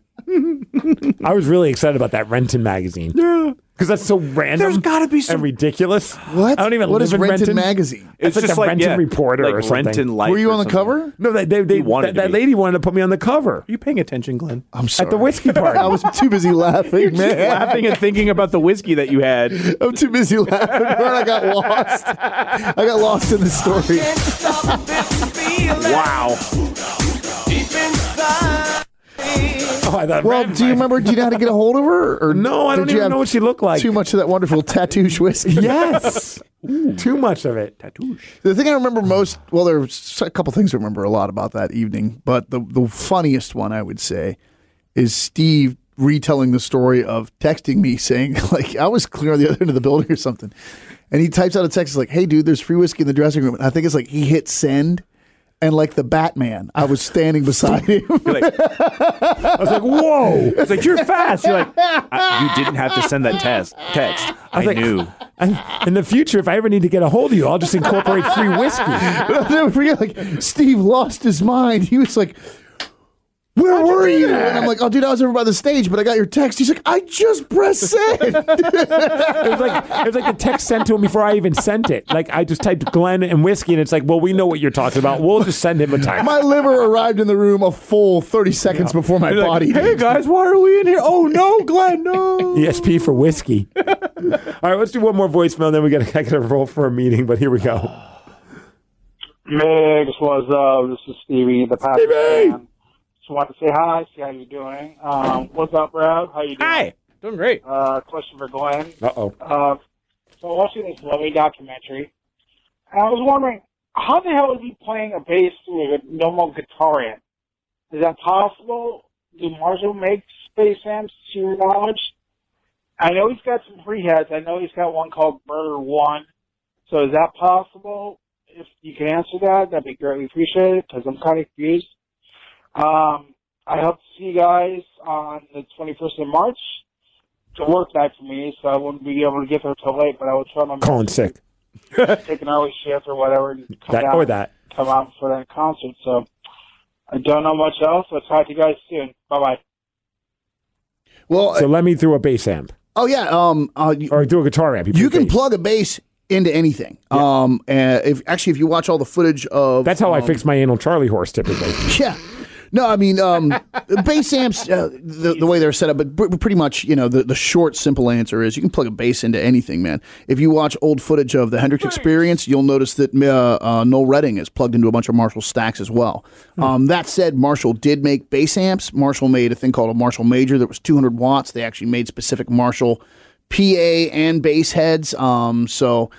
S1: I was really excited about that Renton magazine. Yeah. Because that's so random.
S3: There's gotta be some-
S1: And ridiculous.
S2: What?
S1: I don't even
S2: What
S1: live
S2: is
S1: in
S2: Renton,
S1: Renton.
S2: magazine?
S1: It's like the Renton Reporter
S3: like
S1: or something.
S3: Renton Life.
S2: Were you
S3: or
S2: on the
S3: something. Are
S2: cover?
S1: No, they, they, they,
S3: wanted
S1: that,
S3: to
S1: that
S3: be.
S1: lady wanted to put me on the cover
S3: you paying attention, Glenn?
S2: I'm sorry.
S1: at the whiskey party.
S2: I was too busy laughing,
S3: Just
S2: man.
S3: laughing and thinking about the whiskey that you had.
S2: I'm too busy laughing. Man, I got lost. I got lost in the story.
S4: Stop this feeling
S3: Wow.
S4: deep inside.
S1: oh, I thought,
S2: Well,
S1: Ren-
S2: do you remember? Do you know how to get a hold of her? Or
S1: No, I
S2: did
S1: don't
S2: you
S1: even
S2: have
S1: know what she looked like.
S2: Too much of that wonderful tattooed whiskey.
S1: Yes. Too much of it.
S2: The thing I remember most, well, there's a couple things I remember a lot about that evening, but the, the funniest one I would say is Steve retelling the story of texting me saying, like, I was clear on the other end of the building or something. And he types out a text like, hey, dude, there's free whiskey in the dressing room. And I think it's like he hit send. And like the Batman, I was standing beside him.
S3: You're like,
S1: I was like, whoa.
S3: it's like you're fast. You're like, I, you didn't have to send that test text. I,
S1: was like,
S3: knew.
S1: I, in the future, if I ever need to get a hold of you, I'll just incorporate free whiskey.
S2: I'll never forget, like, Steve lost his mind. He was like, where were you? And I'm like, oh, dude, I was over by the stage, but I got your text. He's like, I just pressed send.
S1: It was like it was like the text sent to him before I even sent it. Like I just typed Glenn and whiskey, and it's like, well, we know what you're talking about. We'll just send him a text.
S2: My liver arrived in the room a full 30 seconds before my
S3: You're like,
S2: body.
S3: hey guys, why are we in here? Oh no, Glenn, no.
S1: ESP E for whiskey. All right, let's do one more voicemail, and then we got I got to roll for a meeting. But here we go.
S9: Hey, this was uh, this is Stevie, the pastor. Stevie! Just wanted to say hi, see how you're doing. Um, what's up, Rob? How you doing? Hi,
S3: doing great.
S9: Uh, question for Glenn.
S1: Uh oh.
S9: Uh, so I watched this lovely documentary, and I was wondering how the hell is he playing a bass with a normal guitar amp? Is that possible? Do Marshall make space amps to your knowledge? I know he's got some preheads. I know he's got one called Murder One. So is that possible? If you can answer that, that'd be greatly appreciated because I'm kind of confused. Um, I hope to see you guys on the 21st of March. It's a work night for me, so I wouldn't be able to get there till late, but I will try my
S1: Calling sick.
S9: best to take an early shift or whatever and come
S1: That
S9: out,
S1: or that.
S9: come out for that concert. So I don't know much else. I'll talk to you guys soon. Bye bye.
S2: Well,
S1: so let me through a bass amp
S2: Oh yeah, um, uh, you,
S1: or do a guitar amp.
S2: you can plug a bass into anything. Um, and if actually if you watch all the footage of
S1: That's how I
S2: um,
S1: fix my anal Charlie horse typically.
S2: Yeah. No, I mean, um, bass amps, uh, the, the way they're set up, but pr- pretty much, you know, the, the short, simple answer is you can plug a bass into anything, man. If you watch old footage of the Hendrix Experience, you'll notice that uh, uh, Noel Redding is plugged into a bunch of Marshall stacks as well. Um, that said, Marshall did make bass amps. Marshall made a thing called a Marshall Major that was 200 watts. They actually made specific Marshall PA and bass heads. Um, so.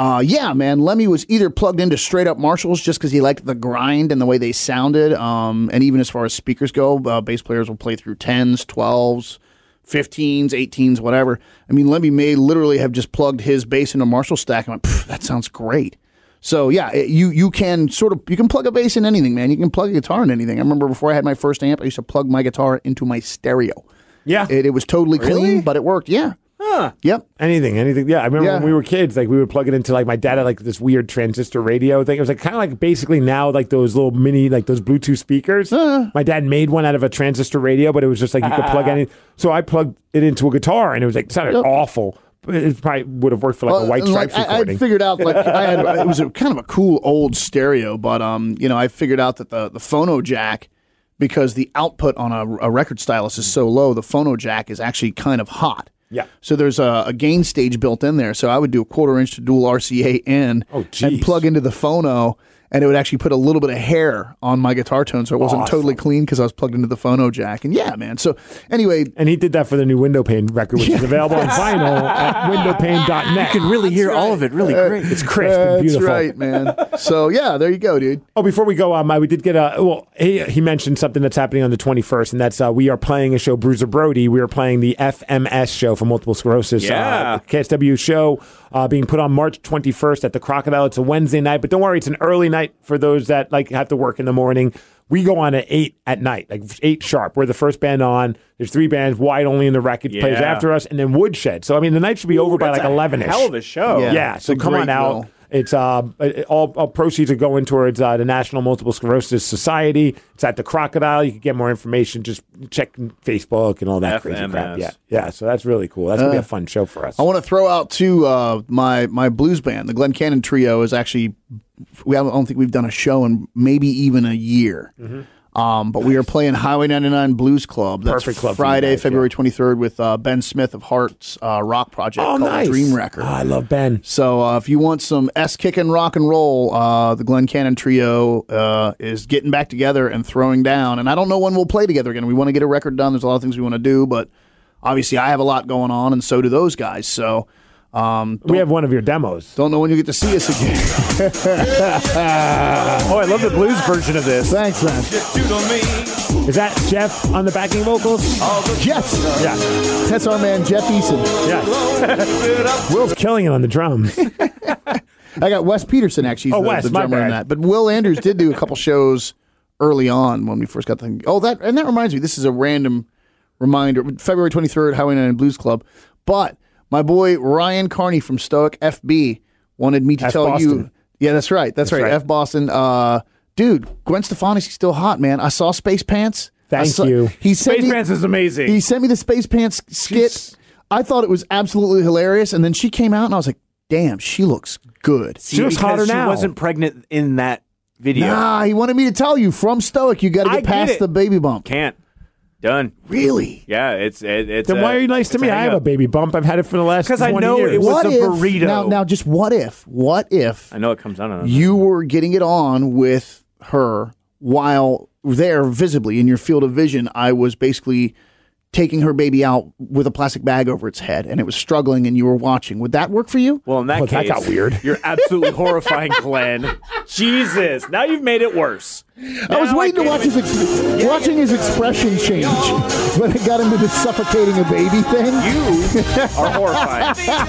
S2: Uh, yeah, man. Lemmy was either plugged into straight up Marshalls just because he liked the grind and the way they sounded. Um, and even as far as speakers go, uh, bass players will play through 10s, 12s, 15s, 18s, whatever. I mean, Lemmy may literally have just plugged his bass into a Marshall stack and went, "Pff, that sounds great. So yeah, it- you you can sort of you can plug a bass in anything, man. You can plug a guitar in anything. I remember before I had my first amp, I used to plug my guitar into my stereo.
S1: Yeah,
S2: it, it was totally clean, but it worked. Yeah.
S1: Huh.
S2: Yep.
S1: Anything, anything. Yeah, I remember
S2: Yeah.
S1: when we were kids, like we would plug it into like my dad had like this weird transistor radio thing. It was like kind of like basically now like those little mini like those Bluetooth speakers.
S2: Uh-huh.
S1: My dad made one out of a transistor radio, but it was just like you could plug any. So I plugged it into a guitar, and it was like sounded
S2: Yep.
S1: awful. But It probably would have worked for like a
S2: Well,
S1: White
S2: and, like,
S1: Stripes
S2: I,
S1: recording.
S2: I figured out like I had it was a, kind of a cool old stereo, but um, you know, I figured out that the the phono jack because the output on a, a record stylus is so low, the phono jack is actually kind of hot.
S1: Yeah.
S2: So there's a, a gain stage built in there. So I would do a quarter inch to dual RCA in
S1: Oh,
S2: and plug into the phono, and it would actually put a little bit of hair on my guitar tone, so it wasn't
S1: Awesome.
S2: totally clean because I was plugged into the phono jack. And yeah, man. So anyway,
S1: and he did that for the new window pane record, which is available on vinyl at windowpane.net. You can really hear all of it really great. It's crisp and
S2: Uh, That's
S1: beautiful.
S2: right, man. So yeah, there you go, dude.
S1: Oh, before we go, um, I, we did get a well. He, he mentioned something that's happening on the twenty first, and that's uh, we are playing a show, Bruiser Brody. We are playing the FMS show for multiple sclerosis.
S3: Yeah.
S1: uh, KSW show uh, being put on March twenty first at the Crocodile. It's a Wednesday night, but don't worry, it's an early night for those that like have to work in the morning. We go on at eight at night, like eight sharp. We're the first band on. There's three bands, wide only in the record plays
S3: Yeah.
S1: after us, and then Woodshed. So I mean, the night should be over by
S3: that's
S1: like
S3: a
S1: eleven ish.
S3: hell of a show.
S1: Yeah,
S3: Yeah,
S1: so
S3: it's a
S1: come on
S3: great
S1: out.
S3: will.
S1: It's uh, it- all, all proceeds are going towards uh, the National Multiple Sclerosis Society. It's at the Crocodile. You can get more information. Just check Facebook and all that crazy crap.
S3: FMS.
S1: Yeah, yeah. So that's really cool. That's gonna be
S2: Uh,
S1: a fun show for us.
S2: I want to throw out to uh, my my blues band, the Glen Cannon Trio, is actually we I don't think we've done a show in maybe even a year. Um, but we are playing Highway 99 Blues Club. That's
S1: Mm-hmm. Perfect club for you
S2: Friday,
S1: guys, yeah.
S2: February 23rd, with uh, Ben Smith of Heart's uh, rock project
S1: Oh,
S2: called
S1: nice. Ah.
S2: Dream Record.
S1: I love Ben.
S2: So uh, if you want some S kicking rock and roll, uh, the Glen Cannon Trio uh, is getting back together and throwing down. And I don't know when we'll play together again. We want to get a record done. There's a lot of things we want to do, but obviously I have a lot going on, and so do those guys. So um,
S1: we have one of your demos.
S2: Don't know when you get to see us again.
S1: oh, I love the blues version of this.
S2: Thanks, man.
S1: Is that Jeff on the backing vocals?
S2: Yes.
S1: Yeah.
S2: That's our man Jeff Eason.
S1: Yeah. Will's killing it on the drums.
S2: I got Wes Peterson actually.
S1: Oh,
S2: the,
S1: Wes,
S2: the
S1: my
S2: drummer in
S1: bad.
S2: that. But Will Andrews did do a couple shows early on when we first got the thing. Oh, that and that reminds me. This is a random reminder. February twenty third, Highway Nine Blues Club. But my boy Ryan Carney from Stoic FB wanted me to
S1: F.
S2: tell
S1: Boston.
S2: you. Yeah, that's right. That's,
S1: That's
S2: right.
S1: right.
S2: F Boston. Uh, dude, Gwen Stefani's still hot, man. I saw Space Pants. I
S1: Thank
S2: saw-
S1: you.
S2: He sent
S3: Space
S2: me-
S3: Pants is amazing.
S2: He sent me the Space Pants skit. I thought it was absolutely hilarious, and then she came out, and I was like, "Damn, she looks good."
S3: See, because she wasn't pregnant in that video.
S2: Nah, he wanted me to tell you from Stoic, you got to
S3: I
S2: get
S3: get
S2: past
S3: it.
S2: the baby bump.
S3: Can't. Done.
S2: Really?
S3: Yeah. It's it, it's.
S1: Then
S3: uh,
S1: why are you nice to
S3: it's a
S1: me? I have a
S3: hang-up.
S1: baby bump. I've had it for the last
S3: 'Cause I
S1: 20
S3: know
S1: years.
S3: it was
S2: What
S3: a
S2: if-
S3: burrito.
S2: Now, now, just what if? What if
S3: I know it comes out on.
S2: you were getting it on with her while there visibly in your field of vision i was basically taking her baby out with a plastic bag over its head and it was struggling and you were watching would that work for you
S3: Well, in that
S1: Well, that
S3: case,
S1: got weird.
S3: You're absolutely horrifying, Glenn. Jesus, now you've made it worse.
S5: I was waiting to watch his ex- watching his expression change when it got into the suffocating a baby thing.
S3: You are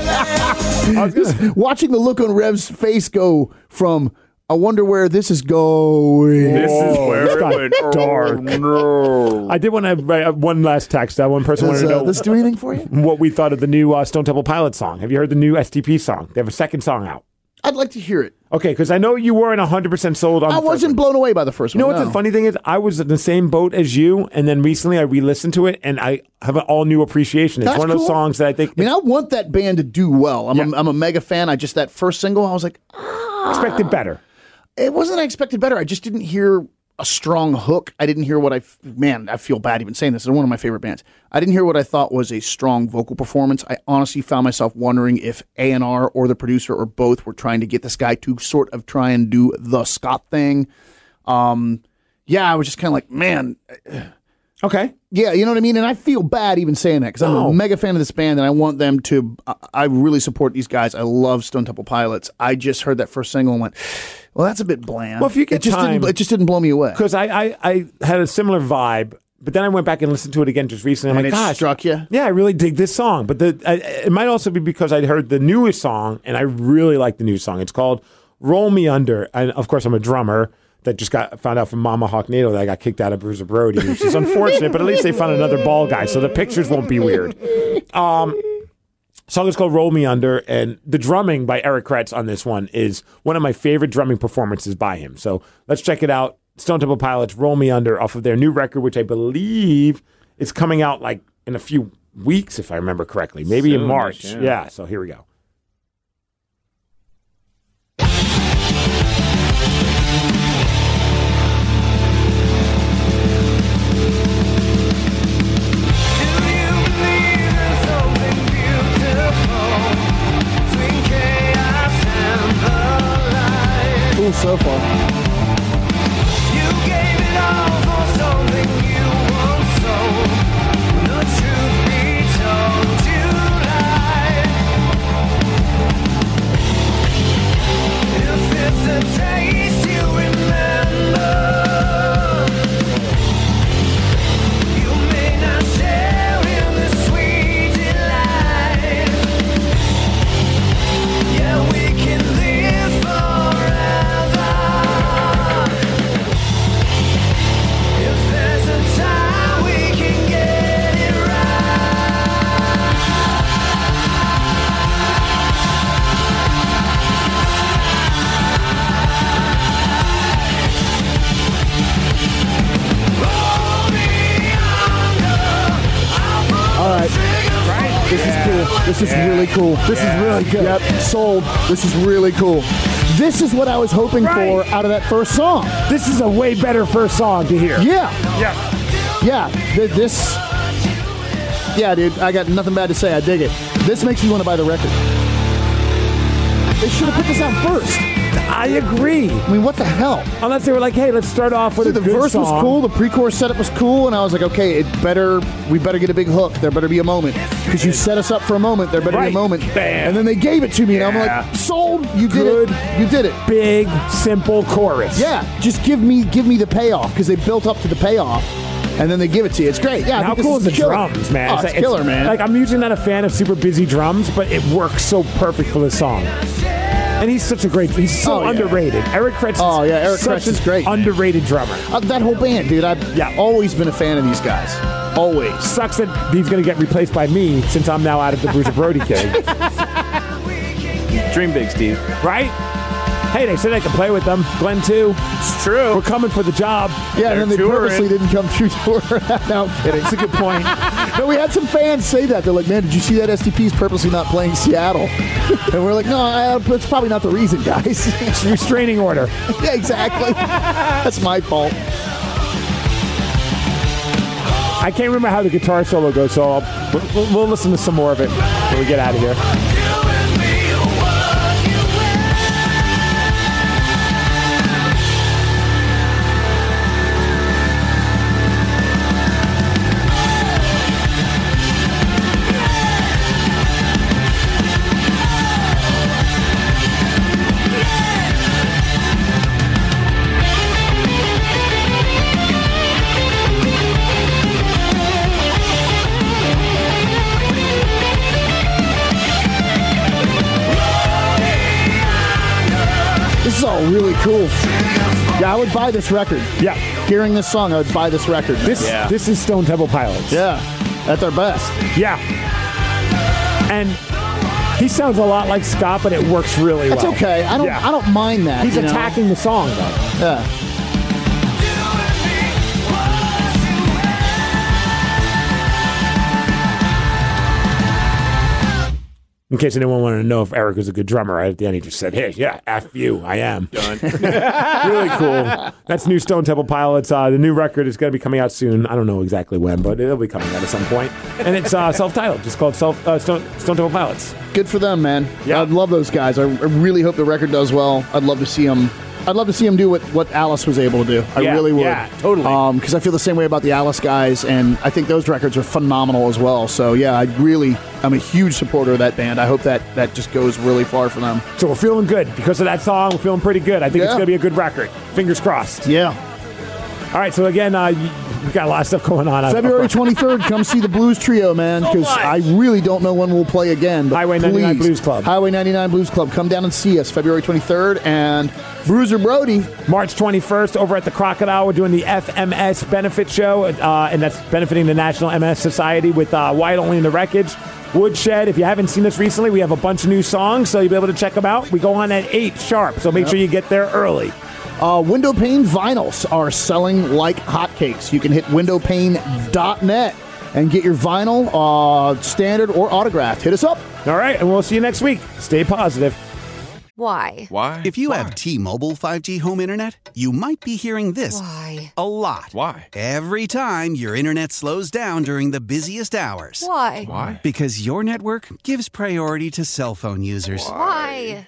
S2: Just watching the look on rev's face go from i wonder where this is going
S3: This is where
S1: it's
S3: it
S1: got
S3: went Oh,
S1: dark.
S3: no.
S1: I did want to uh, one last text. Uh, one person
S2: does
S1: wanted to
S2: uh,
S1: know
S2: this do anything for you
S1: what we thought of the new uh, Stone Temple Pilots song. Have you heard the new STP song? They have a second song out.
S2: i'd like to hear it
S1: Okay, because I know you weren't 100% sold on
S2: i
S1: the first
S2: wasn't
S1: one.
S2: blown away by the first
S1: You know
S2: one
S1: what the funny thing is? I was in the same boat as you, and then recently I re-listened to it, and I have an all new appreciation. It's
S2: That's
S1: one of those
S2: cool.
S1: songs that I think
S2: I mean, I want that band to do well. I'm, a, I'm a mega fan. I just that first single, I was like,
S1: expected better.
S2: it wasn't I expected better. I just didn't hear a strong hook. I didn't hear what I f- man. I feel bad even saying this. They're one of my favorite bands. I didn't hear what I thought was a strong vocal performance. I honestly found myself wondering if A and R or the producer or both were trying to get this guy to sort of try and do the Scott thing. Um, yeah, I was just kind of like, man,
S1: Okay,
S2: yeah, you know what I mean? And I feel bad even saying that because I'm
S1: No.
S2: a mega fan of this band and I want them to. I, I really support these guys. I love Stone Temple Pilots. I just heard that first single and went, well, that's a bit bland.
S1: Well, if you get
S2: it just
S1: time-
S2: Didn't, it just didn't blow me away.
S1: because I, I I had a similar vibe, but then I went back and listened to it again just recently. I'm
S2: And
S1: like,
S2: it
S1: gosh,
S2: struck you?
S1: Yeah, I really dig this song, but the I, it might also be because I'd heard the newest song, and I really like the new song. It's called "Roll Me Under," and of course, I'm a drummer that just got found out from Mama Hawknado that I got kicked out of Bruiser Brody, which is unfortunate. but at least they found another ball guy, so the pictures won't be weird. song is called Roll Me Under, and the drumming by Eric Kretz on this one is one of my favorite drumming performances by him. So let's check it out. Stone Temple Pilots, Roll Me Under, off of their new record, which I believe is coming out like in a few weeks, if I remember correctly, maybe in
S3: Soonish,
S1: March.
S3: yeah.
S1: yeah, so here we go.
S5: Cool so far. All right. This is cool. This is really cool. This is really good. Yep. Sold. This is really cool. This is what I was hoping for out of that first song.
S1: This is a way better first song to hear.
S5: Yeah.
S1: Yeah.
S5: Yeah. Th- this.
S2: yeah, dude, I got nothing bad to say. I dig it. This makes me want to buy the record. They should have put this out first.
S1: I agree.
S2: I mean, what the hell?
S1: Unless they were like, hey, let's start off with
S2: Dude,
S1: a
S2: the
S1: good
S2: verse was
S1: song.
S2: cool. The pre-chorus setup was cool, and I was like, okay, it better we better get a big hook. There better be a moment because you set us up for a moment. There better be
S1: Right.
S2: a moment,
S1: Bam.
S2: and then they gave it to me, and
S1: Yeah.
S2: I'm like, sold. You did
S1: Good.
S2: it. You did it.
S1: Big, simple chorus.
S2: Yeah, just give me give me the payoff because they built up to the payoff, and then they give it to you. It's great. Yeah, I
S1: How
S2: think this
S1: cool is the
S2: killer.
S1: drums, man?
S2: Oh, it's, killer, man.
S1: Like I'm usually not a fan of super busy drums, but it works so perfect for this song. And he's such a great, he's so
S2: Oh, yeah.
S1: underrated. Eric Kretz. is
S2: Oh, yeah, Eric
S1: such
S2: Kretz is
S1: an
S2: great, man.
S1: Underrated drummer.
S2: Uh, that whole band, dude. I've
S1: Yeah.
S2: always been a fan of these guys. Always.
S1: Sucks that he's gonna get replaced by me since I'm now out of the Bruiser Brody gig,
S3: Dream big, Steve.
S1: right? Hey, they said I could play with them. Glenn too.
S3: It's true.
S1: We're coming for the job.
S2: Yeah, and then they
S3: touring.
S2: purposely didn't come through tour. no, I'm kidding.
S1: It's a good point.
S2: No, we had some fans say that. They're like, man, did you see that STP's purposely not playing Seattle? and we're like, no, I, that's probably not the reason, guys.
S1: It's a restraining order.
S2: yeah, exactly. that's my fault.
S1: I can't remember how the guitar solo goes, so I'll, we'll- we'll, we'll listen to some more of it when we get out of here.
S2: This is all really cool. Yeah, I would buy this record.
S1: Yeah.
S2: Hearing this song, I would buy this record.
S1: This this is Stone Temple Pilots.
S2: Yeah, at their best.
S1: Yeah, and he sounds a lot like Scott, but it works really
S2: That's
S1: well.
S2: okay. I don't
S1: Yeah.
S2: I don't mind that.
S1: He's
S2: you know?
S1: attacking the song though.
S2: Yeah.
S1: In case anyone wanted to know if Eric was a good drummer, right at the end he just said, "Hey, yeah, f you, I am." really cool. That's new Stone Temple Pilots. Uh, the new record is going to be coming out soon. I don't know exactly when, but it'll be coming out at some point. And it's uh, self-titled, just called self, uh, Stone, Stone Temple Pilots.
S2: Good for them, man. Yeah. I'd love those guys. I, I really hope the record does well. I'd love to see them. I'd love to see them do what, what Alice was able to do. I
S1: Yeah,
S2: really would.
S1: yeah, totally.
S2: Because I feel the same way about the Alice guys, and I think those records are phenomenal as well. So yeah, I really, I'm a huge supporter of that band. I hope that that just goes really far for them.
S1: So we're feeling good because of that song. We're feeling pretty good. I think it's
S2: Yeah.
S1: going to be a good record. Fingers crossed.
S2: Yeah.
S1: All right. So again, uh, you- we've got a lot of stuff going on. Uh,
S2: February 23rd, come see the Blues Trio, man, because I really don't know when we'll play again. But
S1: Highway 99
S2: please,
S1: Blues Club.
S2: Highway 99 Blues Club. Come down and see us February 23rd. And Bruiser Brody,
S1: March 21st over at the Crocodile. We're doing the FMS benefit show, uh, and that's benefiting the National MS Society with uh, White Only in the Wreckage. Woodshed, if you haven't seen us recently, we have a bunch of new songs, so you'll be able to check them out. We go on at 8 sharp, so make sure you get there early.
S2: uh, window pane vinyls are selling like hotcakes. You can hit windowpane.net and get your vinyl, uh, standard or autographed. Hit us up.
S1: All right, and we'll see you next week. Stay positive.
S10: Why?
S3: Why? If you have T Mobile 5G home internet, you might be hearing this
S10: Why?
S3: a lot. Why? Every time your internet slows down during the busiest hours.
S10: Why? Why?
S3: Because your network gives priority to cell phone users.
S10: Why?